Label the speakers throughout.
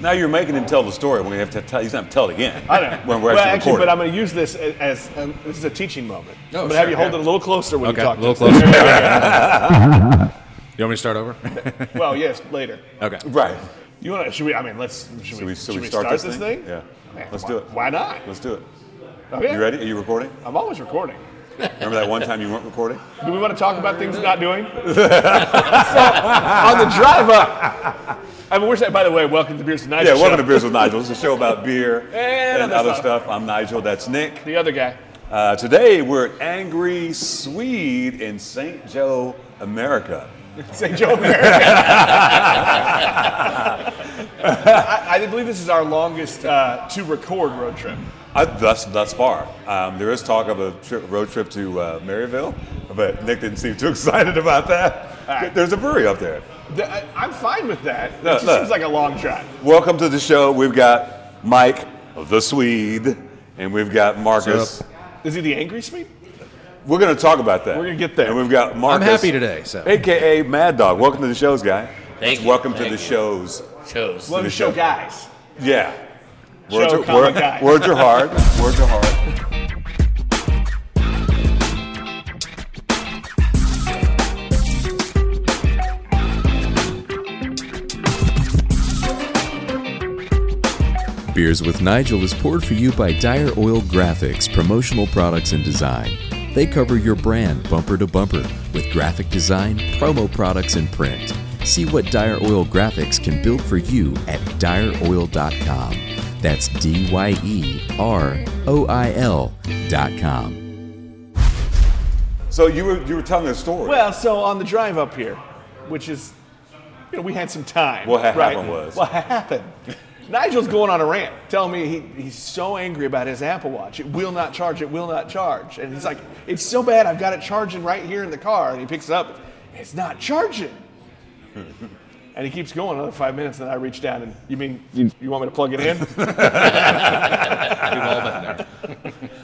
Speaker 1: Now you're making him tell the story when you have to tell. He's not tell it again.
Speaker 2: I know.
Speaker 1: When we're
Speaker 2: well,
Speaker 1: actually,
Speaker 2: actually, but
Speaker 1: recording.
Speaker 2: I'm going to use this a- as, as um, this is a teaching moment.
Speaker 3: Oh,
Speaker 2: I'm going to have
Speaker 3: sure,
Speaker 2: you hold
Speaker 3: yeah.
Speaker 2: it a little closer when
Speaker 3: Okay,
Speaker 2: you talk.
Speaker 3: a little
Speaker 2: to us.
Speaker 3: closer.
Speaker 2: There you
Speaker 3: You want me to start over?
Speaker 2: go. well, yes, later.
Speaker 3: okay.
Speaker 1: right.
Speaker 2: You want to? Should we? I mean, let's. Should,
Speaker 1: Should
Speaker 2: we,
Speaker 1: we,
Speaker 2: should we start, this thing?
Speaker 1: Yeah.
Speaker 2: Man,
Speaker 1: Let's
Speaker 2: why-
Speaker 1: do it.
Speaker 2: Why not?
Speaker 1: Let's do it.
Speaker 2: Okay.
Speaker 1: You ready? Are you recording?
Speaker 2: I'm always recording.
Speaker 1: Remember that one time you weren't recording?
Speaker 2: Do we want to talk about things not doing? so, on the drive up. I mean, we're saying, by the way, welcome to Beers Tonight.
Speaker 1: Yeah, welcome to Beers with Nigel. It's a show about beer and,
Speaker 2: that's
Speaker 1: other
Speaker 2: not-
Speaker 1: stuff. I'm Nigel, that's Nick.
Speaker 2: The other guy.
Speaker 1: Uh, today we're at Angry Swede in St. Joe, America.
Speaker 2: St. Joe America. I, I believe this is our longest uh, to record road trip.
Speaker 1: I, Uh, thus, thus far, um, there is talk of a trip, road trip to uh, Maryville, but Nick didn't seem too excited about that.
Speaker 2: right.
Speaker 1: There's a brewery up there.
Speaker 2: The- I, am fine with that.
Speaker 1: No,
Speaker 2: it just
Speaker 1: no.
Speaker 2: seems like a long drive.
Speaker 1: Welcome to the show. We've got Mike, the Swede, and we've got Marcus.
Speaker 3: Sup?
Speaker 2: Is he the angry sweet?
Speaker 1: We're going to talk about that.
Speaker 2: We're gonna get there.
Speaker 1: And we've got Marcus.
Speaker 3: I'm happy today, so.
Speaker 1: AKA Mad Dog. Welcome to the shows, guy.
Speaker 4: Thank you,
Speaker 1: Welcome to
Speaker 4: thank
Speaker 1: the
Speaker 4: you.
Speaker 1: shows.
Speaker 4: chose.
Speaker 2: Well,
Speaker 1: the
Speaker 2: the show
Speaker 1: show.
Speaker 2: guys.
Speaker 1: Yeah.
Speaker 2: Show
Speaker 1: Words are,
Speaker 2: common
Speaker 1: word,
Speaker 2: guy.
Speaker 1: words are hard. Words are hard.
Speaker 5: Beers with Nigel is poured for you by Dire Oil Graphics, promotional products and design. They cover your brand bumper to bumper with graphic design, promo products, and print. See what Dire Oil Graphics can build for you at direoil.com. That's D Y E R O I L.com.
Speaker 1: So you were you were telling a story.
Speaker 2: Well, so on the drive up here, which is, you know, we had some time.
Speaker 1: What had
Speaker 2: right?
Speaker 1: happened was-
Speaker 2: What happened? Nigel's going on a rant, telling me he, he's so angry about his Apple Watch. It will not charge. It will not charge. And he's like, it's so bad. I've got it charging right here in the car. And he picks it up. It's not charging. and he keeps going another five minutes. And I reach down and you mean you, you want me to plug it in?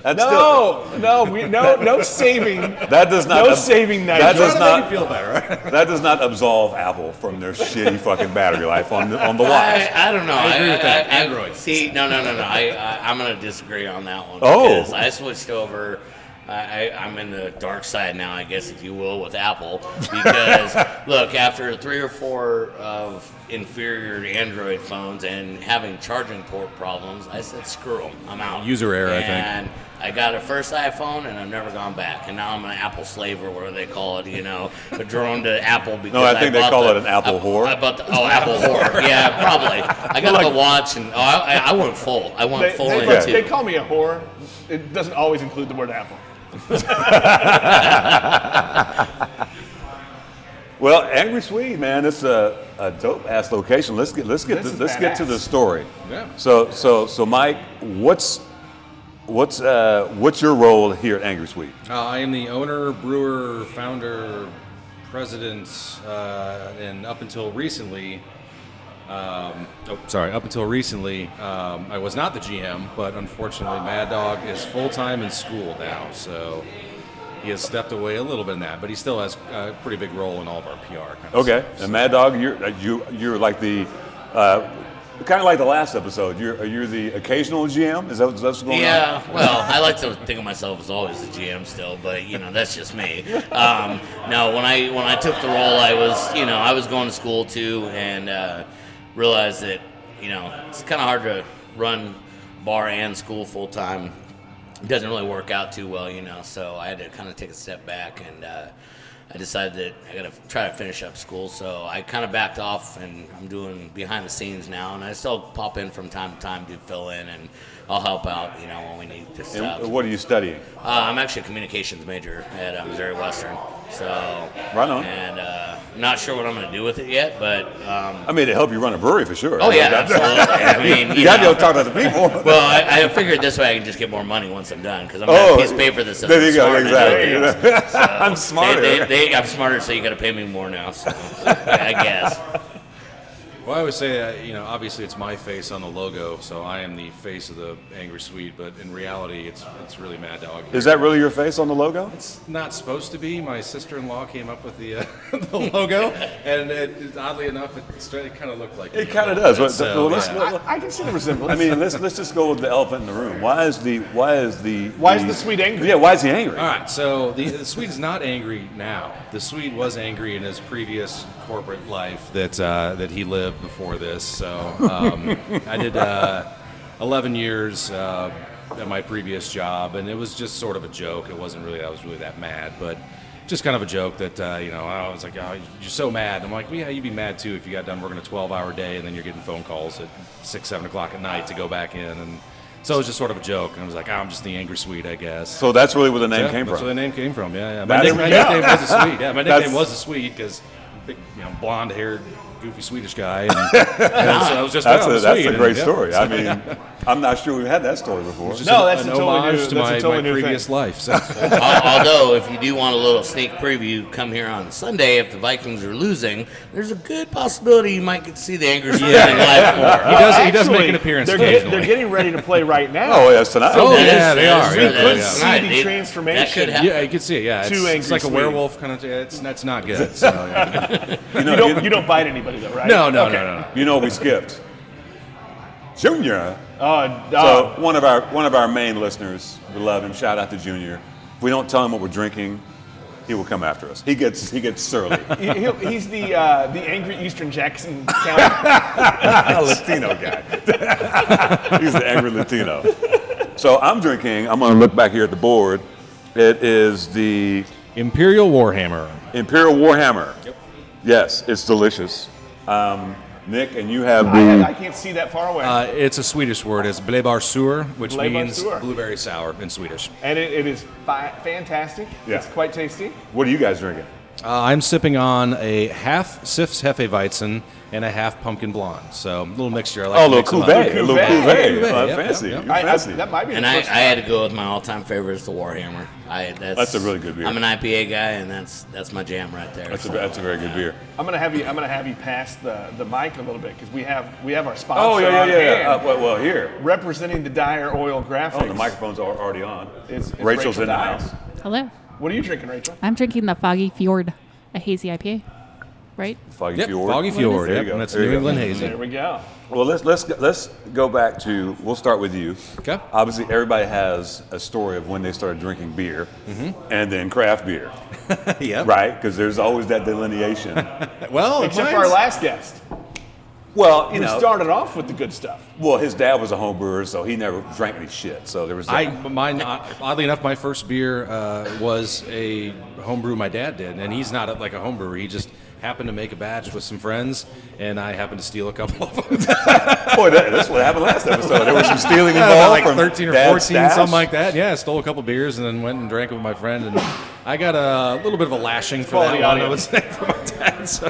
Speaker 1: That's still-
Speaker 2: no, no, we, no, no saving.
Speaker 1: that does not.
Speaker 2: No saving Nigel.
Speaker 1: That does
Speaker 2: Trying
Speaker 1: not
Speaker 3: feel better.
Speaker 1: That does not absolve Apple from their shitty fucking battery life on the, on the watch.
Speaker 4: I, I don't know. I
Speaker 3: agree with that.
Speaker 4: I- I-
Speaker 3: Android.
Speaker 4: See, no, no, no, no. I, I I'm gonna disagree on that one.
Speaker 1: Oh.
Speaker 4: because I switched over. I, I, I'm in the dark side now, I guess, if you will, with Apple. Because look, after three or four of inferior Android phones and having charging port problems, I said, "Screw 'em. I'm out."
Speaker 3: User error, I think.
Speaker 4: And I got a first iPhone, and I've never gone back. And now I'm an Apple slave, or whatever they call it. You know, drawn to Apple because
Speaker 1: No, I think they
Speaker 4: bought
Speaker 1: call
Speaker 4: the-
Speaker 1: it an Apple
Speaker 4: I-
Speaker 1: whore.
Speaker 4: I bought the, oh, Apple whore. Yeah, probably. I got the watch, and oh, I, I- I went full. I went
Speaker 2: They,
Speaker 4: full
Speaker 2: they-
Speaker 4: into.
Speaker 2: they call me a whore. It doesn't always include the word apple.
Speaker 1: Well, Angry Swede, man, it's a, a dope ass location. Let's get let's get
Speaker 2: This
Speaker 1: to,
Speaker 2: is
Speaker 1: let's get to
Speaker 2: badass.
Speaker 1: the story.
Speaker 3: Yeah.
Speaker 1: So so so Mike, what's what's uh, what's your role here at Angry Swede?
Speaker 3: Uh, I am the owner, brewer, founder, president, uh, and up until recently, um, oh, sorry, up until recently, um, I was not the GM, but unfortunately, Mad Dog is full time in school now, so he has stepped away a little bit in that, but he still has a pretty big role in all of our PR. Kind of
Speaker 1: Okay,
Speaker 3: stuff, so-
Speaker 1: and Mad Dog, you're uh, you you're like the uh, kind of like the last episode. You're uh, you're the occasional GM. Is that is that what's going on?
Speaker 4: Yeah, well, I like to think of myself as always the GM still, but you know that's just me. Um, no, when I when I took the role, I was you know I was going to school too, and uh, realized that you know it's kind of hard to run bar and school full time. It doesn't really work out too well, you know. So I had to kind of take a step back, and uh, I decided that I got to try to finish up school. So I kind of backed off, and I'm doing behind the scenes now. And I still pop in from time to time to fill in, and I'll help out, you know, when we need this stuff.
Speaker 1: And what are you studying?
Speaker 4: Uh, I'm actually a communications major at uh, Missouri Western. So
Speaker 1: Right on.
Speaker 4: And uh, not sure what I'm going to do with it yet, but um,
Speaker 1: I mean, to help you run a brewery for sure.
Speaker 4: oh yeah, absolutely. I mean,
Speaker 1: you
Speaker 4: you
Speaker 1: got to
Speaker 4: know.
Speaker 1: go talk to the people.
Speaker 4: Well, I, I figured this way I can just get more money once I'm done because I'm
Speaker 1: Oh,
Speaker 4: oh, a piece of paper that says
Speaker 1: there
Speaker 4: I'm
Speaker 1: you go,
Speaker 4: smart and I know
Speaker 1: exactly.
Speaker 4: things. So,
Speaker 1: I'm smarter.
Speaker 4: They, they, they, I'm smarter, so you got to pay me more now. So I guess.
Speaker 3: Well, I would say that, you know, obviously it's my face on the logo, so I am the face of the Angry Swede, but in reality, it's it's really Mad Dog.
Speaker 1: Is that really your face on the logo?
Speaker 3: It's not supposed to be. My sister-in-law came up with the, uh, the logo, and it, oddly enough, it, stra- it kind of looked like
Speaker 1: It kind of does. But
Speaker 3: So,
Speaker 1: let's-
Speaker 3: uh, yeah.
Speaker 1: let-
Speaker 2: I, I can see the
Speaker 1: I
Speaker 2: resemblance.
Speaker 1: mean, let's let's just go with the elephant in the room. Why is the why is the
Speaker 2: Why is the Swede angry?
Speaker 1: Yeah, why is he angry?
Speaker 3: All right, so the, the Swede is not angry now. The Swede was angry in his previous corporate life that uh, that he lived before this. So um, I did uh, 11 years uh, at my previous job, and it was just sort of a joke. It wasn't really I was really that mad, but just kind of a joke that uh, you know I was like, oh, you're so mad. And I'm like, well, yeah, you'd be mad too if you got done working a 12-hour day and then you're getting phone calls at six, seven o'clock at night to go back in and. So it was just sort of a joke, and I was like, oh, "I'm just the angry Swede, I guess."
Speaker 1: So that's really where the name
Speaker 3: yeah,
Speaker 1: came
Speaker 3: that's
Speaker 1: from.
Speaker 3: where the name came from. Yeah, yeah.
Speaker 1: That
Speaker 3: My, nick-
Speaker 1: is-
Speaker 3: my
Speaker 1: yeah.
Speaker 3: nickname was the Swede. Yeah, my nickname
Speaker 1: That's-
Speaker 3: was the Swede because big, you know, blonde-haired, goofy Swedish guy. And, and so I was just
Speaker 1: That's
Speaker 3: "Oh,
Speaker 1: a,
Speaker 3: I'm
Speaker 1: that's
Speaker 3: Swede,"
Speaker 1: a
Speaker 3: and,
Speaker 1: great
Speaker 3: yeah.
Speaker 1: story. I mean, I'm not sure we've had that story before.
Speaker 3: Just
Speaker 2: No,
Speaker 3: an-
Speaker 2: that's
Speaker 3: an
Speaker 2: a totally
Speaker 3: homage
Speaker 2: new-
Speaker 3: to
Speaker 2: that's a
Speaker 3: my,
Speaker 2: totally
Speaker 3: my
Speaker 2: new
Speaker 3: previous
Speaker 2: thing.
Speaker 3: life. So.
Speaker 4: Al- Although, if you do want a little sneak preview, come here on Sunday. If the Vikings are losing, there's a good possibility you might get to see the Angry Swede in live form.
Speaker 3: he does. he does make an appearance
Speaker 2: They're, get-
Speaker 3: occasionally.
Speaker 2: they're getting ready to play right now.
Speaker 1: oh, yeah, it's tonight.
Speaker 3: Oh,
Speaker 4: That is-
Speaker 3: yeah, they
Speaker 4: that
Speaker 3: are.
Speaker 4: is-
Speaker 3: Yeah,
Speaker 4: that
Speaker 3: they
Speaker 4: is
Speaker 3: are.
Speaker 4: tonight.
Speaker 2: See the
Speaker 4: They-
Speaker 2: transformation.
Speaker 4: That could happen.
Speaker 3: yeah, you can see it. Yeah, it's,
Speaker 2: Two
Speaker 3: it's
Speaker 2: angry
Speaker 3: like a
Speaker 2: Swede.
Speaker 3: werewolf kind of. It's that's not good. So, yeah.
Speaker 1: you know,
Speaker 2: You
Speaker 1: you,
Speaker 2: don't, you don't bite anybody though, right?
Speaker 3: no, no,
Speaker 2: Okay.
Speaker 3: no, no, no.
Speaker 1: you know we skipped. Junior.
Speaker 2: Uh,
Speaker 1: So
Speaker 2: uh,
Speaker 1: one of our one of our main listeners, we love him. Shout out to Junior. If we don't tell him what we're drinking, he will come after us. He gets he gets surly.
Speaker 2: he- he'll- he's the uh, the angry Eastern Jackson County.
Speaker 1: a Latino guy. He's the angry Latino. So I'm drinking. I'm going to look back here at the board. It is the
Speaker 3: Imperial Warhammer.
Speaker 1: Imperial Warhammer. Yep. Yes, it's delicious. Um, Nick, and you have
Speaker 2: I, I
Speaker 1: the.
Speaker 2: can't see that far away,
Speaker 3: Uh, it's a Swedish word. It's blebarsur, which
Speaker 2: Blebarsur.
Speaker 3: means blueberry sour in Swedish.
Speaker 2: and it, it is fi- fantastic.
Speaker 1: Yeah.
Speaker 2: It's quite tasty.
Speaker 1: What are you guys drinking?
Speaker 3: Uh, I'm sipping on a half Sif's Hefeweizen and a half Pumpkin Blonde. So a little mixture. I like
Speaker 1: Oh, a
Speaker 3: to
Speaker 1: little
Speaker 3: mix them
Speaker 1: cuvee.
Speaker 3: up.
Speaker 1: A little
Speaker 2: Cuvée.
Speaker 1: cuvee.
Speaker 3: Cuvée,
Speaker 1: Uh,
Speaker 3: yep,
Speaker 1: fancy.
Speaker 3: yep, yep.
Speaker 1: You're
Speaker 2: I, I,
Speaker 1: fancy.
Speaker 2: that might be.
Speaker 4: And
Speaker 2: the
Speaker 4: I, I
Speaker 2: first
Speaker 4: had to go with my all-time favorite is the Warhammer. I, that's,
Speaker 1: That's a really good beer.
Speaker 4: I'm an IPA guy, and that's that's my jam right there.
Speaker 1: That's a,
Speaker 4: So,
Speaker 1: that's a very good beer.
Speaker 2: I'm gonna have you. I'm gonna have you pass the, the mic a little bit because we have we have our sponsor
Speaker 1: Oh, yeah,
Speaker 2: on
Speaker 1: yeah, yeah.
Speaker 2: hand
Speaker 1: yeah. Uh, well, well, here.
Speaker 2: representing the Dyer Oil Graphics.
Speaker 1: Oh, the microphones are already on.
Speaker 2: It's- it's
Speaker 1: Rachel's
Speaker 2: Rachel
Speaker 1: in the
Speaker 2: Dyer.
Speaker 1: house.
Speaker 6: Hello.
Speaker 2: What are you drinking, Rachel?
Speaker 6: I'm drinking the Foggy Fjord, a hazy IPA, right?
Speaker 1: Foggy
Speaker 3: Yep,
Speaker 1: Fjord.
Speaker 3: Foggy Fjord.
Speaker 1: There you
Speaker 3: Yep,
Speaker 1: go.
Speaker 3: and that's
Speaker 1: There you
Speaker 3: New
Speaker 1: go.
Speaker 3: England hazy.
Speaker 2: There we go.
Speaker 1: Well, let's let's let's go back to. We'll start with you.
Speaker 3: Okay.
Speaker 1: Obviously, everybody has a story of when they started drinking beer,
Speaker 3: Mm-hmm.
Speaker 1: and then craft beer,
Speaker 3: yep.
Speaker 1: right? Because there's always that delineation.
Speaker 3: Well, it's
Speaker 2: Except for our last guest,
Speaker 1: well, you
Speaker 2: who
Speaker 1: know,
Speaker 2: started off with the good stuff.
Speaker 1: well, his dad was a home brewer, so he never drank any shit. So there was. That.
Speaker 3: I mine oddly enough, my first beer uh, was a homebrew my dad did, and he's not a, like a homebrewer. He just happened to make a batch with some friends, and I happened to steal a couple of them.
Speaker 1: boy, that, that's what happened last episode. There was some stealing
Speaker 3: Yeah,
Speaker 1: involved,
Speaker 3: about like
Speaker 1: from
Speaker 3: 13 or
Speaker 1: dad's
Speaker 3: 14,
Speaker 1: stash.
Speaker 3: something like that. Yeah, I stole a couple beers and then went and drank with my friend, and I got a little bit of a lashing for
Speaker 2: Quality
Speaker 3: that one, I
Speaker 2: audio.
Speaker 3: would say, from my dad. So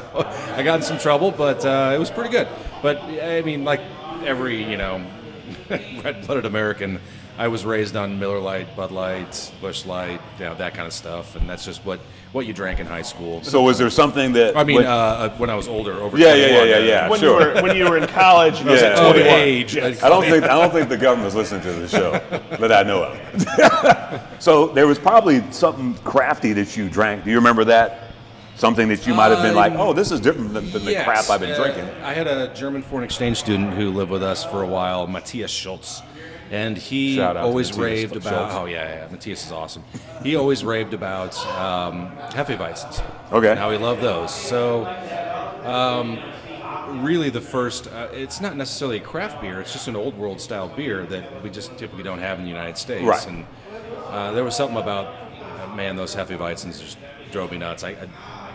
Speaker 3: I got in some trouble, but uh, it was pretty good. But I mean, like every you know red-blooded American, I was raised on Miller Lite, Bud Light, Bush Light, you know, that kind of stuff, and that's just what what you drank in high school.
Speaker 1: So was there something that?
Speaker 3: I mean,
Speaker 1: when-
Speaker 3: uh, when I was older, over
Speaker 1: Yeah, yeah, yeah,
Speaker 3: 21,
Speaker 1: yeah, yeah.
Speaker 2: When
Speaker 1: Sure.
Speaker 2: you were when you were in college, and you
Speaker 1: Yeah.
Speaker 2: said
Speaker 1: Oh,
Speaker 3: Of
Speaker 2: 21.
Speaker 3: age,
Speaker 1: I don't think I don't think the government's listening to the show that I know of. so there was probably something crafty that you drank. Do you remember that? Something that you might have been like,
Speaker 3: Um,
Speaker 1: oh, this is different than, than the
Speaker 3: Yes,
Speaker 1: crap I've been
Speaker 3: uh,
Speaker 1: drinking.
Speaker 3: I had a German foreign exchange student who lived with us for a while, Matthias Schultz, and he
Speaker 1: Shout out to
Speaker 3: always
Speaker 1: Matthias
Speaker 3: raved
Speaker 1: Schultz.
Speaker 3: about. Oh yeah, yeah, Matthias is awesome. He always raved about um, Hefeweizens.
Speaker 1: Okay.
Speaker 3: Now he loved those. So, um, really, the first. Uh, it's not necessarily a craft beer. It's just an old world style beer that we just typically don't have in the United States.
Speaker 1: Right.
Speaker 3: And uh, there was something about uh, man, those Hefeweizens just drove me nuts. I, I,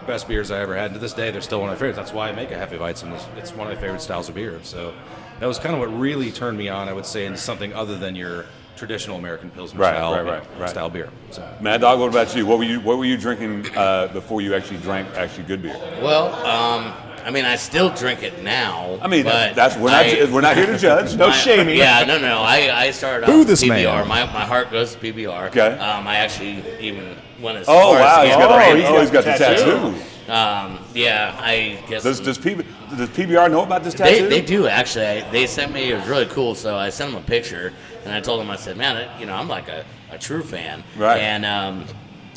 Speaker 3: best beers I ever had. And to this day, they're still one of my favorites. That's why I make a Hefeweizen. It's, it's one of my favorite styles of beer. So that was kind of what really turned me on. I would say into something other than your traditional American Pilsner
Speaker 1: Right,
Speaker 3: style,
Speaker 1: right, right, right.
Speaker 3: style beer. So.
Speaker 1: Mad Dog, what about you? What were you What were you drinking uh, before you actually drank actually good beer?
Speaker 4: well, um, I mean, I still drink it now.
Speaker 1: I mean,
Speaker 4: but
Speaker 1: that's we're not
Speaker 4: I-
Speaker 1: we're not here to judge.
Speaker 2: No
Speaker 4: my-
Speaker 2: shaming.
Speaker 4: Yeah, no, no. I, I started off
Speaker 3: Boo
Speaker 4: with
Speaker 3: this man.
Speaker 4: PBR. My, my heart goes to PBR.
Speaker 1: Okay.
Speaker 4: Um, I actually even went as
Speaker 1: Oh
Speaker 4: far
Speaker 1: wow,
Speaker 4: as
Speaker 1: he's
Speaker 4: to get
Speaker 1: got,
Speaker 4: brand
Speaker 1: the, oh, he's got the
Speaker 2: tattoo.
Speaker 1: tattoo.
Speaker 4: Um, yeah, I guess.
Speaker 1: Does, does, PB, does PBR know about this
Speaker 4: they,
Speaker 1: tattoo?
Speaker 4: they do actually. I, they sent me. It was really cool. So I sent them a picture, and I told them, I said, "Man, I, you know, I'm like a, a true fan."
Speaker 1: Right.
Speaker 4: And um,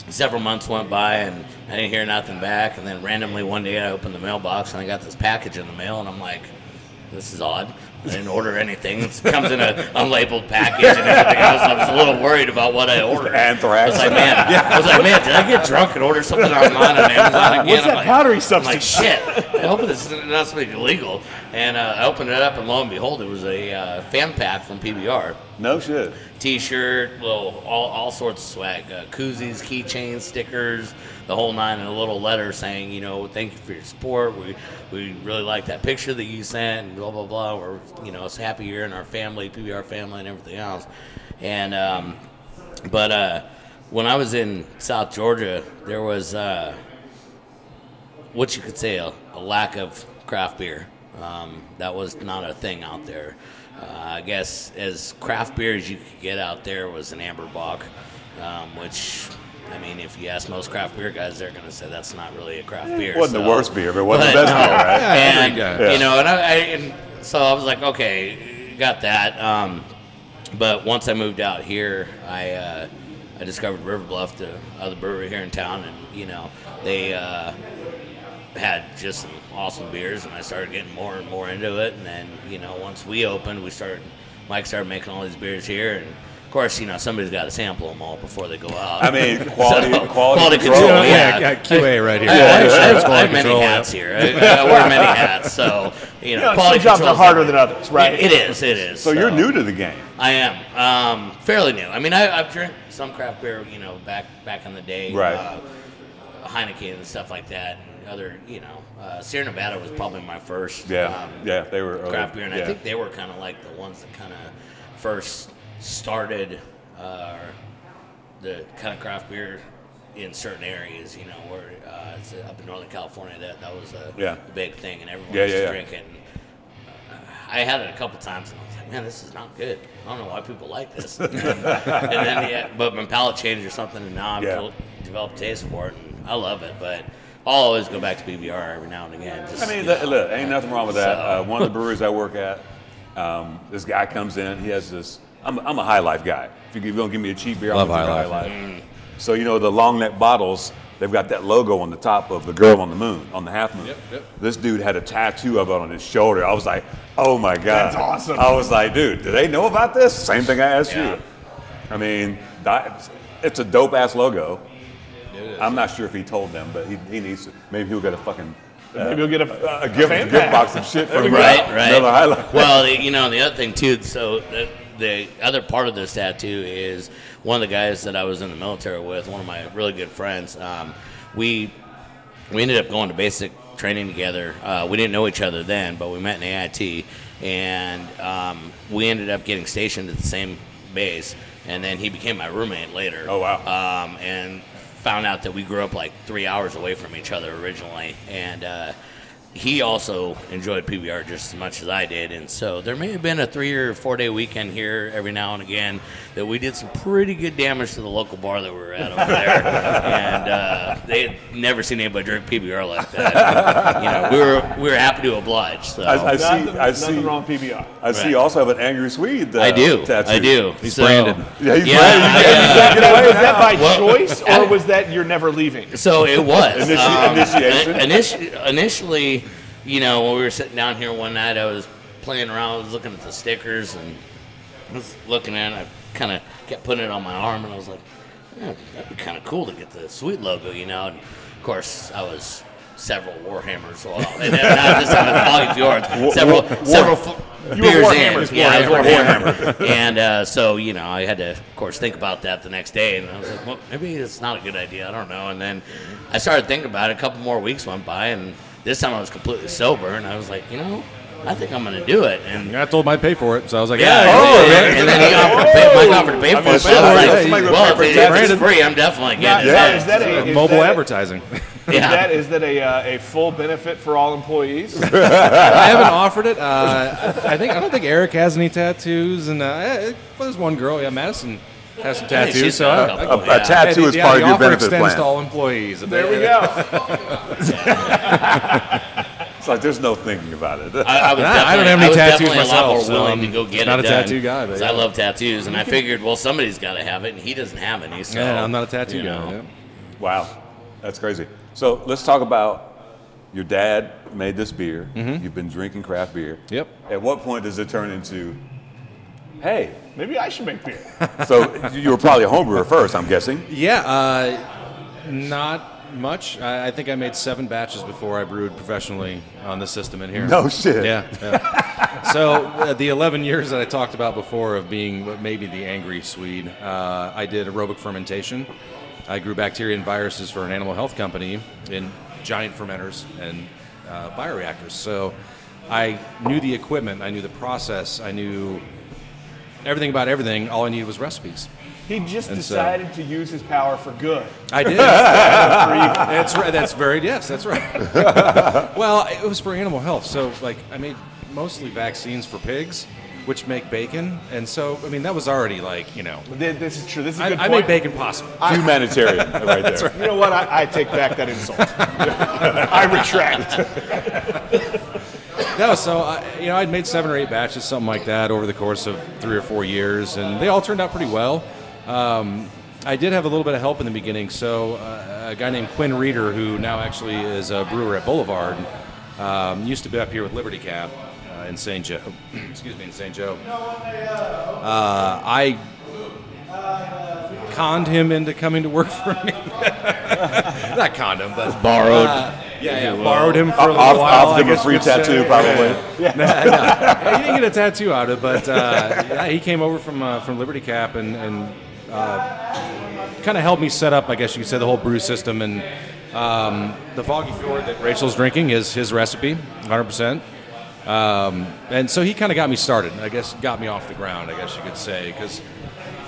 Speaker 4: several months went by, and I didn't hear nothing back. And then randomly one day, I opened the mailbox, and I got this package in the mail, and I'm like, "This is odd." I didn't order anything. It comes in a unlabeled package and everything else. I was a little worried about what I ordered.
Speaker 1: Anthrax.
Speaker 4: I was like, man, I was like, man, did I get drunk and order something online on Amazon again?
Speaker 2: What's that
Speaker 4: I'm like,
Speaker 2: powdery
Speaker 4: I'm like,
Speaker 2: substance?
Speaker 4: shit. I hope this is not something illegal. And uh, I opened it up, and lo and behold, it was a uh, fan pack from PBR.
Speaker 1: No shit.
Speaker 4: T-shirt, little, all, all sorts of swag, uh, koozies, keychains, stickers, the whole nine, and a little letter saying, you know, thank you for your support. We we really like that picture that you sent, and blah blah blah. We're you know, it's happy you're in our family, PBR family, and everything else. And um, but uh, when I was in South Georgia, there was. Uh, what you could say a, a lack of craft beer. Um, that was not a thing out there. Uh, I guess as craft beer as you could get out there was an amber bock, um, which I mean, if you ask most craft beer guys, they're going to say that's not really a craft beer.
Speaker 1: Wasn't the
Speaker 4: so-
Speaker 1: worst beer, but it wasn't the
Speaker 4: But,
Speaker 1: best
Speaker 4: no.
Speaker 1: beer, right?
Speaker 3: Yeah,
Speaker 4: and
Speaker 3: every guy.
Speaker 4: you know, and I, I and so I was like, okay, got that. Um, but once I moved out here, I uh, I discovered River Bluff, the other brewery here in town, and you know they uh, had just some awesome beers, and I started getting more and more into it. And then you know once we opened, we started Mike started making all these beers here, and of course you know somebody's got to sample them all before they go out.
Speaker 1: I mean, quality- quality control.
Speaker 4: control.
Speaker 1: Yeah,
Speaker 4: yeah,
Speaker 3: Oh, yeah, QA right here.
Speaker 4: I, I,
Speaker 3: Yeah,
Speaker 4: I,
Speaker 3: yeah.
Speaker 4: I have many
Speaker 3: Control, yeah.
Speaker 4: hats here. I, I wear many hats, so you
Speaker 2: You
Speaker 4: know,
Speaker 2: know, some
Speaker 4: quality
Speaker 2: jobs are
Speaker 4: control's
Speaker 2: harder
Speaker 4: not-
Speaker 2: than others, right?
Speaker 4: It is. It is.
Speaker 1: So you're new to the game.
Speaker 4: I am um, fairly new. I mean, I, I've drank some craft beer, you know, back back in the day,
Speaker 1: Right.
Speaker 4: Uh, Heineken and stuff like that, and other, you know, uh, Sierra Nevada was probably my first.
Speaker 1: Yeah,
Speaker 4: um,
Speaker 1: yeah, they were early.
Speaker 4: craft beer, and
Speaker 1: yeah.
Speaker 4: I think they were kind of like the ones that kind of first started uh, the kind of craft beer in certain areas. You know, where uh, it's up in Northern California, that that was a
Speaker 1: Yeah.
Speaker 4: big thing, and everyone
Speaker 1: Yeah,
Speaker 4: was
Speaker 1: yeah, yeah.
Speaker 4: drinking. Uh, I had it a couple times, and I was like, "Man, this is not good. I don't know why people like this." and then, yeah, but my palate changed or something, and now I've
Speaker 1: Yeah.
Speaker 4: del- developed taste for it, and I love it. But I'll always go back to BBR every now and again. Just,
Speaker 1: I mean,
Speaker 4: you
Speaker 1: look,
Speaker 4: know.
Speaker 1: look, ain't nothing wrong with that.
Speaker 4: So-
Speaker 1: Uh, one of the breweries I work at, um, this guy comes in. He has this. I'm, I'm a high life guy. If you- if you don't give me a cheap beer,
Speaker 3: Love
Speaker 1: I'm
Speaker 3: High
Speaker 1: high life. So you know the long neck bottles. They've got that logo on the top of the girl on the moon, on the half moon.
Speaker 3: Yep, yep.
Speaker 1: This dude had a tattoo of it on his shoulder. I was like, oh my god,
Speaker 2: That's awesome.
Speaker 1: I was like, dude, do they know about this? Same thing I asked
Speaker 4: Yeah.
Speaker 1: you. I mean, that, it's a dope ass logo.
Speaker 3: It is.
Speaker 1: I'm not sure if he told them, but he, he needs to. Maybe he'll get a fucking
Speaker 2: Maybe we'll get a,
Speaker 1: a gift,
Speaker 2: fan
Speaker 1: gift
Speaker 2: pack.
Speaker 1: box of shit from
Speaker 4: right,
Speaker 1: uh,
Speaker 4: right.
Speaker 1: Miller High Life.
Speaker 4: Well, the, you know, and the other thing too. So the, the other part of this tattoo is one of the guys that I was in the military with, one of my really good friends. Um, we we ended up going to basic training together. Uh, we didn't know each other then, but we met in AIT, and um, we ended up getting stationed at the same base. And then he became my roommate later.
Speaker 1: Oh, wow.
Speaker 4: Um, and found out that we grew up like three hours away from each other originally, and. Uh, he also enjoyed PBR just as much as I did, and so there may have been a three or four day weekend here every now and again that we did some pretty good damage to the local bar that we were at over there, and uh, they had never seen anybody drink PBR like that. you know, we were we were happy to oblige. So
Speaker 1: I- I see-
Speaker 2: Nothing,
Speaker 1: I
Speaker 2: nothing
Speaker 1: see.
Speaker 2: wrong with PBR.
Speaker 1: I see. You also have an angry Swede. Uh,
Speaker 4: I do,
Speaker 1: Tattoo.
Speaker 4: I do.
Speaker 3: He's
Speaker 4: So-
Speaker 3: branded.
Speaker 1: Yeah, he's branded. You
Speaker 4: Yeah, I,
Speaker 1: can't-
Speaker 4: uh,
Speaker 1: you can't get away with
Speaker 2: Was that by
Speaker 1: that.
Speaker 2: choice or was that you're never leaving?
Speaker 4: So it was um,
Speaker 1: Initi- initiation?
Speaker 4: in- initi- initially, you know, when we were sitting down here one night, I was playing around, I was looking at the stickers and I was looking at. it. I kind of kept putting it on my arm, and I was like, "Yeah, "That'd be kind of cool to get the sweet logo," you know. And of course, I was several Warhammers, well, and not just on the Fjords, several,
Speaker 1: War-
Speaker 4: several. fo-
Speaker 2: You were
Speaker 4: beers
Speaker 2: Warhammers,
Speaker 4: in. Yeah, I was
Speaker 2: Warhammer,
Speaker 4: Warhammer. and uh, so you know, I had to, of course, think about that the next day, and I was like, well, maybe it's not a good idea. I don't know. And then I started thinking about it. A couple more weeks went by, and this time I was completely sober, and I was like, you know, I think I'm gonna do it. And
Speaker 3: I told him I'd pay for it, so I was like,
Speaker 4: yeah,
Speaker 3: yeah.
Speaker 4: oh, and then he offered to pay, Mike offered to pay
Speaker 1: I
Speaker 4: for
Speaker 1: mean,
Speaker 4: it. So I
Speaker 1: somebody-
Speaker 4: was
Speaker 1: somebody
Speaker 4: like,
Speaker 1: would
Speaker 4: well,
Speaker 1: pay
Speaker 4: if
Speaker 1: for
Speaker 4: it- if
Speaker 3: Brandon.
Speaker 4: it's free, I'm definitely
Speaker 2: Not-
Speaker 4: getting
Speaker 2: not-
Speaker 4: it.
Speaker 2: is that a, is
Speaker 3: Mobile
Speaker 2: that a-
Speaker 3: advertising.
Speaker 4: Yeah.
Speaker 2: That is that a uh, a full benefit for all employees?
Speaker 3: I haven't offered it. Uh, I think I don't think Eric has any tattoos, and uh, eh, there's one girl, yeah, Madison. Have some
Speaker 4: Yeah, she's
Speaker 3: tattoos. So
Speaker 4: got a
Speaker 3: I-
Speaker 4: couple,
Speaker 3: I-
Speaker 1: A, a
Speaker 4: yeah.
Speaker 1: tattoo is
Speaker 3: yeah,
Speaker 1: part
Speaker 3: the
Speaker 1: of your
Speaker 3: offer
Speaker 1: benefit
Speaker 3: extends to
Speaker 1: plan.
Speaker 3: all employees.
Speaker 2: There we go.
Speaker 1: It's like there's no thinking about it.
Speaker 4: I, I, was
Speaker 3: Nah, I don't have
Speaker 4: definitely-
Speaker 3: any
Speaker 4: I was
Speaker 3: tattoos
Speaker 4: definitely a lot
Speaker 3: myself,
Speaker 4: more
Speaker 3: so
Speaker 4: willing
Speaker 3: I'm
Speaker 4: to go get
Speaker 3: not
Speaker 4: it
Speaker 3: a
Speaker 4: done,
Speaker 3: tattoo guy, but
Speaker 4: 'cause
Speaker 3: yeah.
Speaker 4: I love tattoos, and I figured, well, somebody's got to have it, and he doesn't have any. So
Speaker 3: Yeah, I'm not a tattoo
Speaker 4: you
Speaker 3: guy.
Speaker 4: know.
Speaker 3: yeah.
Speaker 1: Wow, that's crazy. So let's talk about your dad made this beer.
Speaker 4: Mm-hmm.
Speaker 1: You've been drinking craft beer.
Speaker 3: Yep.
Speaker 1: At what point does it turn into, hey?
Speaker 2: Maybe I should make beer.
Speaker 1: So you were probably a homebrewer first, I'm guessing.
Speaker 3: Yeah, uh, not much. I, I think I made seven batches before I brewed professionally on this system in here.
Speaker 1: No shit.
Speaker 3: Yeah. yeah. so uh, the 11 years that I talked about before of being what maybe the angry Swede, uh, I did aerobic fermentation. I grew bacteria and viruses for an animal health company in giant fermenters and uh, bioreactors. So I knew the equipment, I knew the process, I knew everything about everything. All I needed was recipes.
Speaker 2: He just
Speaker 3: And so-
Speaker 2: decided to use his power for good.
Speaker 3: I did. that's right. That's very yes. That's right. well, it was for animal health, so like I made mostly vaccines for pigs, which make bacon, and so I mean that was already like you know
Speaker 2: Th- This is true. This is a
Speaker 3: I,
Speaker 2: good
Speaker 3: I
Speaker 2: point.
Speaker 3: made bacon possible.
Speaker 1: Humanitarian, right there.
Speaker 2: You know what? I, I take back that insult. I retract.
Speaker 3: No, so I, you know I'd made seven or eight batches, something like that, over the course of three or four years, and they all turned out pretty well. Um, I did have a little bit of help in the beginning, so uh, a guy named Quinn Reeder, who now actually is a brewer at Boulevard, um, used to be up here with Liberty Cap uh, in St. Joe. Excuse me, in St. Joe. Uh, I conned him into coming to work for me. Not conned him, but
Speaker 4: Borrowed.
Speaker 3: Uh, yeah, yeah, borrowed him for a little
Speaker 1: Off,
Speaker 3: while.
Speaker 1: off
Speaker 3: I
Speaker 1: them a
Speaker 3: guess
Speaker 1: free
Speaker 3: you'd say.
Speaker 1: tattoo, probably.
Speaker 3: Yeah, he didn't get a tattoo out of it, but uh, yeah, he came over from uh, from Liberty Cap and, and uh, kind of helped me set up, I guess you could say, the whole brew system. And um, the Foggy Fjord that Rachel's drinking is his recipe, 100%. Um, and so he kind of got me started, I guess, got me off the ground, I guess you could say, because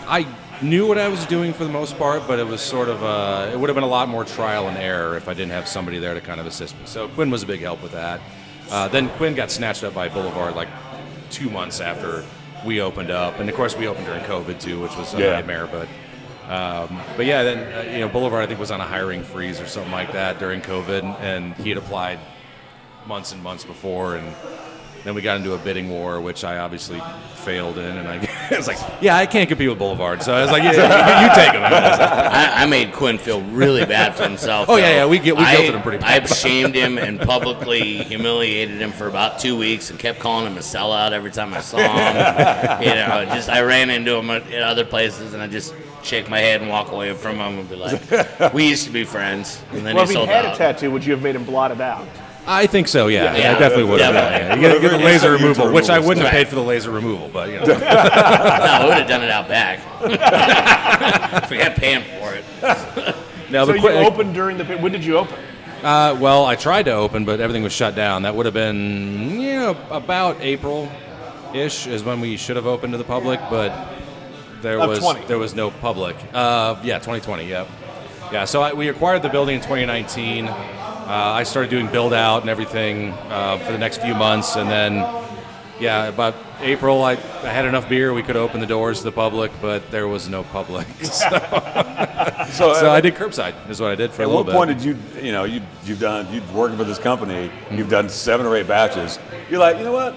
Speaker 3: I knew what I was doing for the most part, but it was sort of uh, it would have been a lot more trial and error if I didn't have somebody there to kind of assist me. So Quinn was a big help with that. Uh, then Quinn got snatched up by Boulevard like two months after we opened up, and of course we opened during COVID too, which was a
Speaker 1: Yeah.
Speaker 3: nightmare. But um, but yeah, then uh, you know Boulevard I think was on a hiring freeze or something like that during COVID, and he had applied months and months before and. Then we got into a bidding war, which I obviously failed in, and I, I was like, "Yeah, I can't compete with Boulevard." So I was like, "Yeah, you, you take him." And I was like,
Speaker 4: I, I made Quinn feel really bad for himself.
Speaker 3: Oh, yeah,
Speaker 4: though.
Speaker 3: yeah, we get- we
Speaker 4: I,
Speaker 3: guilted him pretty
Speaker 4: I shamed him and publicly humiliated him for about two weeks, and kept calling him a sellout every time I saw him. you know, just I ran into him at, at other places, and I just shake my head and walk away from him and be like, "We used to be friends," and then
Speaker 2: Well, if
Speaker 4: he
Speaker 2: he
Speaker 4: sold
Speaker 2: had
Speaker 4: out.
Speaker 2: a tattoo, would you have made him blot it out?
Speaker 3: I think so. Yeah,
Speaker 4: Yeah,
Speaker 3: I definitely would have.
Speaker 4: definitely.
Speaker 3: Yeah, yeah. You got to get the
Speaker 1: Whatever
Speaker 3: laser
Speaker 1: instant
Speaker 3: removal,
Speaker 1: user
Speaker 3: which I
Speaker 1: removal
Speaker 3: wouldn't have
Speaker 4: stuff.
Speaker 3: paid for the laser removal, but you know.
Speaker 4: no, I would have done it out back. Forget paying for it.
Speaker 3: no,
Speaker 2: So
Speaker 3: uh, but
Speaker 2: you
Speaker 3: Quinn-
Speaker 2: opened during the. When did you open?
Speaker 3: Uh, well, I tried to open, but everything was shut down. That would have been you know, about April ish is when we should have opened to the public, but there
Speaker 2: Of
Speaker 3: was
Speaker 2: 20.
Speaker 3: there was no public. Uh, yeah, 2020. Yep. Yeah. So I, we acquired the building in 2019. Uh, I started doing build out and everything uh, for the next few months, and then yeah, about April I, I had enough beer. We could open the doors to the public, but there was no public.
Speaker 1: So,
Speaker 3: So, so
Speaker 1: uh,
Speaker 3: I did curbside is what I did for a
Speaker 1: At
Speaker 3: little
Speaker 1: what
Speaker 3: bit.
Speaker 1: point did you, you know, you, you've done, you've working for this company, you've done seven or eight batches. You're like, you know what?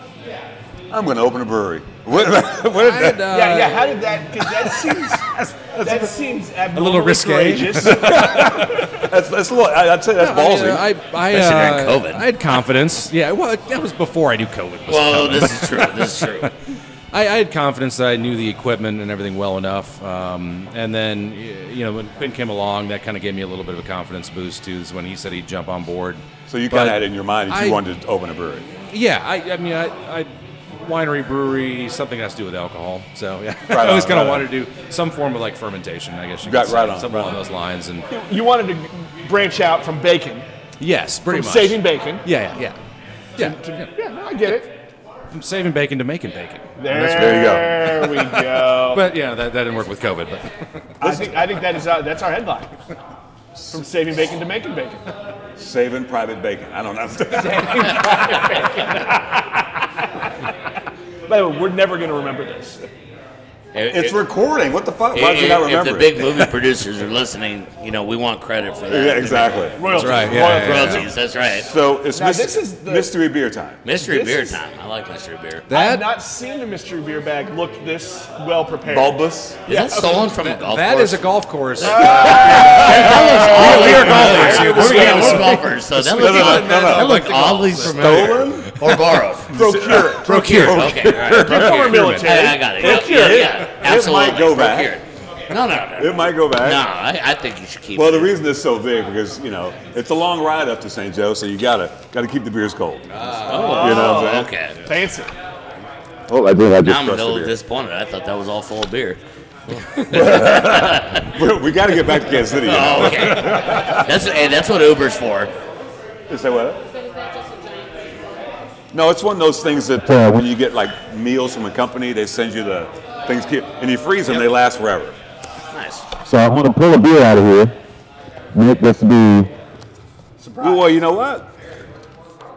Speaker 1: I'm going to open a brewery. What, what
Speaker 3: I
Speaker 1: is
Speaker 3: had,
Speaker 1: that?
Speaker 3: uh,
Speaker 2: yeah, yeah. How did that? Because that seems that seems a
Speaker 3: little risque.
Speaker 2: Courageous.
Speaker 1: That's, that's a little, I, I'd say that's ballsy.
Speaker 3: I, mean, I, I,
Speaker 4: Especially
Speaker 3: uh,
Speaker 4: during COVID.
Speaker 3: I had confidence. Yeah, well, that was before I knew COVID. Was
Speaker 4: Well,
Speaker 3: coming.
Speaker 4: this is true. This is true.
Speaker 3: I, I had confidence that I knew the equipment and everything well enough. Um, and then, y- you know, when Quinn came along, that kind of gave me a little bit of a confidence boost too. Is when he said he'd jump on board.
Speaker 1: so you kind
Speaker 3: But
Speaker 1: of had it in your mind that you
Speaker 3: I-
Speaker 1: wanted to open a brewery.
Speaker 3: Yeah, I, I mean, I, I winery, brewery, something has to do with alcohol. So yeah,
Speaker 1: Right
Speaker 3: I always
Speaker 1: on,
Speaker 3: kind
Speaker 1: right
Speaker 3: of
Speaker 1: on.
Speaker 3: wanted to do some form of like fermentation. I guess you
Speaker 1: Right-
Speaker 3: could say,
Speaker 1: right on,
Speaker 3: something
Speaker 1: right
Speaker 3: along
Speaker 1: on.
Speaker 3: those lines. And
Speaker 2: You wanted to branch out from bacon,
Speaker 3: yes, pretty
Speaker 2: from
Speaker 3: much
Speaker 2: saving bacon.
Speaker 3: Yeah, yeah, yeah. Yeah, yeah.
Speaker 2: Yeah, no, I get it.
Speaker 3: From saving bacon to making bacon.
Speaker 2: There,
Speaker 1: there you go.
Speaker 2: we go.
Speaker 3: But yeah, that, that didn't work with COVID. But.
Speaker 2: I think I think that is our, that's our headline. From saving bacon to making bacon.
Speaker 1: Saving private bacon. I don't know.
Speaker 2: By the way, we're never going to remember this.
Speaker 4: It-
Speaker 1: It's
Speaker 4: it-
Speaker 1: recording. What the fuck? Why
Speaker 4: If,
Speaker 1: do you not
Speaker 4: if
Speaker 1: remember?
Speaker 4: the big movie producers are listening, you know, we want credit for that.
Speaker 1: yeah, exactly.
Speaker 3: That's right. Yeah,
Speaker 4: Royal
Speaker 3: yeah, yeah.
Speaker 4: royalties, that's right.
Speaker 1: So it's
Speaker 2: Now,
Speaker 1: mys-
Speaker 2: this is the-
Speaker 1: mystery beer time.
Speaker 4: Mystery
Speaker 2: This
Speaker 4: beer
Speaker 2: is-
Speaker 4: time. I like mystery beer. Is
Speaker 2: I've
Speaker 3: That
Speaker 2: not seen a mystery beer bag look this well prepared.
Speaker 1: Bulbous.
Speaker 4: that stolen from a golf
Speaker 3: that
Speaker 4: course?
Speaker 3: is a golf course.
Speaker 4: Oh, we are
Speaker 3: golfers.
Speaker 4: golfers.
Speaker 3: We're-
Speaker 4: We're
Speaker 3: yeah,
Speaker 4: yeah,
Speaker 3: we're-
Speaker 4: golfers. So that
Speaker 1: No,
Speaker 4: looked
Speaker 1: no, no,
Speaker 4: odd-
Speaker 1: no, no.
Speaker 4: that looked oddly familiar.
Speaker 1: Stolen?
Speaker 4: Or borrowed.
Speaker 1: Procured.
Speaker 3: Procured.
Speaker 4: Okay, all right.
Speaker 2: former military.
Speaker 4: I, I got it. Yeah,
Speaker 1: Procured.
Speaker 4: yeah, yeah.
Speaker 1: It
Speaker 4: Absolutely.
Speaker 1: might go back.
Speaker 4: Procured. No, no, no.
Speaker 1: It might go
Speaker 4: No,
Speaker 1: back.
Speaker 4: I, I think you should keep
Speaker 1: Well,
Speaker 4: it.
Speaker 1: the reason it's so big because you know it's a long ride up to St. Joe, so you gotta gotta keep the beers cold.
Speaker 4: Oh,
Speaker 1: you know what I'm saying?
Speaker 4: okay.
Speaker 2: Fancy.
Speaker 1: Oh, I think I
Speaker 4: Now I'm a little disappointed. I thought that was all full of beer.
Speaker 1: we got to get back to Kansas City. You know?
Speaker 4: Oh, okay. that's hey, that's what Uber's for. Oh.
Speaker 1: Say what? No, it's one of those things that uh, when you get like meals from a company, they send you the things, keep, and you freeze them, they last forever.
Speaker 4: Nice.
Speaker 7: So I want to pull a beer out of here. Nick, this will be
Speaker 1: Well, well, you know what?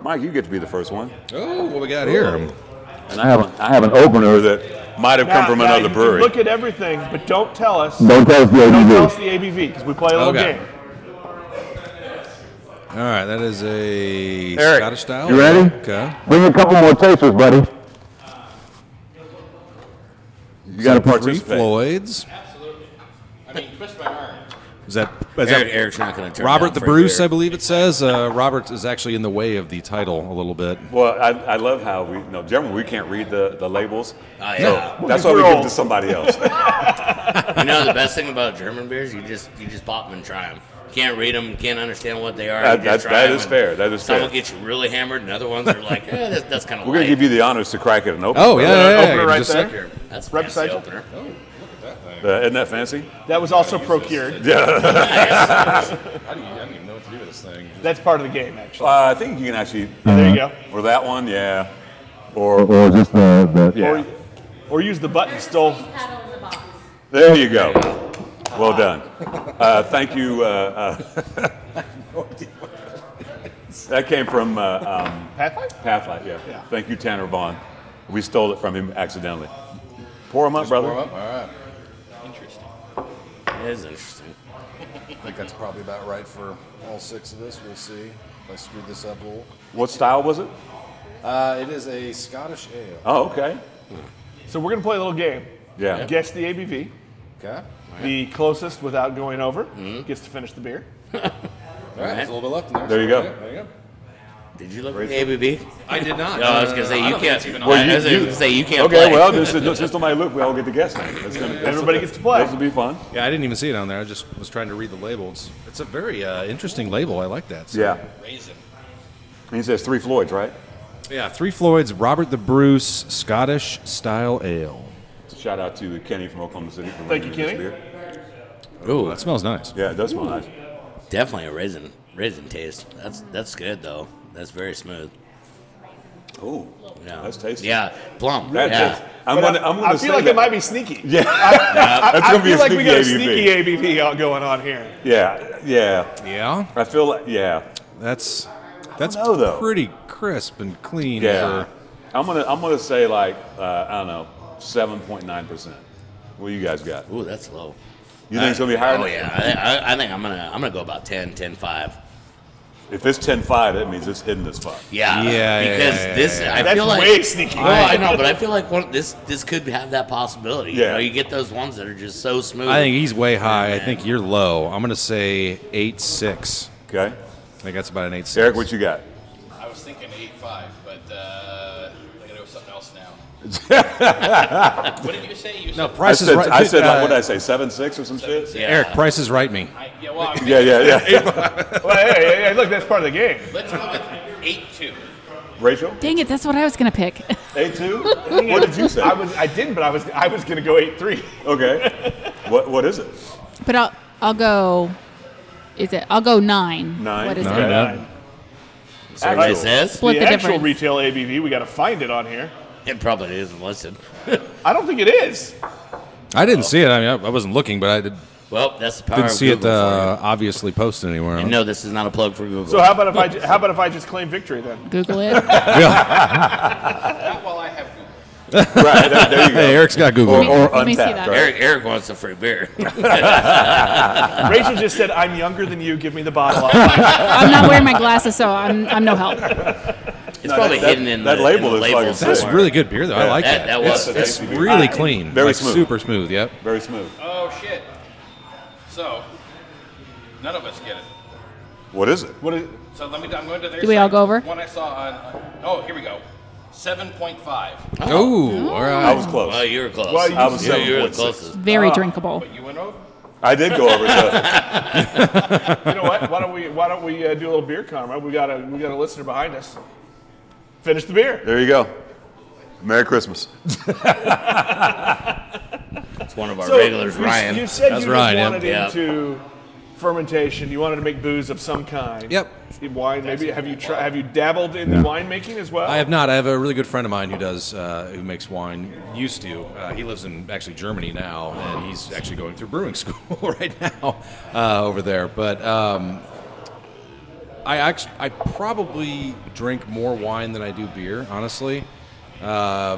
Speaker 1: Mike, you get to be the first one.
Speaker 3: Oh, what we got here?
Speaker 1: And I have, a, I have an opener that might have come
Speaker 2: Now-
Speaker 1: from
Speaker 2: now
Speaker 1: another
Speaker 2: you can
Speaker 1: brewery.
Speaker 2: Look at everything, but don't tell us.
Speaker 7: don't tell us the
Speaker 2: Don't tell us
Speaker 7: ABV.
Speaker 2: the ABV because we play a little
Speaker 3: Okay.
Speaker 2: game.
Speaker 3: All right, that is a
Speaker 1: Eric,
Speaker 3: Scottish style.
Speaker 7: You ready?
Speaker 3: Okay.
Speaker 7: Bring a couple more chasers, buddy. You got to
Speaker 3: Three
Speaker 7: participate.
Speaker 3: Floyds. Is that, is
Speaker 4: Eric,
Speaker 3: that
Speaker 4: Eric's not going to turn down
Speaker 3: Robert the
Speaker 4: for a
Speaker 3: Bruce?
Speaker 4: beer.
Speaker 3: I believe it says. Uh, Robert is actually in the way of the title a little bit.
Speaker 1: Well, I, I love how we, no, generally we can't read the, the labels.
Speaker 4: Oh, yeah.
Speaker 1: That's why we give it to somebody else. Oh.
Speaker 4: You know the best thing about German beers, you just you just pop them and try them. Can't read them, can't understand what they are.
Speaker 1: That-
Speaker 4: you
Speaker 1: that's-
Speaker 4: just try
Speaker 1: that
Speaker 4: 'em
Speaker 1: is
Speaker 4: and
Speaker 1: fair, that is
Speaker 4: some
Speaker 1: fair.
Speaker 4: will get you really hammered, and other ones are like, eh, that's, that's kind of.
Speaker 1: We're going to give you the honors to crack it and open
Speaker 3: Oh
Speaker 1: it.
Speaker 3: yeah, yeah, yeah,
Speaker 2: opener
Speaker 3: yeah,
Speaker 2: right
Speaker 3: just
Speaker 2: there.
Speaker 3: like-
Speaker 4: you. That's a
Speaker 2: Rep
Speaker 4: fancy
Speaker 2: Seidel.
Speaker 4: opener.
Speaker 1: Uh, isn't that fancy?
Speaker 2: That was also procured.
Speaker 3: I don't even know what to do with this thing.
Speaker 2: That's part of the game, actually.
Speaker 1: Uh, I think you can actually,
Speaker 2: there you go.
Speaker 1: or that one, yeah.
Speaker 7: Or, or just the, the
Speaker 1: Yeah.
Speaker 2: Or use the button stole.
Speaker 1: There you go. Well done. Uh, thank you. Uh, uh, that came from uh, um,
Speaker 2: Pathfinder?
Speaker 1: Pathlight, yeah.
Speaker 2: Yeah.
Speaker 1: Thank you, Tanner Vaughn. We stole it from him accidentally. Pour him up, brother.
Speaker 3: All right.
Speaker 4: That is interesting.
Speaker 8: I think that's probably about right for all six of us. We'll see if I screwed this up a little.
Speaker 1: What style was it?
Speaker 8: Uh, it is a Scottish ale.
Speaker 1: Oh, okay.
Speaker 2: So we're going to play a little game.
Speaker 1: Yeah.
Speaker 2: Guess the ABV.
Speaker 8: Okay.
Speaker 2: The closest without going over gets to finish the beer.
Speaker 8: All right. There's a little bit left in there.
Speaker 1: There you go.
Speaker 8: Okay, There you go.
Speaker 4: Did you look at the ABB?
Speaker 3: I did not. Uh,
Speaker 4: No, I was gonna say you
Speaker 3: don't think
Speaker 4: can't.
Speaker 3: it's even
Speaker 4: I
Speaker 1: you-
Speaker 4: was gonna
Speaker 1: you-
Speaker 4: say you can't.
Speaker 1: Okay,
Speaker 4: play.
Speaker 1: well, this is, since nobody look, we all get to guess now. That's gonna, that's-
Speaker 2: Everybody gets to play.
Speaker 1: This will be fun.
Speaker 3: Yeah, I didn't even see it on there. I just was trying to read the label. It's, it's a very uh, interesting label. I like that. So-
Speaker 1: Yeah. And he says three Floyds, right?
Speaker 3: Yeah, Three Floyds, Robert the Bruce, Scottish style ale.
Speaker 1: Shout out to Kenny from Oklahoma City. For
Speaker 2: Thank you,
Speaker 1: bringing us
Speaker 2: Kenny.
Speaker 1: beer.
Speaker 4: Ooh,
Speaker 3: That smells nice.
Speaker 1: Yeah, it does smell nice.
Speaker 4: definitely a raisin raisin taste. That's that's good though. That's very smooth.
Speaker 1: Ooh,
Speaker 4: Yeah,
Speaker 1: that's tasty.
Speaker 4: Yeah, plum.
Speaker 1: That
Speaker 4: yeah.
Speaker 1: tastes- I'm
Speaker 2: But
Speaker 1: gonna,
Speaker 2: I,
Speaker 1: I'm gonna
Speaker 2: I
Speaker 1: say
Speaker 2: feel like
Speaker 1: that.
Speaker 2: it might be sneaky.
Speaker 1: Yeah, that's
Speaker 2: I
Speaker 1: gonna be
Speaker 2: feel
Speaker 1: a
Speaker 2: like
Speaker 1: sneaky
Speaker 2: we got a
Speaker 1: ABV.
Speaker 2: sneaky ABV out going on here.
Speaker 1: Yeah, yeah.
Speaker 3: Yeah,
Speaker 1: I feel like yeah,
Speaker 3: that's that's
Speaker 1: know, though.
Speaker 3: pretty crisp and clean.
Speaker 1: yeah.
Speaker 3: For,
Speaker 1: I'm gonna I'm gonna say like uh, I don't know, seven point nine percent. What you guys got?
Speaker 4: Ooh, that's low.
Speaker 1: You think it's gonna be higher?
Speaker 4: Oh
Speaker 1: than-
Speaker 4: yeah, I, I, I think I'm gonna I'm gonna go about 10, 10, 5.
Speaker 1: If it's 10.5, that means it's hidden as fuck.
Speaker 4: Yeah,
Speaker 3: Yeah, yeah,
Speaker 4: because
Speaker 3: yeah, yeah,
Speaker 4: this
Speaker 3: yeah.
Speaker 4: I
Speaker 2: That's
Speaker 4: feel like
Speaker 2: way sneaky.
Speaker 4: No, I know, but I feel like one, this this could have that possibility. You
Speaker 1: Yeah.
Speaker 4: know, you get those ones that are just so smooth.
Speaker 3: I think he's way high. I think you're low. I'm gonna say eight six.
Speaker 1: Okay,
Speaker 3: I think that's about an eight six.
Speaker 1: Eric, what you got?
Speaker 9: I was thinking eight five, but uh, I gotta go with something else now. what did you say? You
Speaker 3: No,
Speaker 9: said,
Speaker 1: I
Speaker 3: Price
Speaker 1: said
Speaker 3: is right.
Speaker 1: I said
Speaker 3: uh,
Speaker 1: like, what did I say seven six or some shit?
Speaker 4: yeah.
Speaker 3: Eric, Price is right me.
Speaker 9: I, yeah, well, I'm
Speaker 1: Yeah, yeah, yeah.
Speaker 2: Well, hey, hey, hey, look, that's part of the game.
Speaker 9: let's go with eight two.
Speaker 1: Rachel,
Speaker 6: Dang it, that's what I was gonna pick.
Speaker 1: A two. What did you say?
Speaker 2: I was, I didn't, but I was, I was gonna go eight three.
Speaker 1: Okay, what what is it?
Speaker 6: But I'll I'll go. Is it? I'll go nine.
Speaker 1: Nine.
Speaker 6: What is
Speaker 1: Nine.
Speaker 6: it?
Speaker 4: So what
Speaker 1: Actual.
Speaker 4: it says
Speaker 6: Split
Speaker 2: the,
Speaker 6: the,
Speaker 2: actual
Speaker 6: difference.
Speaker 2: retail ABV, we got to find it on here.
Speaker 4: it probably isn't listed.
Speaker 2: I don't think it is.
Speaker 3: I didn't see it. I mean, I, I wasn't looking, but I did,
Speaker 4: Well, that's the power
Speaker 3: didn't
Speaker 4: of
Speaker 3: see it
Speaker 4: Google for you.
Speaker 3: uh, obviously posted anywhere.
Speaker 4: And no, this is not a plug for Google.
Speaker 2: So how about if I, ju- how about if I just claim victory then?
Speaker 6: Google it.
Speaker 3: Yeah.
Speaker 9: Not while I have Google.
Speaker 1: Right, there, there you go.
Speaker 3: Hey, Eric's got Google.
Speaker 1: or, or
Speaker 6: Let me see
Speaker 1: untapped,
Speaker 6: that.
Speaker 1: right?
Speaker 4: Eric, Eric wants a free beer.
Speaker 2: Rachel just said, "I'm younger than you. Give me the bottle." I'll-
Speaker 6: I'm not wearing my glasses, so I'm, I'm no help.
Speaker 4: It's probably
Speaker 1: that-
Speaker 4: hidden in
Speaker 1: that
Speaker 4: the,
Speaker 1: label is
Speaker 4: in the
Speaker 1: fucking
Speaker 4: label
Speaker 1: sick.
Speaker 4: somewhere.
Speaker 3: That's really good beer, though. I like
Speaker 4: that-
Speaker 3: that.
Speaker 4: that was
Speaker 3: it's,
Speaker 4: a
Speaker 3: it's
Speaker 1: tasty beer.
Speaker 3: really
Speaker 1: I-
Speaker 3: clean.
Speaker 1: very
Speaker 3: like,
Speaker 1: smooth.
Speaker 3: Super smooth, yep.
Speaker 1: Very smooth.
Speaker 9: Oh shit. So none of us get it.
Speaker 1: What is it?
Speaker 2: what is,
Speaker 9: So let me. I'm going to their.
Speaker 6: Do we all
Speaker 9: site.
Speaker 6: go over?
Speaker 9: One I saw on. on- Oh, here we go. Seven point five.
Speaker 3: Oh, all
Speaker 1: I
Speaker 3: right.
Speaker 1: was close.
Speaker 4: Well, you were close.
Speaker 1: Well, you- I was
Speaker 4: you, you were the
Speaker 1: 7.6.
Speaker 4: closest.
Speaker 6: Very drinkable.
Speaker 9: But you went over.
Speaker 1: I did go over. So,
Speaker 2: you know what? Why don't we Why don't we uh, do a little beer karma? We got a we got a listener behind us. Finish the beer.
Speaker 1: there you go. Merry Christmas.
Speaker 4: It's one of our
Speaker 2: So,
Speaker 4: regulars,
Speaker 2: you,
Speaker 4: Ryan.
Speaker 2: You said
Speaker 3: That's
Speaker 2: you just
Speaker 3: Ryan, yeah.
Speaker 2: wanted
Speaker 4: Yeah.
Speaker 2: into fermentation. You wanted to make booze of some kind.
Speaker 3: Yep.
Speaker 2: Wine. Maybe have you tri- have you dabbled in wine making as well?
Speaker 3: I have not. I have a really good friend of mine who does, uh, who makes wine. Used to. Uh, he lives in actually Germany now, and he's actually going through brewing school right now uh, over there. But um, I actually, I probably drink more wine than I do beer, honestly. Uh,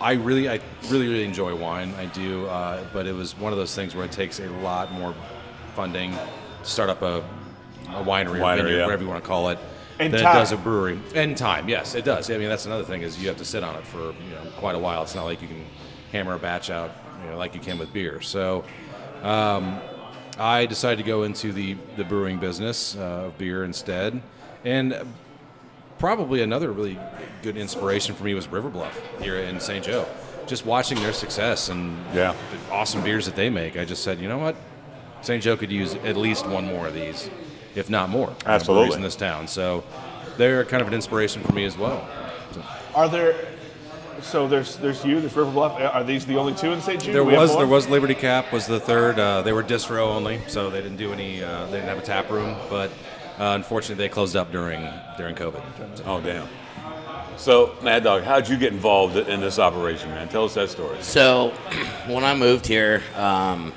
Speaker 3: I really, I really, really enjoy wine. I do, uh, but it was one of those things where it takes a lot more funding to start up a, a winery,
Speaker 1: Winery,
Speaker 3: or vineyard,
Speaker 1: yeah.
Speaker 3: whatever you want to call it,
Speaker 2: And
Speaker 3: than
Speaker 2: time.
Speaker 3: it does a brewery. And time, yes, it does. I mean, that's another thing is you have to sit on it for you know quite a while. It's not like you can hammer a batch out you know, like you can with beer. So. um, I decided to go into the, the brewing business uh, of beer instead. And probably another really good inspiration for me was River Bluff here in St. Joe. Just watching their success and
Speaker 1: Yeah.
Speaker 3: the awesome beers that they make, I just said, you know what? St. Joe could use at least one more of these, if not more. you know, breweries
Speaker 1: Absolutely.
Speaker 3: in this town. So they're kind of an inspiration for me as well.
Speaker 2: Are there? So there's there's you. There's River Bluff. Are these the only two in St. Jude?
Speaker 3: There
Speaker 2: Do we have
Speaker 3: was
Speaker 2: more?
Speaker 3: there was Liberty Cap was the third. Uh, they were distro only, so they didn't do any. Uh, they didn't have a tap room, but uh, unfortunately, they closed up during during COVID. So-
Speaker 1: Oh, damn. So, Mad Dog, how'd you get involved in this operation, man? Tell us that story.
Speaker 4: So, when I moved here, um,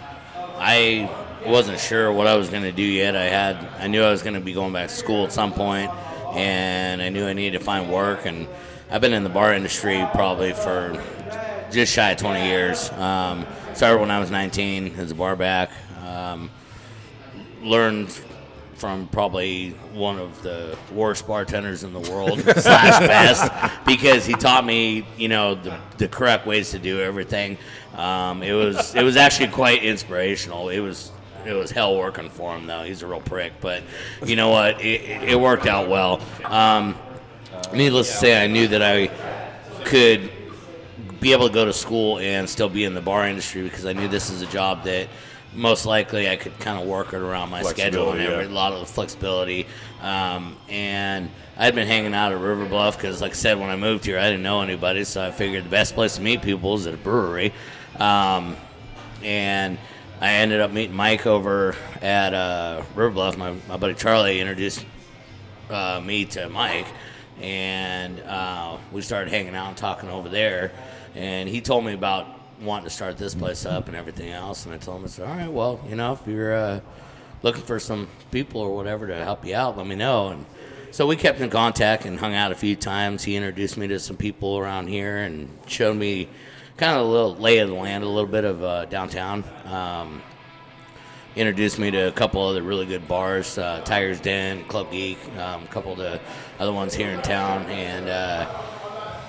Speaker 4: I wasn't sure what I was going to do yet. I had, I knew I was going to be going back to school at some point, and I knew I needed to find work. And I've been in the bar industry probably for just shy of 20 years. Um, started when I was 19 as a bar back. Um, learned from probably one of the worst bartenders in the world slash best because he taught me you know the, the correct ways to do everything um, it was it was actually quite inspirational it was it was hell working for him though he's a real prick but you know what it, it it worked out well um, needless to say i knew that i could be able to go to school and still be in the bar industry because I knew this is a job that most likely I could kind of work it around my schedule and
Speaker 1: Flexibility,
Speaker 4: every,
Speaker 1: yeah.
Speaker 4: a lot of flexibility. Um, and I'd been hanging out at River Bluff because, like I said, when I moved here, I didn't know anybody, so I figured the best place to meet people is at a brewery. Um, and I ended up meeting Mike over at uh, River Bluff. My, my buddy Charlie introduced uh, me to Mike, and uh, we started hanging out and talking over there. And he told me about wanting to start this place up and everything else. And I told him, I said, "All right, well, you know, if you're uh, looking for some people or whatever to help you out, let me know." And so we kept in contact and hung out a few times. He introduced me to some people around here and showed me kind of a little lay of the land, a little bit of uh, downtown. Um, introduced me to a couple other really good bars, uh, Tiger's Den, Club Geek, um, a couple of the other ones here in town, and uh,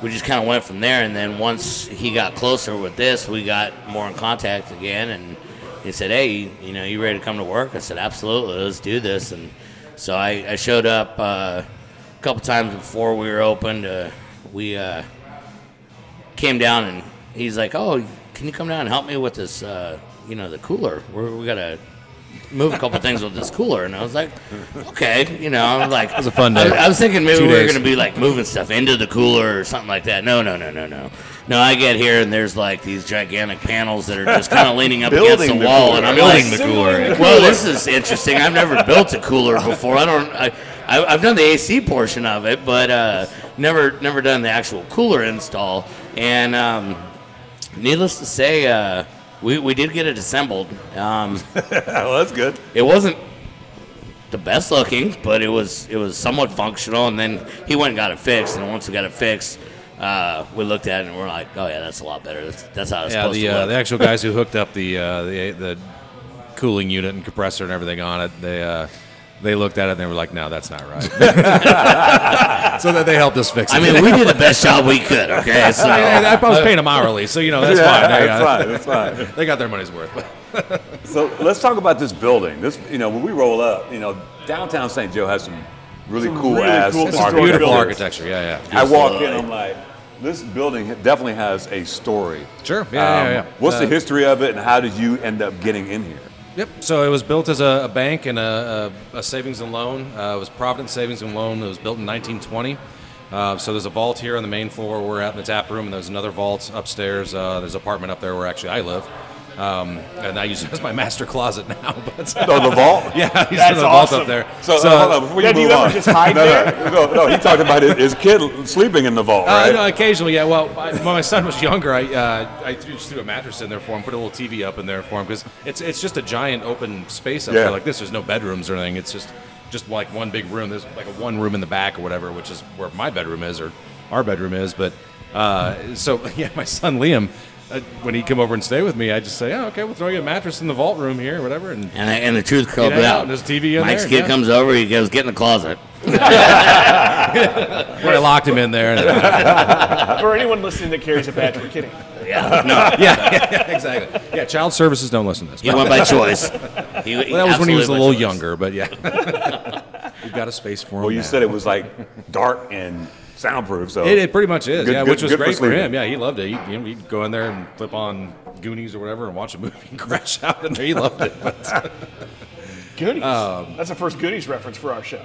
Speaker 4: we just kind of went from there. And then once he got closer with this, we got more in contact again, and he said, "Hey, you know, you ready to come to work?" I said, "Absolutely, let's do this." And so I, I showed up uh, a couple times before we were open. To, we uh, came down and he's like, "Oh, can you come down and help me with this? Uh, you know, the cooler. We're, we gotta move a couple things with this cooler." And I was like, "Okay, you know." I'm like, "It was
Speaker 3: a fun
Speaker 4: I,
Speaker 3: day.
Speaker 4: I was thinking maybe
Speaker 3: Two
Speaker 4: we were
Speaker 3: days.
Speaker 4: gonna be like moving stuff into the cooler or something like that. No, no, no, no, no. No, I get here and there's like these gigantic panels that are just kind of leaning up against
Speaker 1: Building
Speaker 4: the
Speaker 1: the
Speaker 4: wall,
Speaker 1: cooler.
Speaker 4: and I'm
Speaker 2: Building
Speaker 4: like,
Speaker 2: the cooler.
Speaker 4: well, this is interesting. I've never built a cooler before. I don't. I, I, I've done the AC portion of it, but uh, never never done the actual cooler install. And um, needless to say, uh, we we did get it assembled. Um,
Speaker 1: well, that's good.
Speaker 4: it wasn't the best looking, but it was it was somewhat functional. And then he went and got it fixed. And once we got it fixed, uh, we looked at it and we're like, oh yeah, that's a lot better. That's, that's how it's
Speaker 3: Yeah,
Speaker 4: supposed
Speaker 3: the,
Speaker 4: to
Speaker 3: uh,
Speaker 4: look.
Speaker 3: the actual guys who hooked up the uh, the the cooling unit and compressor and everything on it, they uh, they looked at it and they were like, "No, that's not right." so that they helped us fix it.
Speaker 4: I mean, we did the best job we could. Okay, so
Speaker 3: I, I- I was paying them hourly, so you know that's
Speaker 1: yeah,
Speaker 3: fine. They,
Speaker 1: that's
Speaker 3: uh,
Speaker 1: fine. That's fine.
Speaker 3: they got their money's worth.
Speaker 1: So let's talk about this building. This, you know, when we roll up, you know, downtown St. Joe has some really cool
Speaker 2: really
Speaker 1: ass
Speaker 2: cool
Speaker 3: It's
Speaker 2: Architecture.
Speaker 3: beautiful
Speaker 1: buildings.
Speaker 3: architecture. Yeah, yeah.
Speaker 1: I walk in, I'm like, this building definitely has a story. Um,
Speaker 3: Sure. Yeah, yeah, yeah.
Speaker 1: What's the
Speaker 3: Uh,
Speaker 1: history of it, and how did you end up getting in here?
Speaker 3: Yep. So it was built as a, a bank and a, a, a savings and loan. Uh, it was Providence Savings and Loan. It was built in 1920. Uh, so there's a vault here on the main floor where we're at in the tap room, and there's another vault upstairs. Uh, there's an apartment up there where actually I live. Um, and I use it as my master closet now. But
Speaker 1: Oh, the vault.
Speaker 3: yeah, I use it
Speaker 2: That's
Speaker 3: as a vault
Speaker 2: awesome.
Speaker 3: up there.
Speaker 1: So, uh, hold on, before you
Speaker 2: Yeah,
Speaker 1: move
Speaker 2: do you ever
Speaker 1: on.
Speaker 2: just hide
Speaker 1: no, No, no, no, he talked about his, his kid sleeping in the vault,
Speaker 3: Uh,
Speaker 1: right?
Speaker 3: no, occasionally, yeah. Well, I, when my son was younger, I uh, I threw, just threw a mattress in there for him, put a little TV up in there for him because it's it's just a giant open space up
Speaker 1: Yeah.
Speaker 3: there like this. There's no bedrooms or anything. It's just just like one big room. There's like a one room in the back or whatever, which is where my bedroom is or our bedroom is. But uh, so yeah, my son Liam. Uh, when he'd come over and stay with me, I'd just say, "Oh, okay, we'll throw you a mattress in the vault room here, whatever." And
Speaker 4: and, I, and the truth comes
Speaker 3: hang out,
Speaker 4: out.
Speaker 3: there's TV in
Speaker 4: Mike's
Speaker 3: there,
Speaker 4: kid
Speaker 3: yeah.
Speaker 4: comes over. He goes, "Get in the closet."
Speaker 3: I locked him in there. and-
Speaker 2: For anyone listening that carries a badge, we're kidding.
Speaker 4: Yeah, no,
Speaker 3: yeah, yeah, exactly. Yeah, child services don't listen to this.
Speaker 4: he went by choice. He, he
Speaker 3: Well, that was when he was a
Speaker 4: absolutely by
Speaker 3: little
Speaker 4: choice.
Speaker 3: younger, but yeah. We've got a space for him.
Speaker 1: Well, you
Speaker 3: now.
Speaker 1: said it was like dark and soundproof, so
Speaker 3: It, it pretty much is,
Speaker 1: Good-
Speaker 3: yeah,
Speaker 1: good-
Speaker 3: which was
Speaker 1: good for
Speaker 3: great for,
Speaker 1: sleeping.
Speaker 3: him. Yeah, he loved it. He, you know, he'd go in there and flip on Goonies or whatever and watch a movie and crash out in there. He loved it. But
Speaker 2: Goonies.
Speaker 3: Um,
Speaker 2: That's the first Goonies reference for our show.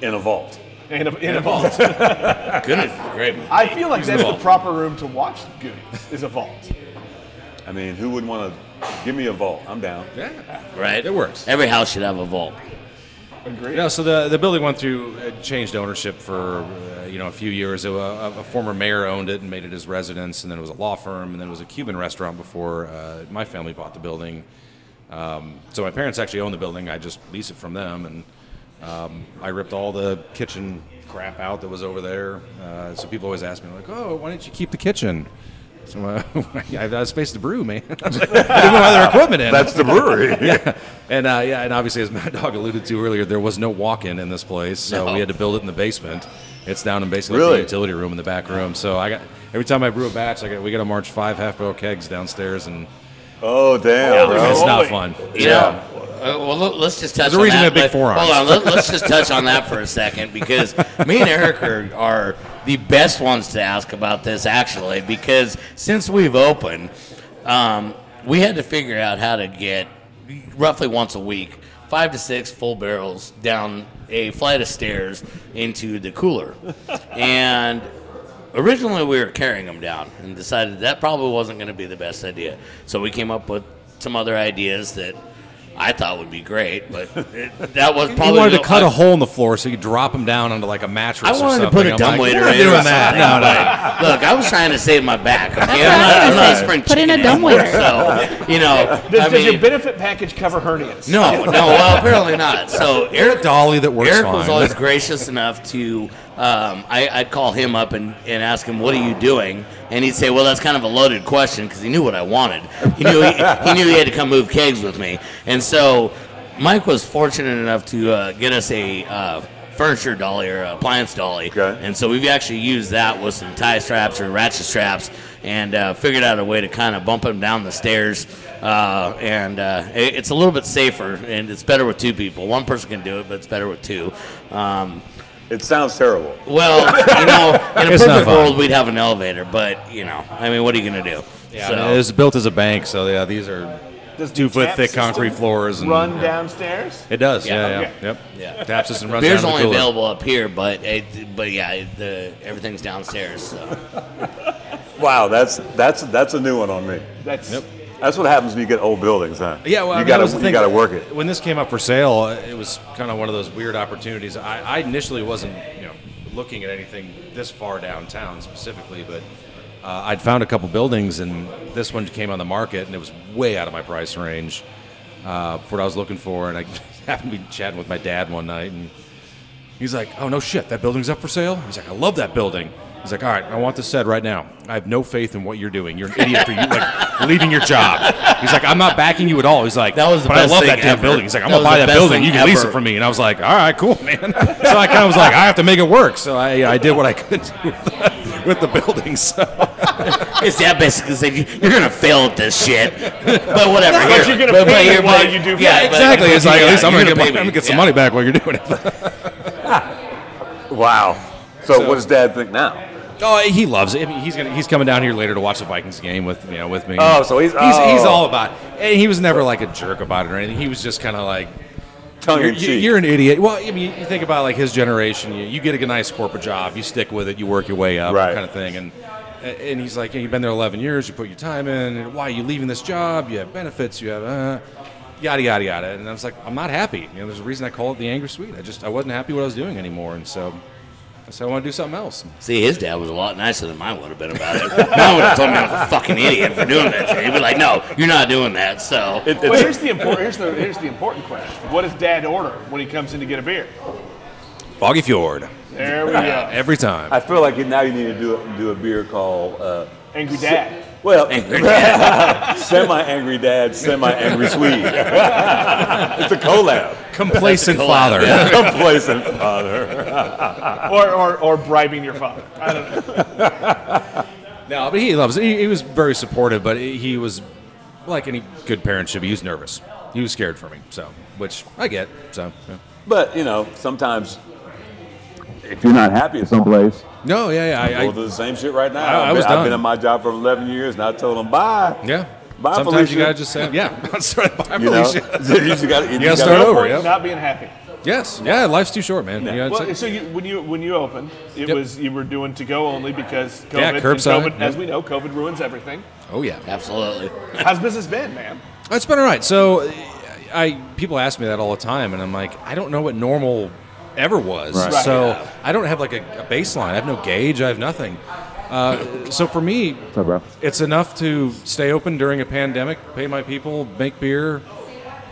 Speaker 1: in a vault.
Speaker 2: And a, in a vault.
Speaker 4: Goodness, great.
Speaker 2: I feel like that's the
Speaker 4: vault.
Speaker 2: proper room to watch Goonies is a vault.
Speaker 1: I mean, who wouldn't want to give me a vault? I'm down.
Speaker 3: yeah.
Speaker 4: Right,
Speaker 3: It works.
Speaker 4: Every house should have a vault.
Speaker 2: Agreed.
Speaker 3: No, so the, the building went through uh, changed ownership for uh, you know a few years. A, a, a former mayor owned it and made it his residence, and then it was a law firm, and then it was a Cuban restaurant before uh, my family bought the building. Um, so my parents actually own the building. I just lease it from them, and um, I ripped all the kitchen crap out that was over there. Uh, so people always ask me like, "Oh, why didn't you keep the kitchen?" So uh, I've got space to brew, man. I didn't know other equipment in.
Speaker 1: That's the brewery.
Speaker 3: And uh, yeah, and obviously, as Mad Dog alluded to earlier, there was no walk-in in this place, so
Speaker 4: No.
Speaker 3: we had to build it in the basement. It's down in basically
Speaker 1: Really?
Speaker 3: the utility room in the back room. So I got every time I brew a batch, I got we got to march five half-barrel kegs downstairs, and
Speaker 1: Oh damn, bro.
Speaker 3: it's not
Speaker 2: holy.
Speaker 3: fun.
Speaker 4: Yeah. Uh, well, let- let's just touch.
Speaker 3: There's a
Speaker 4: on
Speaker 3: reason
Speaker 4: that.
Speaker 3: they have big
Speaker 4: Let- Hold on,
Speaker 3: forearms.
Speaker 4: let, us just touch on that for a second because me and Eric are, are the best ones to ask about this actually because since we've opened, um, we had to figure out how to get roughly once a week five to six full barrels down a flight of stairs into the cooler, and originally we were carrying them down and decided that probably wasn't going to be the best idea. So we came up with some other ideas that I thought would be great, but it, that was
Speaker 3: I
Speaker 4: probably
Speaker 3: wanted to
Speaker 4: no-
Speaker 3: cut
Speaker 4: I-
Speaker 3: a hole in the floor so you could drop them down onto like a mattress.
Speaker 4: I
Speaker 3: or
Speaker 4: wanted to
Speaker 3: something.
Speaker 4: put a
Speaker 3: I'm
Speaker 4: dumb
Speaker 3: like,
Speaker 4: waiter
Speaker 3: "We're
Speaker 4: in
Speaker 3: doing
Speaker 4: or
Speaker 3: that.
Speaker 4: something,
Speaker 3: No, no.
Speaker 4: but Look, I was trying to save my back. Okay, I'm
Speaker 6: what I
Speaker 4: not,
Speaker 6: was
Speaker 4: I'm not
Speaker 6: gonna
Speaker 4: a
Speaker 6: say.
Speaker 4: spring
Speaker 6: Put in a
Speaker 4: chicken
Speaker 6: dumb
Speaker 4: anymore,
Speaker 6: waiter.
Speaker 4: So you know,
Speaker 2: Does,
Speaker 4: I
Speaker 2: does your
Speaker 4: mean-
Speaker 2: benefit package cover hernias?
Speaker 4: no, no. Well, apparently not. So Eric
Speaker 3: dolly that works
Speaker 4: Eric was
Speaker 3: fine.
Speaker 4: always gracious enough to. Um, I, I'd call him up and, and ask him, "What are you doing?" And he'd say, "Well, that's kind of a loaded question because he knew what I wanted. He knew he, he knew he had to come move kegs with me." And so Mike was fortunate enough to uh, get us a uh, furniture dolly or appliance dolly,
Speaker 1: Okay.
Speaker 4: and so we've actually used that with some tie straps or ratchet straps and uh, figured out a way to kind of bump them down the stairs. Uh, and uh, it- it's a little bit safer and it's better with two people. One person can do it, but it's better with two. Um,
Speaker 1: It sounds terrible.
Speaker 4: well, you know, in a
Speaker 3: It's not
Speaker 4: perfect
Speaker 3: fun.
Speaker 4: world, we'd have an elevator, but, you know, I mean, what are you going to do?
Speaker 3: Yeah,
Speaker 4: So-
Speaker 3: I mean, it was built as a bank, so yeah, these are
Speaker 2: Does the
Speaker 3: two-foot
Speaker 2: tap
Speaker 3: thick
Speaker 2: system
Speaker 3: concrete floors. And,
Speaker 2: Run
Speaker 3: yeah.
Speaker 2: downstairs?
Speaker 3: It does.
Speaker 4: Yeah,
Speaker 3: Yeah, yeah,
Speaker 2: okay.
Speaker 3: yep.
Speaker 4: Yeah.
Speaker 3: Tap system runs
Speaker 4: Beer's
Speaker 3: down to
Speaker 4: only
Speaker 3: the cooler.
Speaker 4: available up here, but it, but yeah, it- the, everything's downstairs. So.
Speaker 1: Wow, that's that's that's a new one on me.
Speaker 2: That's
Speaker 1: That's what happens when you get old buildings, huh?
Speaker 3: Yeah, well, I
Speaker 1: you
Speaker 3: mean, that
Speaker 1: gotta
Speaker 3: was the
Speaker 1: you
Speaker 3: thing.
Speaker 1: gotta work it.
Speaker 3: When this came up for sale, uh, it was kind of one of those weird opportunities. I, I initially wasn't, you know, looking at anything this far downtown specifically, but uh, I'd found a couple buildings, and this one came on the market, and it was way out of my price range uh, for what I was looking for. And I happened to be chatting with my dad one night, and He's like, oh no shit, that building's up for sale. He's like, I love that building. He's like, all right, I want this said right now. I have no faith in what you're doing. You're an idiot for you like leaving your job. He's like, I'm not backing you at all. He's like,
Speaker 4: That was the
Speaker 3: but I
Speaker 4: best
Speaker 3: love
Speaker 4: thing
Speaker 3: that damn
Speaker 4: ever.
Speaker 3: building. He's like, I'm
Speaker 4: That
Speaker 3: gonna
Speaker 4: was
Speaker 3: buy
Speaker 4: the
Speaker 3: that
Speaker 4: best
Speaker 3: building.
Speaker 4: thing
Speaker 3: You can lease it
Speaker 4: ever.
Speaker 3: from me. And I was like, all right, cool, man. So I kind of was like, I have to make it work. So I, I did what I could with the, with the building. So
Speaker 4: His dad basically said, "You- "You're gonna fail at this shit." But whatever.
Speaker 2: But
Speaker 4: here.
Speaker 2: you're gonna
Speaker 4: but,
Speaker 2: pay
Speaker 4: but
Speaker 2: me
Speaker 4: here,
Speaker 2: while
Speaker 4: but-
Speaker 2: you do
Speaker 4: Yeah,
Speaker 2: that.
Speaker 4: but-
Speaker 3: exactly,
Speaker 4: but
Speaker 3: it's like
Speaker 4: yeah,
Speaker 3: at least I'm
Speaker 4: you're
Speaker 3: gonna, get,
Speaker 4: pay
Speaker 3: my, I'm
Speaker 4: me.
Speaker 3: gonna get some
Speaker 4: Yeah.
Speaker 3: money back while you're doing it.
Speaker 1: Wow. So, what does Dad think now?
Speaker 3: Oh, he loves it. I mean, he's gonna, he's coming down here later to watch the Vikings game with you know with me.
Speaker 1: Oh, so he's-
Speaker 3: he's, he's
Speaker 1: oh.
Speaker 3: all about. It. And he was never like a jerk about it or anything. He was just kind of like
Speaker 1: Tongue
Speaker 3: you're,
Speaker 1: in cheek.
Speaker 3: you're an idiot. Well, I mean, you think about like his generation. You, you get a nice corporate job, you stick with it, you work your way up,
Speaker 1: Right.
Speaker 3: kind of thing. And and he's like, you've been there 11 years, you put your time in. And why are you leaving this job? You have benefits, you have uh, yada yada yada. And I was like, I'm not happy. You know, there's a reason I call it the angry suite. I just I wasn't happy what I was doing anymore, and so I said I want to do something else.
Speaker 4: See, his dad was a lot nicer than mine would have been about it. Mine would have told me I was a fucking idiot for doing that shit. He'd be like, "No, you're not doing that." So
Speaker 1: It-
Speaker 2: Well,
Speaker 1: it's-
Speaker 2: here's the important here's the here's the important question. What does Dad order when he comes in to get a beer?
Speaker 3: Foggy Fjord
Speaker 2: There we go.
Speaker 3: every time.
Speaker 1: I feel like now you need to do it, do a beer called uh,
Speaker 2: Angry Dad.
Speaker 1: well,
Speaker 4: Angry Dad.
Speaker 1: semi angry dad, semi angry Swede. it's a collab.
Speaker 3: Complacent
Speaker 4: That's a collab,
Speaker 3: father.
Speaker 4: yeah.
Speaker 1: Complacent father.
Speaker 2: Or, or or bribing your father. I don't know.
Speaker 3: No, but he loves it. He, he was very supportive, but he he was like any good parent should be. He was nervous. He was scared for me, so which I get. So yeah.
Speaker 1: But you know, sometimes if you're not happy at something,
Speaker 7: someplace.
Speaker 3: no, yeah, yeah, I,
Speaker 1: we'll
Speaker 3: I,
Speaker 1: do the same shit right now.
Speaker 3: I- I
Speaker 1: I've
Speaker 3: was
Speaker 1: been- I've been
Speaker 3: done.
Speaker 1: at my job for 11 years, and I told them bye.
Speaker 3: yeah.
Speaker 1: Bye,
Speaker 3: Sometimes
Speaker 1: Felicia.
Speaker 3: you gotta just say yeah. Sorry, bye,
Speaker 1: You know,
Speaker 3: Felicia.
Speaker 1: you just got
Speaker 3: You gotta start over.
Speaker 2: Point
Speaker 3: yeah.
Speaker 2: Not being happy.
Speaker 3: Yes, yeah. Life's too short, man. You gotta
Speaker 2: Well,
Speaker 3: take-
Speaker 2: so you, when you when you opened, it
Speaker 3: Yep.
Speaker 2: was you were doing to go only because COVID,
Speaker 3: Yeah,
Speaker 2: and
Speaker 3: curbside,
Speaker 2: COVID- as
Speaker 3: yeah.
Speaker 2: we know, COVID ruins everything.
Speaker 3: oh yeah.
Speaker 4: absolutely.
Speaker 2: How's business been, man?
Speaker 3: It's been all right. So, I people ask me that all the time, and I'm like, I don't know what normal ever was.
Speaker 2: Right.
Speaker 3: So I don't have like a, a baseline. I have no gauge. I have nothing. Uh, so for me,
Speaker 7: What's up, bro?
Speaker 3: it's enough to stay open during a pandemic, pay my people, make beer,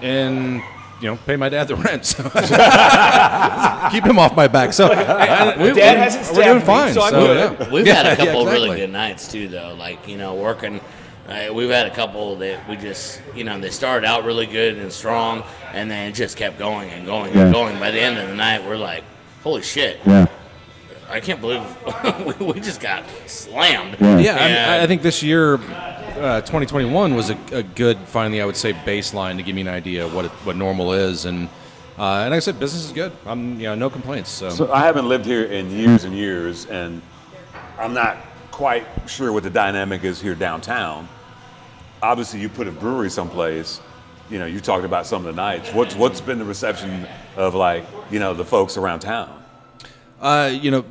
Speaker 3: and you know, pay my dad the rent. So keep him off my back. So I- I- we-
Speaker 2: Dad
Speaker 3: we-
Speaker 2: hasn't
Speaker 3: we're
Speaker 2: stabbed
Speaker 3: doing
Speaker 2: me,
Speaker 3: fine.
Speaker 2: so I'm good.
Speaker 3: yeah.
Speaker 4: We've
Speaker 3: Yeah,
Speaker 4: had a couple
Speaker 3: yeah,
Speaker 4: really
Speaker 3: exactly.
Speaker 4: good nights too, though. Like you know, working. Uh, we've had a couple that we just you know they started out really good and strong, and then it just kept going and going
Speaker 7: Yeah.
Speaker 4: and going. By the end of the night, we're like, "Holy shit!
Speaker 7: Yeah.
Speaker 4: I can't believe we, we just got slammed."
Speaker 7: Yeah.
Speaker 3: Yeah, I, mean,
Speaker 4: Yeah.
Speaker 3: I- I think this year, uh, 2021 was a, a good, finally, I would say, baseline to give me an idea of what it, what normal is, and uh, and like I said, business is good. I'm, you know, no complaints. So,
Speaker 1: So I haven't lived here in years and years, and I'm not quite sure what the dynamic is here downtown. Obviously, you put a brewery someplace. You know, you talked about some of the nights. What's what's been the reception of like you know the folks around town?
Speaker 3: uh, you know,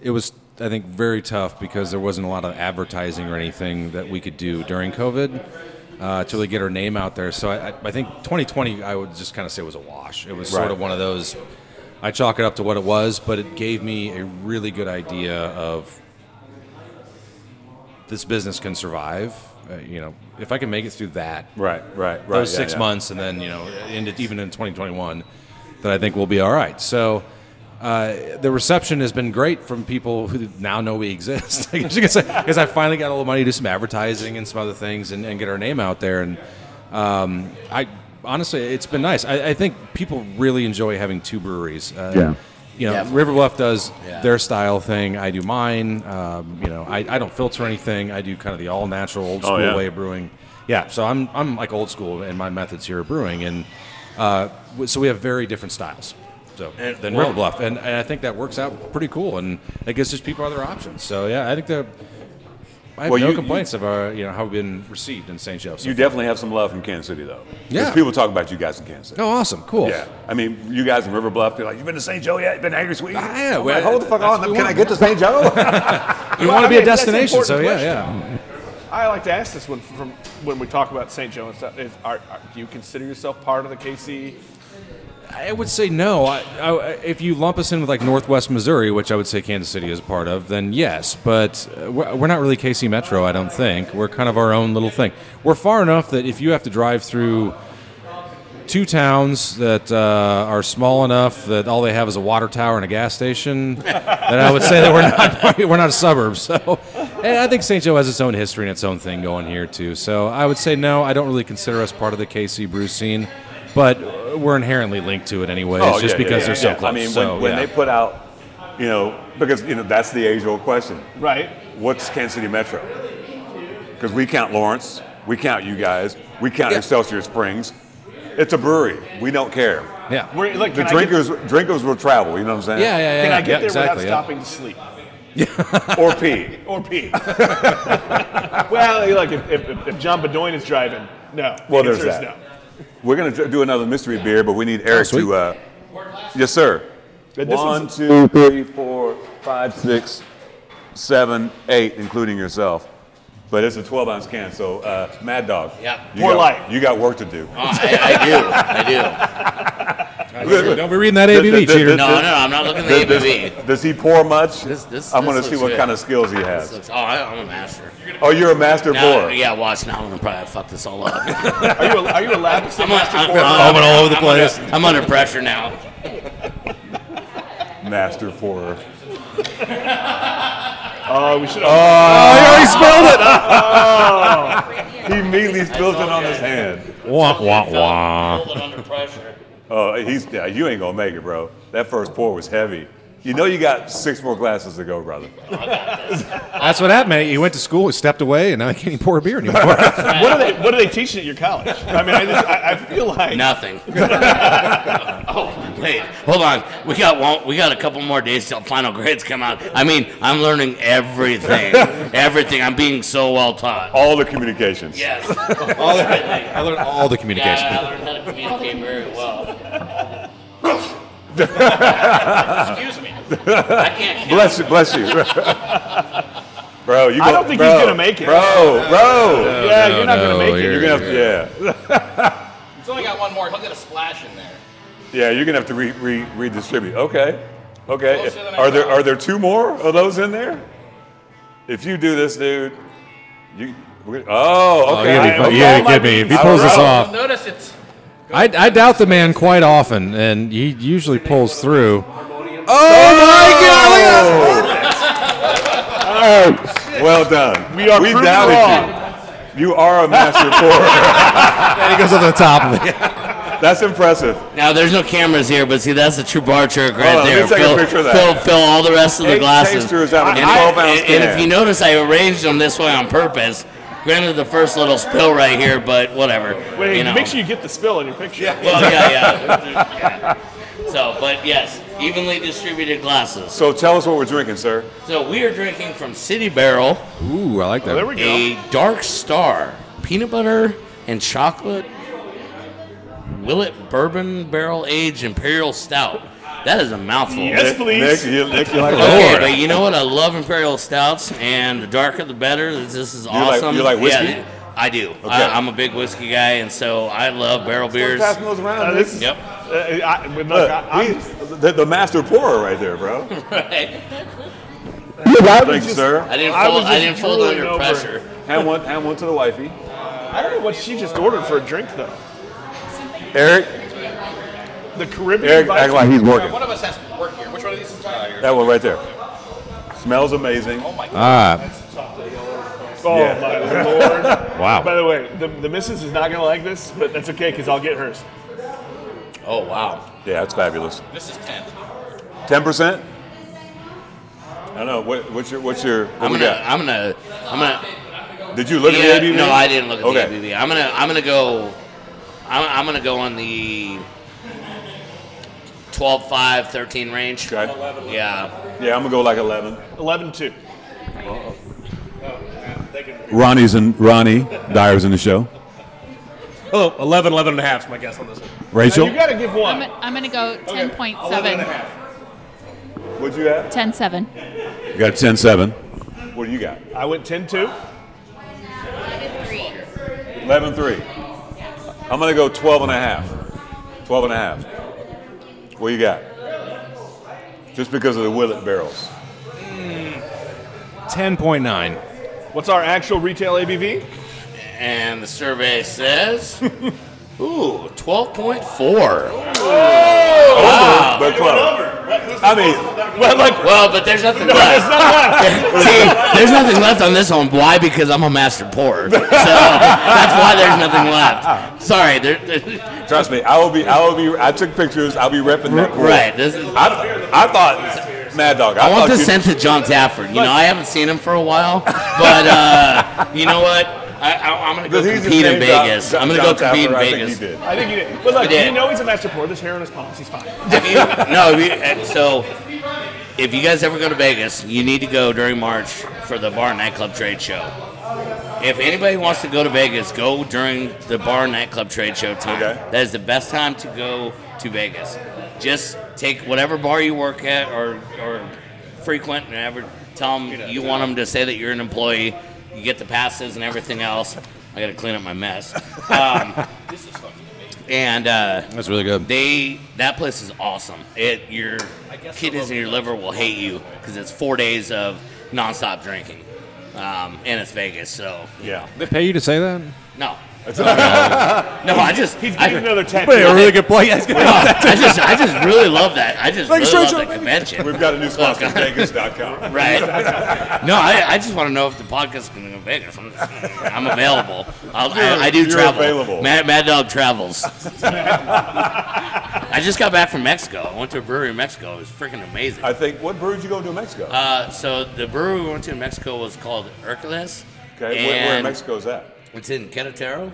Speaker 3: it was I think very tough because there wasn't a lot of advertising or anything that we could do during COVID uh, to really get our name out there. So I, I- I think 2020, I would just kind of say was a wash. It was sort
Speaker 1: Right.
Speaker 3: of one of those. I chalk it up to what it was, but it gave me a really good idea of this business can survive. Uh, you know, if I can make it through that,
Speaker 1: Right, right, right.
Speaker 3: those
Speaker 1: yeah,
Speaker 3: six
Speaker 1: yeah.
Speaker 3: months, and then you know, into, even in 2021, that I think we'll be all right. So uh, the reception has been great from people who now know we exist. I guess you could say, because I finally got a little money to do some advertising and some other things, and, and get our name out there. And um, I honestly, it's been nice. I, I think people really enjoy having two breweries. Uh,
Speaker 7: Yeah.
Speaker 3: You know,
Speaker 4: Yeah.
Speaker 3: River Bluff does
Speaker 4: Yeah.
Speaker 3: their style thing. I do mine. Um, you know, I, I don't filter anything. I do kind of the all natural, old
Speaker 1: Oh,
Speaker 3: school
Speaker 1: yeah.
Speaker 3: way of brewing. Yeah, so I'm I'm like old school in my methods here of brewing, and uh, w- so we have very different styles. So
Speaker 4: And-
Speaker 3: than
Speaker 4: well-
Speaker 3: River Bluff, and, and I think that works out pretty cool, and it gives just people other options. So yeah, I think the I have
Speaker 1: Well,
Speaker 3: no
Speaker 1: you-
Speaker 3: complaints of our you know how we've been received in St. Joe. So
Speaker 1: You
Speaker 3: far.
Speaker 1: definitely have some love from Kansas City, though. 'Cause
Speaker 3: Yeah.
Speaker 1: People talk about you guys in Kansas City.
Speaker 3: oh, awesome, cool.
Speaker 1: Yeah. I mean, you guys in River Bluff, they're like, you've been to St. Joe yet? You've been to Angry Sweet?
Speaker 3: Ah, yeah,
Speaker 1: I'm
Speaker 3: well,
Speaker 1: like, hold the fuck
Speaker 3: that's
Speaker 1: on.
Speaker 3: what we
Speaker 1: Can I
Speaker 3: want.
Speaker 1: get to St. Joe?
Speaker 3: You want to be
Speaker 2: I
Speaker 3: a
Speaker 2: mean, that's an
Speaker 3: destination, so yeah,
Speaker 2: important
Speaker 3: yeah.
Speaker 2: I like to ask this one from when we talk about St. Joe and stuff. Is, are, are, do you consider yourself part of the KC?
Speaker 3: I would say no. I, I, if you lump us in with like Northwest Missouri, which I would say Kansas City is part of, then yes. But uh, we're we're not really KC Metro, I don't think. We're kind of our own little thing. We're far enough that if you have to drive through two towns that uh, are small enough that all they have is a water tower and a gas station. that I would say that we're not we're not a suburb. So, and I think St. Joe has its own history and its own thing going here too. So I would say no, I don't really consider us part of the KC brew scene, but we're inherently linked to it anyway.
Speaker 1: Oh, yeah,
Speaker 3: just because
Speaker 1: yeah,
Speaker 3: they're so
Speaker 1: yeah.
Speaker 3: close.
Speaker 1: I mean,
Speaker 3: so,
Speaker 1: when, when
Speaker 3: yeah.
Speaker 1: they put out, you know, because you know that's the age-old question:
Speaker 2: Right.
Speaker 1: What's Kansas City Metro? Because we count Lawrence, we count you guys, we count Excelsior Springs. It's a brewery. We don't care.
Speaker 3: yeah.
Speaker 2: We're, look,
Speaker 1: The
Speaker 2: can
Speaker 1: drinkers, drinkers will travel. You know what I'm saying?
Speaker 3: yeah, yeah, yeah,
Speaker 2: I get, can I get
Speaker 3: yeah,
Speaker 2: there
Speaker 3: exactly,
Speaker 2: without
Speaker 3: yeah.
Speaker 2: stopping to sleep
Speaker 1: Or pee.
Speaker 2: or pee? well, look, if, if, if John Bedoin is driving, no.
Speaker 1: Well,
Speaker 2: The answer
Speaker 1: there's
Speaker 2: is
Speaker 1: that. We're gonna do another mystery beer, but we need Eric
Speaker 3: Oh, sweet.
Speaker 1: to. Uh, yes, sir.
Speaker 2: But this
Speaker 1: One,
Speaker 2: is-
Speaker 1: two, three, four, five, six, seven, eight, including yourself. But it's a 12 ounce can, so uh, Mad Dog.
Speaker 4: Yeah.
Speaker 1: you
Speaker 2: More
Speaker 1: got-
Speaker 2: light.
Speaker 1: You got work to do.
Speaker 4: Oh, I, I do. I
Speaker 3: Don't be reading that
Speaker 1: Th-
Speaker 3: ABV,
Speaker 1: th- th-
Speaker 3: cheater.
Speaker 4: do. No, no, no, I'm not looking at the
Speaker 1: Does,
Speaker 4: ABV.
Speaker 1: does he pour much?
Speaker 4: This- this-
Speaker 1: I'm
Speaker 4: this
Speaker 1: gonna see
Speaker 4: looks
Speaker 1: what
Speaker 4: good.
Speaker 1: kind of skills he
Speaker 4: This
Speaker 1: has.
Speaker 4: looks, oh, I, I'm a master.
Speaker 1: Oh, you're a master
Speaker 4: Now,
Speaker 1: pourer.
Speaker 4: yeah, watch now. I'm gonna probably fuck this all up. I'm,
Speaker 2: Are you, are you allowed to say
Speaker 4: on- I'm,
Speaker 2: Master
Speaker 4: I'm-
Speaker 3: Vomit all over the
Speaker 4: I'm under-
Speaker 3: place.
Speaker 4: I'm under pressure now.
Speaker 1: Master pourer.
Speaker 2: Oh, we should.
Speaker 3: Oh, you already spilled it.
Speaker 1: He immediately spills it on his hand.
Speaker 3: Wah, wah,
Speaker 4: Felt-
Speaker 3: wah.
Speaker 4: felt it under pressure.
Speaker 1: Oh, he's yeah, you ain't gonna make it, bro. That first pour was heavy. You know you got six more glasses to go, brother.
Speaker 3: That's what happened. man. He went to school, he stepped away, and now he can't even pour a beer anymore.
Speaker 2: what are they? What are they teaching at your college? I mean, I, just, I, I feel like
Speaker 4: Nothing. oh wait, hold on. We got one, we got a couple more days till final grades come out. I mean, I'm learning everything, everything. I'm being so well taught.
Speaker 1: All the communications.
Speaker 4: Yes.
Speaker 3: all the, I learned all the communication.
Speaker 4: Yeah, I learned how to communicate very well. Excuse me. I can't. hear.
Speaker 1: Bless you, bless you. bro, you
Speaker 2: I
Speaker 1: go-
Speaker 2: don't think
Speaker 1: bro,
Speaker 2: he's gonna make it.
Speaker 1: Bro, bro.
Speaker 2: yeah, you're not gonna
Speaker 3: no,
Speaker 2: make it.
Speaker 1: You're
Speaker 2: You're
Speaker 1: gonna have to, yeah.
Speaker 9: He's only got one more. He'll get a splash in there.
Speaker 1: Yeah, you're gonna have to re, re, redistribute. Okay. Okay.
Speaker 9: Closer than I
Speaker 1: Are there
Speaker 9: thought.
Speaker 1: are there two more of those in there? If you do this, dude, you we- Oh,
Speaker 3: Oh,
Speaker 1: okay.
Speaker 3: you gotta be-
Speaker 1: I-
Speaker 3: you
Speaker 1: okay.
Speaker 3: gotta kid me. If he
Speaker 1: I
Speaker 3: pulls this
Speaker 1: don't
Speaker 3: off,
Speaker 9: Notice it's
Speaker 3: I, I doubt the man quite often, and he usually pulls through. Oh!
Speaker 1: All right. Well done.
Speaker 2: We are
Speaker 1: we
Speaker 2: proven
Speaker 1: doubted you. You are a master pourer.
Speaker 3: And he goes over the top of it.
Speaker 1: That's impressive.
Speaker 4: Now there's no cameras here, but see that's the true bar trick right
Speaker 1: on, let me
Speaker 4: there.
Speaker 1: take a
Speaker 4: fill,
Speaker 1: picture of that.
Speaker 4: Fill, fill all the rest of the
Speaker 1: Eight
Speaker 4: glasses.
Speaker 1: tasters out of
Speaker 4: and,
Speaker 1: a 12 ounce
Speaker 4: and- and if
Speaker 1: can.
Speaker 4: you notice, I arranged them this way on purpose. Granted, the first little spill right here, but whatever.
Speaker 2: Wait,
Speaker 4: you know.
Speaker 2: make sure you get the spill in your picture.
Speaker 4: Well, yeah, yeah. yeah. So, but yes, evenly distributed glasses.
Speaker 1: So tell us what we're drinking, sir.
Speaker 4: So we are drinking from City Barrel
Speaker 3: Ooh, I like that.
Speaker 2: Oh, there we go.
Speaker 4: a Dark Star peanut butter and chocolate Willet Bourbon Barrel Aged Imperial Stout. That is a mouthful.
Speaker 2: Yes,
Speaker 1: Nick-
Speaker 2: please.
Speaker 1: Nick, you, Nick, you like
Speaker 4: Okay,
Speaker 1: Lord.
Speaker 4: but you know what? I love imperial stouts, and the darker the better. This this is
Speaker 1: like-
Speaker 4: awesome.
Speaker 1: you like whiskey?
Speaker 4: Yeah, I do. I, I'm a big whiskey guy, and so I love barrel beers.
Speaker 1: Passing those around,
Speaker 2: Uh,
Speaker 1: Nick.
Speaker 2: this is,
Speaker 4: Yep.
Speaker 2: uh, I, look,
Speaker 1: Look,
Speaker 2: I, I'm
Speaker 1: he-
Speaker 2: just-
Speaker 1: the, the master pourer right there, bro.
Speaker 4: Right?
Speaker 1: Thank you, sir.
Speaker 4: I didn't
Speaker 2: I
Speaker 4: fold.
Speaker 2: was
Speaker 4: I,
Speaker 2: just
Speaker 4: didn't fold
Speaker 2: drooling
Speaker 4: under
Speaker 2: over it.
Speaker 4: pressure.
Speaker 1: Hand one, hand one to the wifey.
Speaker 2: I don't know what she just ordered for a drink though.
Speaker 1: Eric,
Speaker 2: The Caribbean.
Speaker 1: Eric,
Speaker 2: Viking-
Speaker 1: act like he's working.
Speaker 9: one of us has to work here. Which one of these is uh, yours?
Speaker 1: That one right there. Smells amazing.
Speaker 3: All right.
Speaker 2: oh
Speaker 1: Yeah.
Speaker 2: my lord! By
Speaker 3: Wow.
Speaker 2: the way, the, the missus is not gonna like this, but that's okay because I'll get hers.
Speaker 4: Oh wow!
Speaker 1: Yeah, it's fabulous.
Speaker 9: This is 10.
Speaker 1: Ten percent. I don't know. What, what's your what's your what
Speaker 4: I'm
Speaker 1: we
Speaker 4: gonna,
Speaker 1: got?
Speaker 4: I'm gonna. I'm gonna.
Speaker 1: Did you look
Speaker 4: yeah,
Speaker 1: at the ABV?
Speaker 4: no, I didn't look at
Speaker 1: okay.
Speaker 4: the ABV. I'm gonna. I'm gonna go. I'm, I'm gonna go on the 12, 5, 13 range.
Speaker 1: Okay.
Speaker 4: Yeah.
Speaker 1: Yeah, I'm gonna go like eleven.
Speaker 2: 11-2.
Speaker 1: Ronnie's and Ronnie Dyer's in the show.
Speaker 10: Oh, 11, 11 and a half is my guess on this one.
Speaker 2: Now,
Speaker 1: Rachel,
Speaker 2: you gotta give
Speaker 6: I'm,
Speaker 2: one.
Speaker 6: I'm gonna go 10.7.
Speaker 1: what'd you have?
Speaker 6: 10.7.
Speaker 1: You got ten seven. What do you got?
Speaker 2: I went 10-2.
Speaker 1: Eleven three. I'm gonna go twelve and a half. Twelve and a half. What you got? Just because of the Willet barrels.
Speaker 3: 10.9.
Speaker 2: What's our actual retail ABV?
Speaker 4: And the survey says Ooh, 12.4.
Speaker 1: Over, but close. I mean,
Speaker 4: Well, like, well, but there's nothing left. See, there's nothing left on this one. Why? Because I'm a master pourer. So that's why there's nothing left. Sorry. There, there-
Speaker 1: trust me, I will be. I will be. I took pictures. I'll be repping that. pool.
Speaker 4: right. This is,
Speaker 1: I, I thought Mad Dog. I,
Speaker 4: I want
Speaker 1: thought
Speaker 4: this
Speaker 1: you-
Speaker 4: sent to John Tafford. You know, I haven't seen him for a while, but uh, you know what? I, I, I'm gonna go
Speaker 1: But he's the
Speaker 4: compete in
Speaker 1: same John-
Speaker 4: Vegas.
Speaker 1: John-
Speaker 4: I'm gonna
Speaker 1: John
Speaker 4: go compete
Speaker 1: Tapper, I
Speaker 4: in
Speaker 1: think
Speaker 4: Vegas.
Speaker 1: he did.
Speaker 2: I think you did. But look,
Speaker 4: did.
Speaker 2: you know he's a master pourer. There's hair on his palms. He's fine.
Speaker 4: If you, no, if you, and so if you guys ever go to Vegas, you need to go during March for the bar and nightclub trade show. If anybody wants to go to Vegas, go during the bar and nightclub trade show time.
Speaker 1: Okay.
Speaker 4: That is the best time to go to Vegas. Just take whatever bar you work at or, or frequent and ever tell them you want them to say that you're an employee. You get the passes and everything else. I got to clean up my mess. Um, and uh,
Speaker 3: That's really good.
Speaker 4: they that place is awesome. It your kidneys and your liver will hate you because it's four days of nonstop drinking, um, and it's Vegas, so
Speaker 1: Yeah.
Speaker 3: They pay you to say that?
Speaker 4: no. no, I just
Speaker 2: He's
Speaker 4: I,
Speaker 2: getting another
Speaker 10: But a
Speaker 2: tattoo.
Speaker 10: really good play. That's good.
Speaker 4: I just I just really love that. I just really love that convention.
Speaker 1: We've got a new sponsor,
Speaker 4: Look,
Speaker 1: Vegas.com.
Speaker 4: Right. No, I, I just want to know if the podcast is going to go to Vegas. I'm, I'm available. I'll, I, I do
Speaker 1: You're- you're
Speaker 4: travel.
Speaker 1: available.
Speaker 4: Mad, Mad Dog travels. I just got back from Mexico. I went to a brewery in Mexico. It was freaking amazing.
Speaker 1: I think. What brew did you go to in Mexico?
Speaker 4: Uh, so the brewery we went to in Mexico was called Hercules.
Speaker 1: okay. Where, where in
Speaker 4: and
Speaker 1: Mexico is that?
Speaker 4: It's in Querétaro,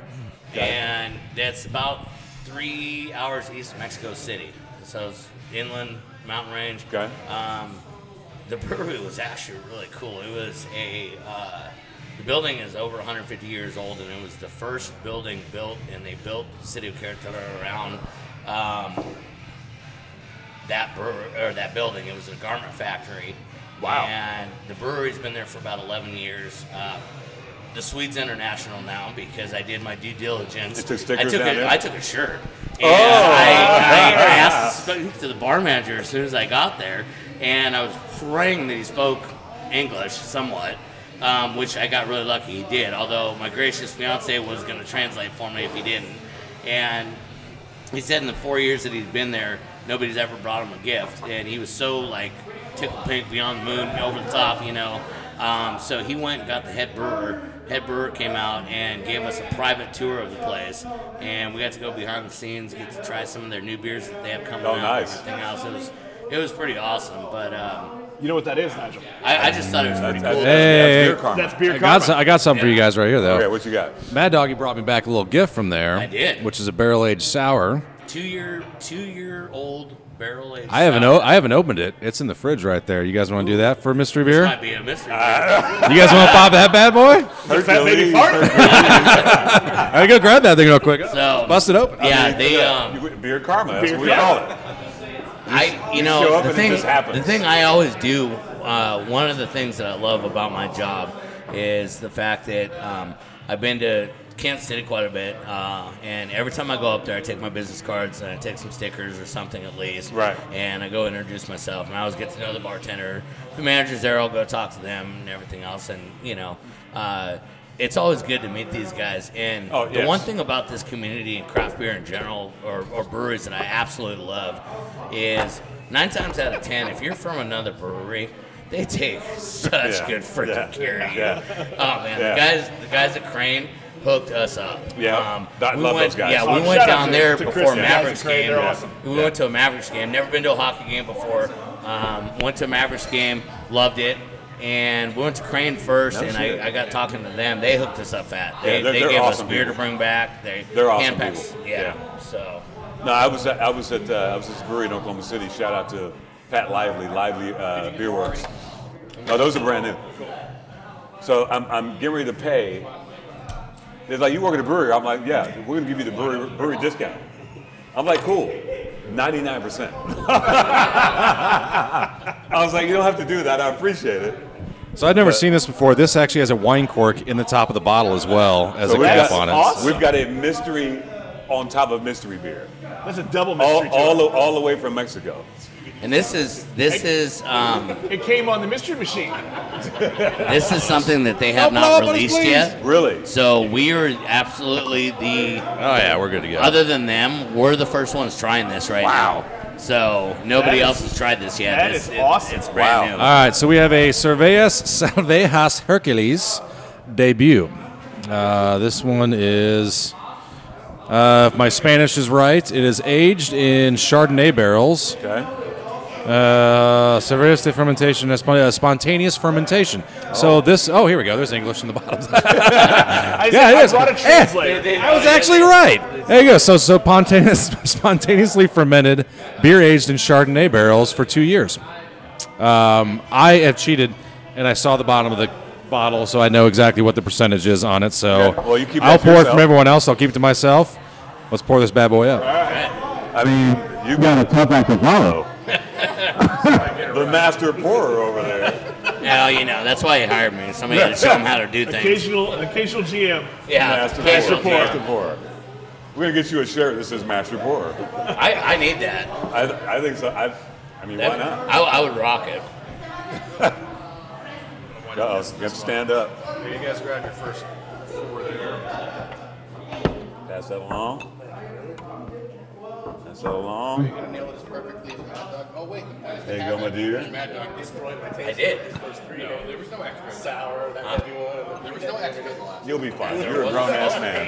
Speaker 4: and that's about three hours east of Mexico City. So it's inland mountain range.
Speaker 1: Okay.
Speaker 4: Um, the brewery was actually really cool. It was a uh, the building is over 150 years old, and it was the first building built, and they built the city of Querétaro around um, that brewer or that building. It was a garment factory.
Speaker 1: Wow.
Speaker 4: And the brewery's been there for about 11 years. Uh, the Swedes International now because I did my due diligence.
Speaker 1: You took stickers
Speaker 4: I took
Speaker 1: down
Speaker 4: a,
Speaker 1: there? Oh.
Speaker 4: I took a shirt. And I, I, I asked to speak to the bar manager as soon as I got there, and I was praying that he spoke English somewhat, um, which I got really lucky he did. Although my gracious fiance was going to translate for me if he didn't, and he said in the four years that he's been there, nobody's ever brought him a gift, and he was so like tickled pink, beyond the moon, over the top, you know. Um, so he went and got the head brewer. Head brewer came out and gave us a private tour of the place, and we got to go behind the scenes, get to try some of their new beers that they have coming
Speaker 1: Oh,
Speaker 4: out.
Speaker 1: nice.
Speaker 4: And everything else, it was it was pretty awesome. But um,
Speaker 2: You know what that is, Nigel?
Speaker 4: I, I just thought it was pretty cool.
Speaker 3: Hey.
Speaker 1: beer karma.
Speaker 2: That's beer
Speaker 3: I got,
Speaker 2: karma.
Speaker 3: some, I got something for you guys right here, though.
Speaker 1: okay, what you got?
Speaker 3: Mad Doggy brought me back a little gift from there.
Speaker 4: I did.
Speaker 3: Which is a barrel aged sour.
Speaker 4: Two year two year old barrel aged.
Speaker 3: I haven't,
Speaker 4: sour.
Speaker 3: o- I haven't opened it. It's in the fridge right there. You guys want to do that for mystery
Speaker 4: This
Speaker 3: beer?
Speaker 4: might be a mystery.
Speaker 1: Uh,
Speaker 3: You guys want to pop that bad boy?
Speaker 2: Fat baby
Speaker 1: Hercules,
Speaker 2: fart?
Speaker 3: I gotta go grab that thing real quick.
Speaker 4: so
Speaker 3: Bust it open.
Speaker 4: Yeah, they um,
Speaker 1: You- Beer karma. That's
Speaker 2: Beer
Speaker 1: what we call
Speaker 2: karma.
Speaker 1: it.
Speaker 4: I, you
Speaker 1: show
Speaker 4: know,
Speaker 1: up and
Speaker 4: the
Speaker 1: it
Speaker 4: thing,
Speaker 1: just happens.
Speaker 4: the thing I always do, uh, one of the things that I love about my job is the fact that um, I've been to Kansas City quite a bit, uh, and every time I go up there, I take my business cards and I take some stickers or something at least,
Speaker 1: Right.
Speaker 4: And I go introduce myself, and I always get to know the bartender, the managers there. I'll go talk to them and everything else, and you know. Uh, it's always good to meet these guys, and
Speaker 1: Oh,
Speaker 4: the
Speaker 1: yes.
Speaker 4: one thing about this community and craft beer in general, or, or breweries that I absolutely love, is nine times out of ten, if you're from another brewery, they take such
Speaker 1: Yeah.
Speaker 4: good freaking
Speaker 1: Yeah.
Speaker 4: care of you.
Speaker 1: Yeah.
Speaker 4: Oh man,
Speaker 1: Yeah.
Speaker 4: the guys, the guys at Crane hooked us up. Um,
Speaker 1: Yeah. I
Speaker 4: we
Speaker 1: love
Speaker 4: went,
Speaker 1: those guys.
Speaker 4: Yeah, we
Speaker 2: Oh,
Speaker 4: went
Speaker 2: shout out
Speaker 4: down
Speaker 2: to-
Speaker 4: there
Speaker 2: to Chris
Speaker 4: before
Speaker 2: and the guys at
Speaker 4: Mavericks
Speaker 2: Crane,
Speaker 4: game.
Speaker 2: they're awesome.
Speaker 4: We went to a Mavericks game. Never been to a hockey game before. Um, went to a Mavericks game, loved it. And we went to Crane first,
Speaker 1: No
Speaker 4: and
Speaker 1: shit.
Speaker 4: I, I got talking to them. They hooked us up fat. They,
Speaker 1: Yeah, they're-
Speaker 4: they
Speaker 1: they're
Speaker 4: gave
Speaker 1: awesome
Speaker 4: us beer
Speaker 1: people.
Speaker 4: to bring back. They
Speaker 1: They're awesome
Speaker 4: hand packs.
Speaker 1: people.
Speaker 4: Yeah.
Speaker 1: Yeah.
Speaker 4: So
Speaker 1: No, I was at, I was at uh, I was at this brewery in Oklahoma City. Shout out to Pat Lively, Lively uh, Beer Works. No, those are brand new. So I'm, I'm getting ready to pay. They're like, you work at a brewery. I'm like, yeah, we're gonna give you the brewery, brewery discount. I'm like, cool, 99%. I was like, you don't have to do that. I appreciate it.
Speaker 3: So I've never seen this before. This actually has a wine cork in the top of the bottle as well as
Speaker 1: So
Speaker 3: a
Speaker 1: we've
Speaker 3: cap
Speaker 1: got,
Speaker 3: on it.
Speaker 1: we've got a mystery on top of mystery beer.
Speaker 2: That's a double
Speaker 1: All,
Speaker 2: mystery.
Speaker 1: all,
Speaker 2: All,
Speaker 1: the- all the way from Mexico.
Speaker 4: And this is this is um,
Speaker 2: It came on the mystery machine.
Speaker 4: this is something that they have
Speaker 2: Don't
Speaker 4: not
Speaker 2: blow up on us,
Speaker 4: released
Speaker 2: please.
Speaker 4: yet.
Speaker 1: Really?
Speaker 4: So we are absolutely the.
Speaker 3: Oh yeah, we're good to go.
Speaker 4: Other than them, we're the first ones trying this right wow. now. So nobody
Speaker 2: That is-
Speaker 4: else has tried this yet.
Speaker 2: that
Speaker 4: It's-
Speaker 2: is
Speaker 4: it's-
Speaker 2: awesome.
Speaker 4: It's brand
Speaker 3: All
Speaker 4: new.
Speaker 3: right, so we have a Surveas Salvejas Hercules debut. Uh, this one is, uh, if my Spanish is right, it is aged in Chardonnay barrels.
Speaker 1: Okay.
Speaker 3: Uh, Cervejas de fermentation, uh, spon- uh, spontaneous fermentation. So this, oh, here we go. There's English in the bottom.
Speaker 2: I,
Speaker 3: Yeah, it
Speaker 2: I
Speaker 3: is.
Speaker 2: brought a
Speaker 3: Yeah.
Speaker 2: translator.
Speaker 3: I was actually right. There you go. So, so spontaneous, spontaneously fermented beer aged in Chardonnay barrels for two years. Um, I have cheated, and I saw the bottom of the bottle, so I know exactly what the percentage is on it. So
Speaker 1: Good. Well, you keep that
Speaker 3: I'll
Speaker 1: to
Speaker 3: pour it
Speaker 1: yourself.
Speaker 3: from everyone else. I'll keep it to myself. Let's pour this bad boy up.
Speaker 1: I mean, you
Speaker 7: You got a tough act to follow.
Speaker 1: the master pourer over there.
Speaker 4: Now you know that's why you hired me. Somebody had to show them how to do things.
Speaker 2: Occasional, occasional GM.
Speaker 4: Yeah,
Speaker 1: Master,
Speaker 4: occasional
Speaker 1: pourer.
Speaker 4: jam.
Speaker 1: Master pourer. We're gonna get you a shirt that says master pourer.
Speaker 4: I, I need that.
Speaker 1: I, I think so. I, I mean, why
Speaker 4: That-
Speaker 1: not?
Speaker 4: I, I would rock it.
Speaker 1: Uh-oh, you have to stand up.
Speaker 8: Here, you guys grab your first four there.
Speaker 1: Pass that along. Pass that along.
Speaker 9: Gotta nail this perfectly. Mad Dog. Oh wait, that
Speaker 1: There you go, my dear.
Speaker 9: Mad Dog destroyed my taste.
Speaker 4: I did.
Speaker 9: No, there was no extra. Sour, that heavy one. There was no extra in the last.
Speaker 1: You'll be fine. You're a grown ass man.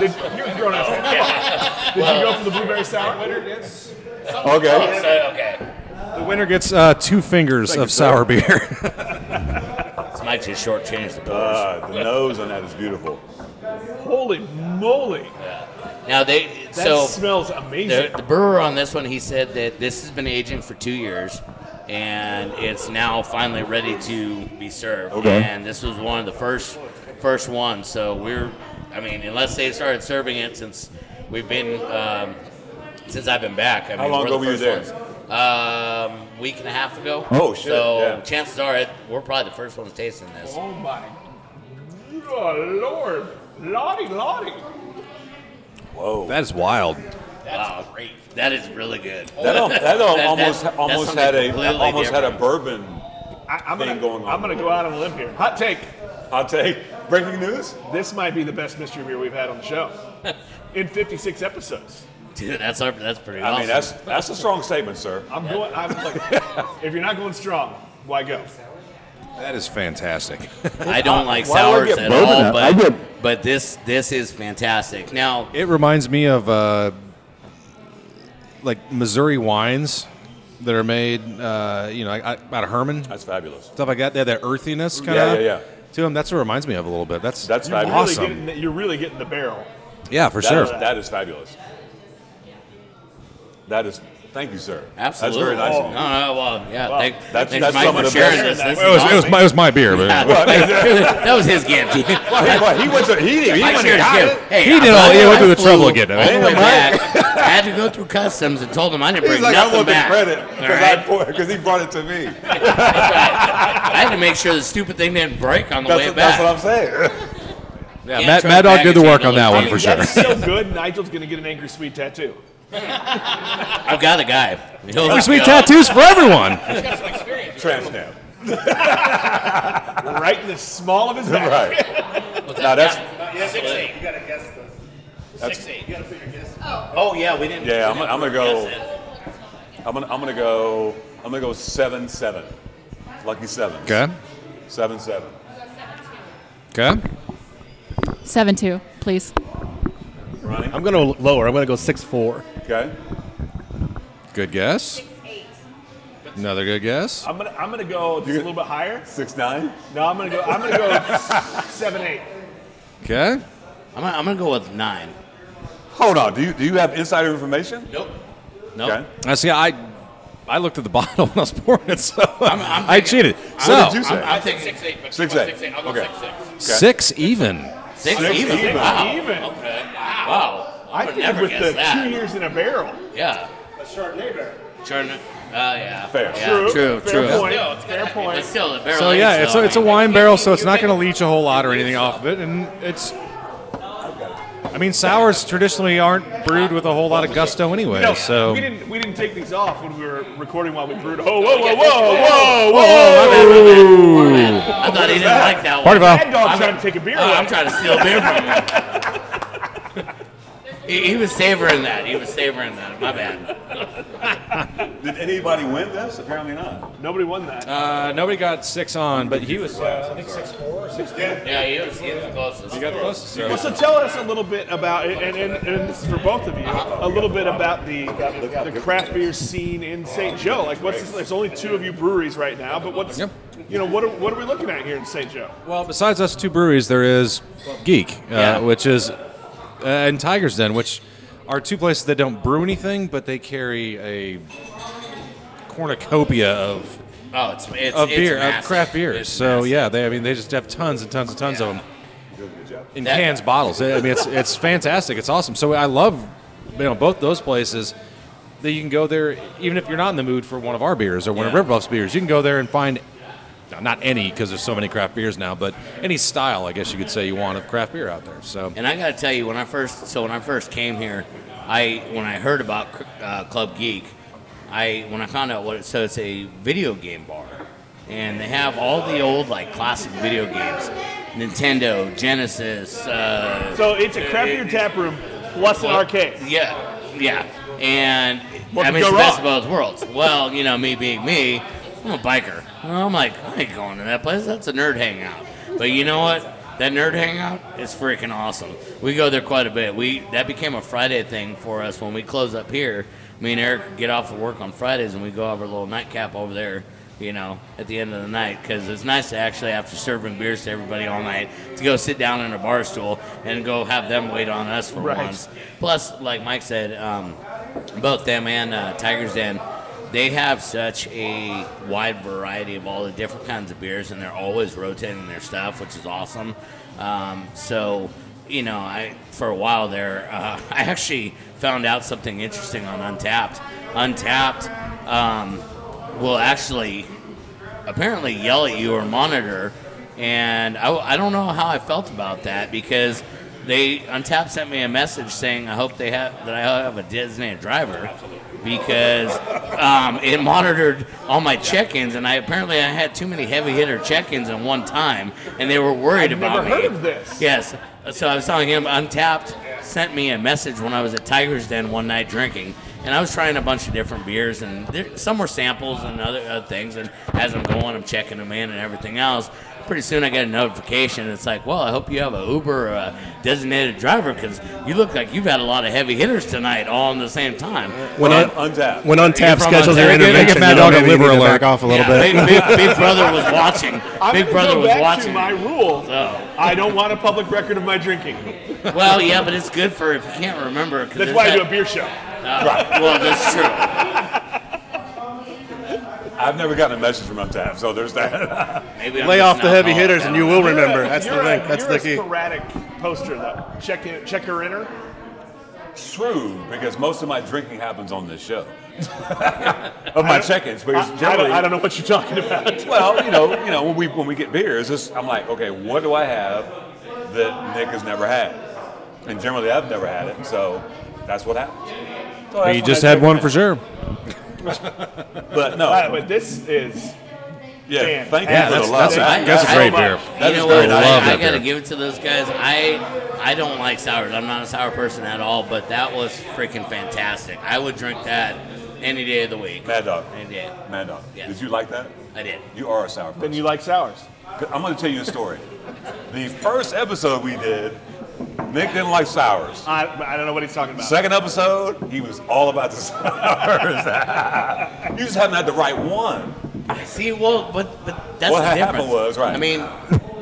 Speaker 2: Did, you were grown up. Did you go for the blueberry sour?
Speaker 1: Okay.
Speaker 4: So, okay,
Speaker 3: The winner gets uh, two fingers
Speaker 1: Thank you,
Speaker 3: of sour
Speaker 1: sir.
Speaker 3: beer.
Speaker 4: this might just shortchange the board.
Speaker 1: Uh, the nose on that is beautiful.
Speaker 2: Holy moly!
Speaker 4: Now they
Speaker 2: That
Speaker 4: so
Speaker 2: smells
Speaker 4: the,
Speaker 2: amazing.
Speaker 4: the brewer on this one he said that this has been aging for two years and it's now finally ready to be served
Speaker 1: Okay.
Speaker 4: and this was one of the first first ones so we're i mean unless they started serving it since we've been um, since i've been back I
Speaker 1: How
Speaker 4: mean,
Speaker 1: long
Speaker 4: we're
Speaker 1: ago
Speaker 4: the
Speaker 1: were you
Speaker 4: first ones. um week and a half ago
Speaker 1: Oh, shit,
Speaker 4: so
Speaker 1: yeah.
Speaker 4: chances are it, we're probably the first ones tasting this
Speaker 2: Oh my! Oh lord! Lottie, lottie!
Speaker 1: Whoa. That,
Speaker 3: that is wild.
Speaker 4: wow great that is really good
Speaker 1: al- that al-
Speaker 4: That-
Speaker 1: almost
Speaker 4: that's- that's
Speaker 1: almost
Speaker 4: something
Speaker 1: had a
Speaker 4: completely
Speaker 1: almost had a
Speaker 4: different.
Speaker 1: bourbon
Speaker 2: I, I'm
Speaker 1: Thing
Speaker 2: gonna
Speaker 1: going on.
Speaker 2: I'm gonna go out on a limb here. Hot take:
Speaker 1: hot take. Breaking news.
Speaker 2: This might be the best mystery beer we've had on the show in 56 episodes.
Speaker 4: dude that's our, that's pretty
Speaker 1: I
Speaker 4: awesome.
Speaker 1: mean, that's that's a strong statement, sir.
Speaker 2: I'm going. I'm like, if you're not going strong, why go?
Speaker 3: That is fantastic.
Speaker 4: I don't like
Speaker 1: why do I
Speaker 4: sours
Speaker 1: get
Speaker 4: at
Speaker 1: bourbon
Speaker 4: all,
Speaker 7: up? I
Speaker 4: but,
Speaker 7: get-
Speaker 4: but this this is fantastic. Now,
Speaker 3: It reminds me of uh, like Missouri wines that are made, uh, you know, I- I- out of Herman
Speaker 1: That's fabulous.
Speaker 3: stuff like that. They have that earthiness kind
Speaker 1: Yeah,
Speaker 3: of
Speaker 1: yeah, yeah.
Speaker 3: to them. That's what it reminds me of a little bit. That's
Speaker 1: That's
Speaker 2: You're really
Speaker 1: fabulous.
Speaker 3: Awesome.
Speaker 2: getting. You're really getting the barrel.
Speaker 3: yeah, for
Speaker 1: That
Speaker 3: sure.
Speaker 1: is- that is fabulous. That is. Thank you, sir.
Speaker 4: absolutely.
Speaker 1: That's very
Speaker 4: No,
Speaker 1: nice.
Speaker 4: no, well, yeah. thank,
Speaker 1: that's-
Speaker 4: thanks,
Speaker 1: that's
Speaker 4: Mike,
Speaker 1: some of
Speaker 4: for
Speaker 1: the
Speaker 4: sharing
Speaker 1: best-
Speaker 4: this. This
Speaker 3: it,
Speaker 4: is
Speaker 3: was, it, was
Speaker 4: awesome.
Speaker 3: my, it was my beer, but
Speaker 4: that was his gift.
Speaker 1: Well, he- well, he went to he didn't he
Speaker 4: Mike's
Speaker 1: went
Speaker 4: here
Speaker 1: to
Speaker 4: to
Speaker 1: got
Speaker 4: give.
Speaker 1: it.
Speaker 4: Hey,
Speaker 3: He did
Speaker 4: I-
Speaker 3: all- he
Speaker 4: I
Speaker 3: went through the
Speaker 4: flew
Speaker 3: trouble again.
Speaker 4: all the
Speaker 1: Damn,
Speaker 4: way
Speaker 1: Mike.
Speaker 4: back. I had to go through customs and told them I didn't
Speaker 1: He's
Speaker 4: bring
Speaker 1: like, I
Speaker 4: nothing
Speaker 1: want the
Speaker 4: back.
Speaker 1: credit
Speaker 4: All right?
Speaker 1: because he brought it to me.
Speaker 4: I had to make sure the stupid thing didn't break on the
Speaker 1: That's,
Speaker 4: way
Speaker 1: what, that's what I'm
Speaker 4: back.
Speaker 1: saying.
Speaker 3: yeah, Mad, Mad Dog did the work on that one for sure.
Speaker 2: That's so good. Nigel's gonna get an angry sweet tattoo.
Speaker 4: I've got a guy. He'll-
Speaker 3: Pretty sweet
Speaker 4: uh,
Speaker 3: tattoos for everyone.
Speaker 1: Tramp stamp.
Speaker 2: Right in the small of his back.
Speaker 1: Right. Now that's
Speaker 9: You gotta guess this. Six eight. You gotta put your guess.
Speaker 4: Oh yeah, we didn't.
Speaker 1: yeah. I'm,
Speaker 4: we
Speaker 1: gonna- I'm gonna
Speaker 4: didn't
Speaker 1: go.
Speaker 4: guess it.
Speaker 1: I'm gonna I'm gonna go. I'm gonna go seven seven. Lucky seven.
Speaker 3: Okay.
Speaker 1: Seven seven.
Speaker 3: Okay.
Speaker 6: Seven two, please.
Speaker 1: Ronnie.
Speaker 10: I'm going to lower. I'm going to go six four.
Speaker 1: Okay.
Speaker 3: Good guess. Another good guess.
Speaker 2: I'm gonna I'm gonna go just a little bit higher.
Speaker 1: Six nine.
Speaker 2: No, I'm gonna go. I'm gonna go seven eight.
Speaker 3: Okay.
Speaker 4: I'm gonna, I'm gonna go with nine.
Speaker 1: Hold on. Do you do you have insider information?
Speaker 4: Nope. Nope.
Speaker 1: Okay.
Speaker 3: I see. I I looked at the bottle when I was pouring it, so
Speaker 4: I'm
Speaker 3: I
Speaker 4: thinking-
Speaker 3: cheated. So
Speaker 1: What did you say?
Speaker 4: I'm, I'm thinking six,
Speaker 9: eight. But
Speaker 1: Six
Speaker 9: but
Speaker 1: eight.
Speaker 9: Six eight. I'll go
Speaker 1: Okay.
Speaker 9: six six.
Speaker 3: six even.
Speaker 1: Six
Speaker 4: even.
Speaker 1: even.
Speaker 4: Wow.
Speaker 2: Even.
Speaker 4: Okay. Wow. I,
Speaker 2: I
Speaker 4: would
Speaker 2: think
Speaker 4: never
Speaker 2: with
Speaker 4: guess
Speaker 2: the
Speaker 4: that.
Speaker 2: two years in a barrel.
Speaker 4: Yeah.
Speaker 9: A Chardonnay barrel.
Speaker 4: Chardonnay. Oh yeah.
Speaker 1: Fair.
Speaker 4: Yeah, true. True.
Speaker 2: Fair point.
Speaker 9: No, it's
Speaker 2: fair
Speaker 9: gotta be-
Speaker 2: point.
Speaker 4: It's still a barrel.
Speaker 3: So
Speaker 4: age,
Speaker 3: yeah, it's
Speaker 4: so
Speaker 3: a, it's
Speaker 4: I
Speaker 3: a
Speaker 4: mean,
Speaker 3: wine barrel, so it's not going to leach a whole lot or anything off of it, and it's I mean, sours traditionally aren't brewed with a whole lot of gusto anyway.
Speaker 2: No,
Speaker 3: so
Speaker 2: we didn't we didn't take these off when we were recording while we brewed. Oh, whoa, whoa, whoa, whoa, whoa!
Speaker 4: I thought he didn't like that one.
Speaker 3: Party foul.
Speaker 2: Mad Dog's trying to take a beer.
Speaker 4: Oh,
Speaker 2: away.
Speaker 4: I'm trying to steal beer from you. he, he was savoring that. He was savoring that. My bad.
Speaker 1: Did anybody win this? Apparently not.
Speaker 2: Nobody won that.
Speaker 3: uh, nobody got six on, but he was. Uh,
Speaker 4: Yeah, he was, he was the closest.
Speaker 3: he got the closest.
Speaker 2: Well, so tell us a little bit about, and, and, and this is for both of you, a little bit about the the craft beer scene in St. Joe. Like, what's this, there's only two of you breweries right now, but what's
Speaker 3: Yep.
Speaker 2: you know what are, what are we looking at here in St. Joe?
Speaker 3: Well, besides us two breweries, there is Geek, uh,
Speaker 4: Yeah.
Speaker 3: which is, uh, and Tiger's Den, which are two places that don't brew anything, but they carry a cornucopia of,
Speaker 4: Oh, it's it's,
Speaker 3: of
Speaker 4: it's
Speaker 3: beer, of
Speaker 4: massive.
Speaker 3: craft beers.
Speaker 4: It's
Speaker 3: so
Speaker 4: massive.
Speaker 3: yeah, they I mean they just have tons and tons and tons of them in
Speaker 4: That-
Speaker 3: cans, bottles. I mean it's it's fantastic. It's awesome. So I love you know both those places. That you can go there, even if you're not in the mood for one of our beers or one of
Speaker 4: Yeah.
Speaker 3: River Buff's beers, you can go there and find no, not any because there's so many craft beers now, but any style, I guess you could say you want of craft beer out there. So
Speaker 4: And I got to tell you, when I first so when I first came here, I when I heard about uh, Club Geek, I when I found out what it so it's a video game bar, and they have all the old like classic video games, Nintendo, Genesis. Uh,
Speaker 2: So it's a craft beer tap room plus an
Speaker 4: Well,
Speaker 2: arcade.
Speaker 4: Yeah, yeah. And
Speaker 2: What
Speaker 4: I
Speaker 2: could
Speaker 4: mean, it's
Speaker 2: go
Speaker 4: the best of
Speaker 2: wrong?
Speaker 4: both worlds. Well, you know, me being me, I'm a biker. And I'm like, I ain't going to that place. That's a nerd hangout. But you know what? That nerd hangout is freaking awesome. We go there quite a bit. We that became a Friday thing for us when we close up here. Me and Eric get off of work on Fridays and we go have our little nightcap over there. You know, at the end of the night, because it's nice to actually, after serving beers to everybody all night, to go sit down in a bar stool and go have them wait on us for
Speaker 2: Right.
Speaker 4: once. Plus, like Mike said, um, both them and uh, Tiger's Den, they have such a wide variety of all the different kinds of beers, and they're always rotating their stuff, which is awesome. Um, so, you know, I for a while there, uh, I actually found out something interesting on Untapped. Untapped um, will actually apparently yell at you or monitor. And I, I don't know how I felt about that because they Untapped sent me a message saying I hope they have that I have a designated driver because um, it monitored all my check-ins and I apparently I had too many heavy hitter check-ins in one time and they were worried
Speaker 2: I've
Speaker 4: about
Speaker 2: never
Speaker 4: me.
Speaker 2: heard of this.
Speaker 4: Yes. So I was telling him Untapped sent me a message when I was at Tiger's Den one night drinking, and I was trying a bunch of different beers, and there, some were samples and other, other things. And as I'm going, I'm checking them in and everything else. Pretty soon, I get a notification. It's like, well, I hope you have a Uber or a designated driver because you look like you've had a lot of heavy hitters tonight, all in the same time.
Speaker 10: When, un-
Speaker 1: Un- untapped.
Speaker 10: when Untapped
Speaker 4: You're from
Speaker 10: schedules their
Speaker 4: Ontario. Give
Speaker 10: intervention,
Speaker 3: Mad
Speaker 10: you
Speaker 3: Dog
Speaker 10: know,
Speaker 3: a
Speaker 10: maybe you
Speaker 3: liver
Speaker 10: need to
Speaker 3: alert.
Speaker 10: back off a little
Speaker 4: Yeah,
Speaker 10: bit.
Speaker 4: Big, big, big brother was watching.
Speaker 2: I'm
Speaker 4: big
Speaker 2: gonna
Speaker 4: brother
Speaker 2: go
Speaker 4: was
Speaker 2: back
Speaker 4: watching.
Speaker 2: to
Speaker 4: Oh.
Speaker 2: my rule.
Speaker 4: So-
Speaker 2: I don't want a public record of my drinking.
Speaker 4: Well, yeah, but it's good for if you can't remember. 'cause
Speaker 2: That's
Speaker 4: there's
Speaker 2: why I
Speaker 4: that-
Speaker 2: do a beer show.
Speaker 4: Uh, Well, that's true.
Speaker 1: I've never gotten a message from Untapped, so there's that.
Speaker 4: Maybe I'm
Speaker 10: Lay off
Speaker 4: just an
Speaker 10: the heavy
Speaker 4: alcoholic
Speaker 10: hitters,
Speaker 4: now.
Speaker 10: and you will remember. That's the
Speaker 2: you're
Speaker 10: thing.
Speaker 2: A,
Speaker 10: That's
Speaker 2: you're
Speaker 10: the key.
Speaker 2: a sporadic poster though. Check in, checker inner.
Speaker 1: True, because most of my drinking happens on this show. of my check-ins,
Speaker 2: I,
Speaker 1: because
Speaker 2: I
Speaker 1: generally,
Speaker 2: don't, I don't know what you're talking about.
Speaker 1: Well, you know, you know, when we when we get beers, it's, I'm like, okay, what do I have that Nick has never had? And generally, I've never had it, so that's what happens. So that's
Speaker 3: you
Speaker 1: when
Speaker 3: just
Speaker 1: I
Speaker 3: had
Speaker 1: check
Speaker 3: one
Speaker 1: in.
Speaker 3: for sure.
Speaker 1: Uh, But
Speaker 2: By the
Speaker 1: no,
Speaker 2: way, this is
Speaker 1: yeah,
Speaker 2: Dan.
Speaker 1: thank
Speaker 2: Yeah,
Speaker 1: you for
Speaker 3: that's-
Speaker 1: the love.
Speaker 3: that's-
Speaker 1: man.
Speaker 3: that's a
Speaker 1: so
Speaker 3: great
Speaker 1: much.
Speaker 3: beer.
Speaker 1: That
Speaker 4: you
Speaker 1: is
Speaker 4: know
Speaker 1: very
Speaker 4: what?
Speaker 3: I
Speaker 1: nice.
Speaker 3: love
Speaker 4: I, I
Speaker 3: that
Speaker 4: gotta
Speaker 3: beer.
Speaker 4: give it to those guys. I I don't like sours. I'm not a sour person at all. But that was freaking fantastic. I would drink that any day of the week.
Speaker 1: Mad Dog.
Speaker 4: Any day.
Speaker 1: Mad Dog.
Speaker 4: Yeah.
Speaker 1: Did you like that?
Speaker 4: I did.
Speaker 1: You are a sour person.
Speaker 2: then you like sours.
Speaker 1: I'm going to tell you a story. the first episode we did, Nick didn't like sours.
Speaker 2: I, I don't know what he's talking about.
Speaker 1: Second episode, he was all about the sours. you just haven't had the right one.
Speaker 4: See, well, but but that's
Speaker 1: What
Speaker 4: the
Speaker 1: happened
Speaker 4: difference.
Speaker 1: was, right.
Speaker 4: I mean,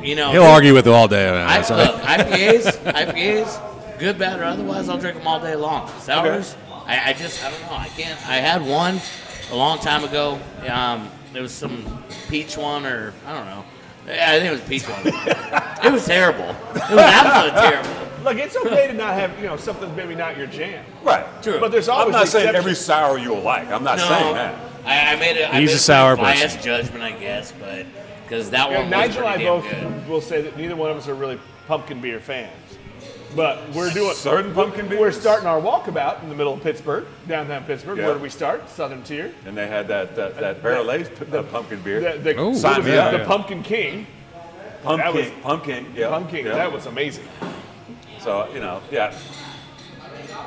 Speaker 4: you know,
Speaker 3: He'll argue with you all day.
Speaker 4: I,
Speaker 3: man. So-
Speaker 4: look, IPAs, IPAs, good, bad, or otherwise, I'll drink them all day long. Sours, I, I just, I don't know. I can't. I had one a long time ago. Um, there was some peach one, or I don't know. I think it was peach one. it was terrible. It was absolutely terrible.
Speaker 2: Look, it's okay to not have you know something's maybe not your jam.
Speaker 1: Right.
Speaker 4: True.
Speaker 2: But there's always
Speaker 1: I'm not saying every
Speaker 2: exceptions.
Speaker 1: sour you'll like. I'm not saying
Speaker 4: No,
Speaker 1: that.
Speaker 4: I, I made a. I
Speaker 3: He's
Speaker 4: made
Speaker 3: a sour
Speaker 4: biased judgment, I guess, but because that
Speaker 1: Oh,
Speaker 2: You know,
Speaker 4: one was
Speaker 2: Nigel and I
Speaker 4: pretty damn
Speaker 2: both
Speaker 4: good.
Speaker 2: will say that neither one of us are really pumpkin beer fans. But we're doing
Speaker 1: Certain pumpkin beers?
Speaker 2: We're starting our walkabout in the middle of Pittsburgh, downtown Pittsburgh.
Speaker 1: Yeah.
Speaker 2: Where do we start? Southern Tier.
Speaker 1: And they had that that, that barrel aged p- uh, pumpkin beer.
Speaker 2: The, the,
Speaker 1: Ooh.
Speaker 2: the,
Speaker 1: Sign me up.
Speaker 2: Pumpkin King.
Speaker 1: pumpkin,
Speaker 2: that was-
Speaker 1: pumpkin, yeah,
Speaker 2: Pumpkin.
Speaker 1: yeah.
Speaker 2: That was amazing.
Speaker 1: So you know, yeah.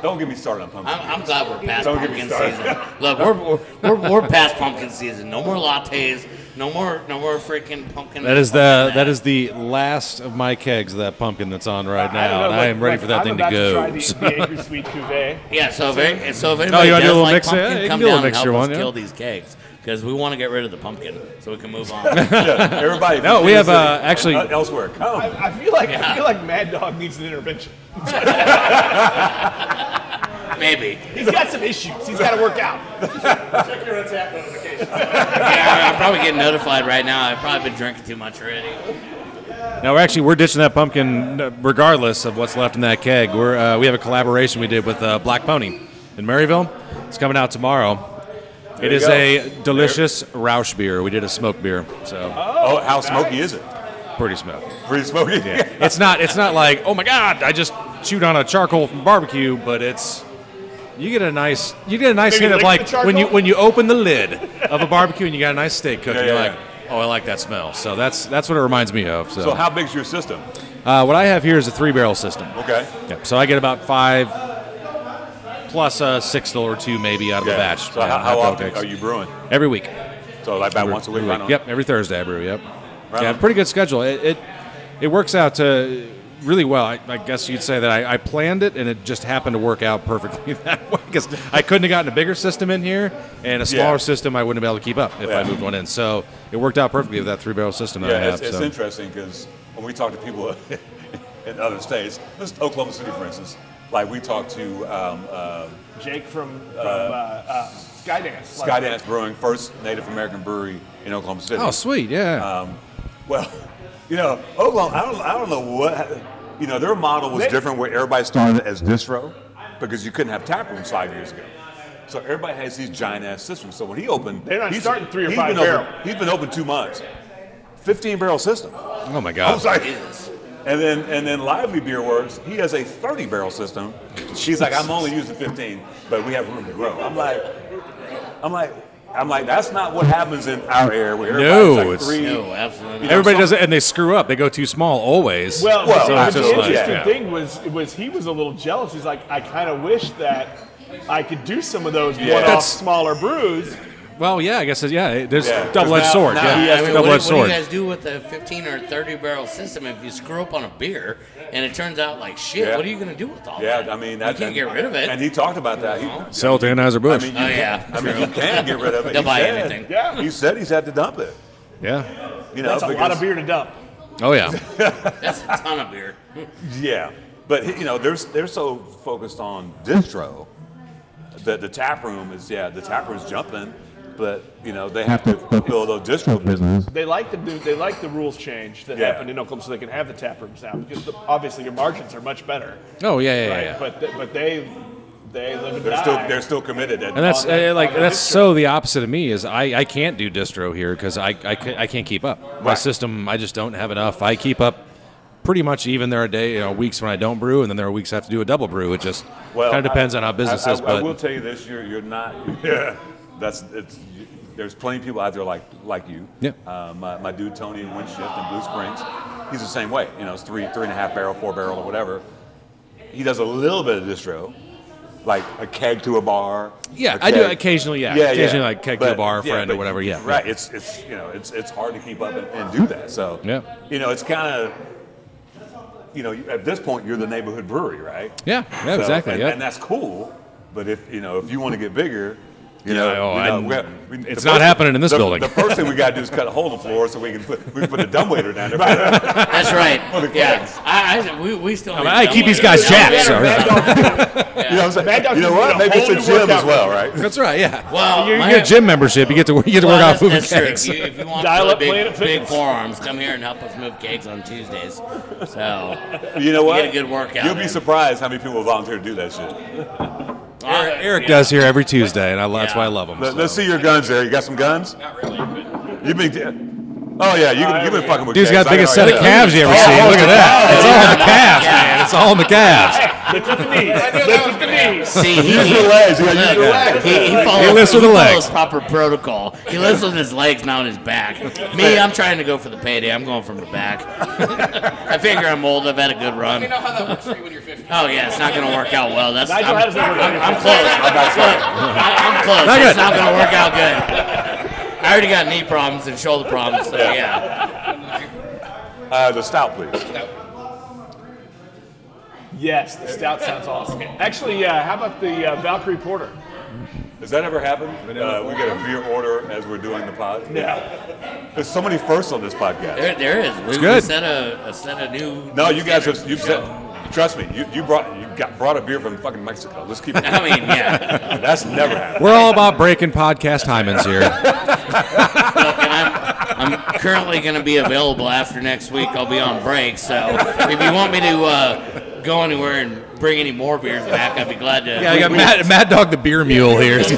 Speaker 1: Don't get me started on pumpkin.
Speaker 4: I'm, I'm glad we're past
Speaker 1: Don't get me
Speaker 4: pumpkin
Speaker 1: started.
Speaker 4: season. Look, we're, we're, we're, we're past pumpkin season. No more lattes. No more no more freaking pumpkin.
Speaker 3: That is
Speaker 4: fucking
Speaker 3: the that is the last of my kegs of that pumpkin that's on right now,
Speaker 2: I don't know,
Speaker 3: and I
Speaker 2: like-
Speaker 3: am ready
Speaker 2: like,
Speaker 3: for that
Speaker 2: I'm
Speaker 3: thing
Speaker 2: about
Speaker 3: to go.
Speaker 2: try the, the Acre Sweet Cuvée.
Speaker 4: Yeah, so if, any- and so if
Speaker 3: Oh,
Speaker 4: anybody
Speaker 3: you wanna do a
Speaker 4: does
Speaker 3: little
Speaker 4: like
Speaker 3: mix? Yeah,
Speaker 4: pumpkin,
Speaker 3: you can
Speaker 4: come
Speaker 3: do a little
Speaker 4: down and
Speaker 3: mixture
Speaker 4: help us
Speaker 3: one, yeah.
Speaker 4: kill these kegs because we want to get rid of the pumpkin so we can move on.
Speaker 1: Yeah, everybody.
Speaker 3: No,
Speaker 1: from
Speaker 3: we have,
Speaker 1: Kansas
Speaker 3: uh,
Speaker 1: City,
Speaker 3: actually-
Speaker 1: uh, elsewhere. Come.
Speaker 2: I, I feel like
Speaker 4: Yeah.
Speaker 2: I feel like Mad Dog needs an intervention.
Speaker 4: Maybe.
Speaker 2: He's got some issues. He's got to work out.
Speaker 10: Check your untapped notifications.
Speaker 4: Yeah, I'm probably getting notified right now. I've probably been drinking too much already.
Speaker 3: Now we're actually we're ditching that pumpkin uh, regardless of what's left in that keg. We're uh, we have a collaboration we did with uh, Black Pony in Maryville. It's coming out tomorrow.
Speaker 1: There
Speaker 3: it
Speaker 1: you
Speaker 3: is
Speaker 1: go.
Speaker 3: a delicious Rausch beer. We did a smoked beer, so
Speaker 1: Oh, how smoky is it?
Speaker 3: pretty smoky.
Speaker 1: Pretty smoky.
Speaker 3: It's not it's not like oh my god I just chewed on a charcoal from barbecue, but it's you get a nice you get a nice
Speaker 2: Maybe
Speaker 3: hit of
Speaker 2: lick
Speaker 3: like
Speaker 2: the
Speaker 3: when you
Speaker 2: charcoal?
Speaker 3: when you open the lid of a barbecue and you got a nice steak cooking.
Speaker 1: Yeah,
Speaker 3: you're
Speaker 1: yeah,
Speaker 3: like oh I like that smell. So that's that's what it reminds me of. So,
Speaker 1: So how big's your system?
Speaker 3: uh, what I have here is a three barrel system.
Speaker 1: Okay.
Speaker 3: Yep. So I get about five plus a six or two maybe out of
Speaker 1: Yeah.
Speaker 3: a batch.
Speaker 1: So
Speaker 3: Yeah,
Speaker 1: how, how
Speaker 3: I
Speaker 1: often
Speaker 3: go-
Speaker 1: are you brewing?
Speaker 3: Every week.
Speaker 1: So like about
Speaker 3: Every-
Speaker 1: once a week.
Speaker 3: every
Speaker 1: Right on.
Speaker 3: Yep. Every Thursday I brew. Yep.
Speaker 1: Right
Speaker 3: yeah.
Speaker 1: on.
Speaker 3: Pretty good schedule. It it, it works out to really well. I, I guess you'd say that I, I planned it and it just happened to work out perfectly that way because I couldn't have gotten a bigger system in here and a smaller
Speaker 1: Yeah.
Speaker 3: system I wouldn't have been able to keep up if I
Speaker 1: Yeah.
Speaker 3: moved one in. So it worked out perfectly with that three barrel system that I
Speaker 1: Yeah,
Speaker 3: have.
Speaker 1: it's, it's
Speaker 3: so.
Speaker 1: interesting because when we talk to people in other states, just Oklahoma City, for instance, like we talked to um, uh,
Speaker 2: Jake from, from uh, uh, Skydance. last week.
Speaker 1: Skydance Brewing, first Native American brewery in Oklahoma City.
Speaker 3: Oh, sweet. Yeah.
Speaker 1: Uh, Well, you know, Oklahoma, I don't, I don't know what, you know, their model was
Speaker 2: They-
Speaker 1: different where everybody started as distro because you couldn't have tap rooms five years ago. So everybody has these giant ass systems. So when he opened,
Speaker 2: They're not
Speaker 1: he's-
Speaker 2: starting three or
Speaker 1: he's
Speaker 2: five
Speaker 1: been open-
Speaker 2: barrel.
Speaker 1: he's been open two months. 15 barrel system.
Speaker 3: oh my
Speaker 1: I'm
Speaker 3: God.
Speaker 1: sorry. And then and then Lively Beer Works, he has a 30 barrel system. She's like, I'm only using 15, but we have room to grow. I'm like, I'm like, I'm like, that's not what happens in our area where
Speaker 3: No,
Speaker 1: everybody's like
Speaker 3: it's-
Speaker 1: three.
Speaker 4: No, absolutely. not.
Speaker 3: Everybody does it, and they screw up. They go too small always.
Speaker 2: Well,
Speaker 1: Well,
Speaker 2: the-
Speaker 1: I
Speaker 2: the
Speaker 1: just like-
Speaker 2: interesting
Speaker 1: yeah.
Speaker 2: thing was was he was a little jealous. He's like, I kind of wish that I could do some of those
Speaker 1: Yeah.
Speaker 2: one-off
Speaker 1: That's-
Speaker 2: smaller brews.
Speaker 3: Well, yeah, I guess yeah. There's
Speaker 1: Yeah, 'cause
Speaker 3: double-edged
Speaker 1: now-
Speaker 3: sword.
Speaker 1: now
Speaker 3: yeah,
Speaker 1: he has to-
Speaker 4: what, do-
Speaker 3: double-edged
Speaker 4: what do
Speaker 3: sword.
Speaker 4: you guys do with a 15 or 30 barrel system if you screw up on a beer and it turns out like shit?
Speaker 1: Yeah.
Speaker 4: What are you going to do with all that?
Speaker 1: Oh, Yeah, I mean, that,
Speaker 4: you can't get rid of it.
Speaker 1: And he talked about that. He,
Speaker 3: Sell to Anheuser
Speaker 1: I
Speaker 3: Busch.
Speaker 1: mean, you,
Speaker 4: Oh, yeah,
Speaker 1: I mean,
Speaker 4: true.
Speaker 1: you can get rid of it.
Speaker 4: They'll
Speaker 1: He
Speaker 4: buy
Speaker 1: said-
Speaker 4: anything.
Speaker 2: Yeah.
Speaker 1: He said he's had to dump it.
Speaker 3: yeah.
Speaker 1: You know,
Speaker 2: That's a lot
Speaker 1: because-
Speaker 2: of beer to dump.
Speaker 3: Oh yeah.
Speaker 4: That's a ton of beer.
Speaker 1: Yeah, but you know, they're they're so focused on distro that the tap room is yeah, the tap room's jumping, but you know they have to fulfill those distro business.
Speaker 2: They like the new, they like the rules change that
Speaker 1: Yeah.
Speaker 2: happened in Oklahoma, so they can have the tap rooms now because the, obviously your margins are much better.
Speaker 3: Oh yeah, yeah, yeah.
Speaker 2: right?
Speaker 3: yeah.
Speaker 2: But th- but they they live and
Speaker 1: They're
Speaker 2: die.
Speaker 1: still they're still committed. At,
Speaker 3: and that's
Speaker 2: on the-
Speaker 3: uh, like
Speaker 2: on the
Speaker 3: that's
Speaker 2: distro.
Speaker 3: so the opposite of me is I, I can't do distro here because I, I, ca- I can't keep up my
Speaker 1: Right.
Speaker 3: system I just don't have enough I keep up pretty much even there are day you know weeks when I don't brew and then there are weeks I have to do a double brew it just kind of depends
Speaker 1: I-
Speaker 3: on how business
Speaker 1: I, I,
Speaker 3: is
Speaker 1: I
Speaker 3: but
Speaker 1: will tell you this: you're you're not. Yeah, that's it's. You, there's plenty of people out there like like you.
Speaker 3: Yeah.
Speaker 1: Uh, my, my dude Tony Windshift in Blue Springs, he's the same way. You know, it's three three and a half barrel, four barrel, or whatever. He does a little bit of distro, like a keg to a bar.
Speaker 3: Yeah,
Speaker 1: a
Speaker 3: I do
Speaker 1: keg-
Speaker 3: occasionally, yeah. Occasionally, like, keg to a bar, friend, or
Speaker 1: but-
Speaker 3: whatever, yeah.
Speaker 1: Right. It's it's you know it's it's hard to keep up and, and do that. So
Speaker 3: Yeah.
Speaker 1: You know, it's kind of. You know, you- at this point, you're the neighborhood brewery, right?
Speaker 3: yeah yeah
Speaker 1: So,
Speaker 3: exactly
Speaker 1: And,
Speaker 3: yeah
Speaker 1: and that's cool, but if you know if you want to get bigger, you know,
Speaker 3: Yeah, oh,
Speaker 1: you know,
Speaker 3: I'm-
Speaker 1: we have- we-
Speaker 3: it's
Speaker 1: the
Speaker 3: not happening in this
Speaker 1: the-
Speaker 3: building.
Speaker 1: The first thing we got to do is cut a hole in the floor so we can put we can put a dumbwaiter down there.
Speaker 4: That's
Speaker 1: For
Speaker 4: right.
Speaker 1: the
Speaker 4: Yeah,
Speaker 1: kegs.
Speaker 4: I, I, we, we still. need
Speaker 3: I
Speaker 4: to
Speaker 3: keep
Speaker 4: know
Speaker 3: these
Speaker 4: what
Speaker 3: guys
Speaker 4: it is.
Speaker 3: jacked, so-
Speaker 1: You know what I'm saying?
Speaker 2: Mad Dog
Speaker 1: you know
Speaker 2: can
Speaker 1: what?
Speaker 2: get a
Speaker 1: Maybe it's
Speaker 2: whole
Speaker 1: a
Speaker 2: new
Speaker 1: gym as
Speaker 2: workout
Speaker 1: well, right?
Speaker 3: that's right yeah
Speaker 4: Well,
Speaker 3: you, you
Speaker 4: my-
Speaker 3: get a gym membership you get to you get to
Speaker 4: Well,
Speaker 3: work out
Speaker 4: that's,
Speaker 3: moving
Speaker 4: that's true. If
Speaker 3: kegs
Speaker 4: you, if you want
Speaker 2: Dial
Speaker 4: really
Speaker 2: up Planet
Speaker 4: big, big
Speaker 2: Fitness.
Speaker 4: forearms, come here and help us move kegs on Tuesdays. So
Speaker 1: You know what?
Speaker 4: get a good workout
Speaker 1: You'll be
Speaker 4: in.
Speaker 1: surprised how many people will volunteer to do that shit.
Speaker 3: Eric, Eric does here every Tuesday and I, that's
Speaker 4: Yeah.
Speaker 3: why I love him
Speaker 1: Let,
Speaker 3: so.
Speaker 1: us see your guns there. You got some guns? Not really. You've been. Oh yeah, you, you've been fucking with.
Speaker 3: Dude's
Speaker 1: kegs.
Speaker 3: got the biggest
Speaker 1: I
Speaker 3: set of
Speaker 1: can already-
Speaker 3: calves you ever seen. Look at that. It's all the calves, man. It's It's all in
Speaker 1: Oh,
Speaker 10: Look at the knees.
Speaker 3: the calves.
Speaker 9: knew
Speaker 10: Look
Speaker 9: that was
Speaker 10: at the
Speaker 9: bad.
Speaker 10: knees.
Speaker 4: See, he,
Speaker 1: Use your legs. You gotta use your
Speaker 4: Look,
Speaker 1: legs.
Speaker 4: He, he follows,
Speaker 3: lifts with
Speaker 4: he
Speaker 3: the
Speaker 4: follows
Speaker 3: legs.
Speaker 4: proper protocol. He lifts with his legs, not his back. Me, I'm trying to go for the payday. I'm going from the back. I figure I'm old. I've had a good
Speaker 9: You
Speaker 4: run.
Speaker 9: know how that works for you when you're 50.
Speaker 4: Oh yeah, it's not going to work out well. That's
Speaker 10: Nigel, how
Speaker 4: I'm,
Speaker 10: does that work out?
Speaker 4: I'm, I'm close. I'm, I'm close.
Speaker 3: Not
Speaker 4: It's
Speaker 3: good.
Speaker 4: not going to work out good. I already got knee problems and shoulder problems, so yeah.
Speaker 1: Uh, the stout, please.
Speaker 10: Yes, the stout sounds awesome. Actually, yeah. How about the uh, Valkyrie Porter?
Speaker 1: Has that ever happened? Uh, we get a beer order as we're doing the pod.
Speaker 10: Yeah.
Speaker 1: There's so many firsts on this podcast.
Speaker 4: There, there is. We, we
Speaker 3: good.
Speaker 4: set a, a set a new.
Speaker 1: No, you guys have. You've said. Trust me. You, you brought you got brought a beer from fucking Mexico. Let's keep it.
Speaker 4: I mean, yeah.
Speaker 1: That's never happened.
Speaker 3: We're all about breaking podcast timings here.
Speaker 4: and I'm, I'm currently going to be available after next week. I'll be on break, so if you want me to uh, go anywhere and bring any more beers back, I'd be glad to.
Speaker 3: Yeah, I got Mad, Mad Dog the beer mule here.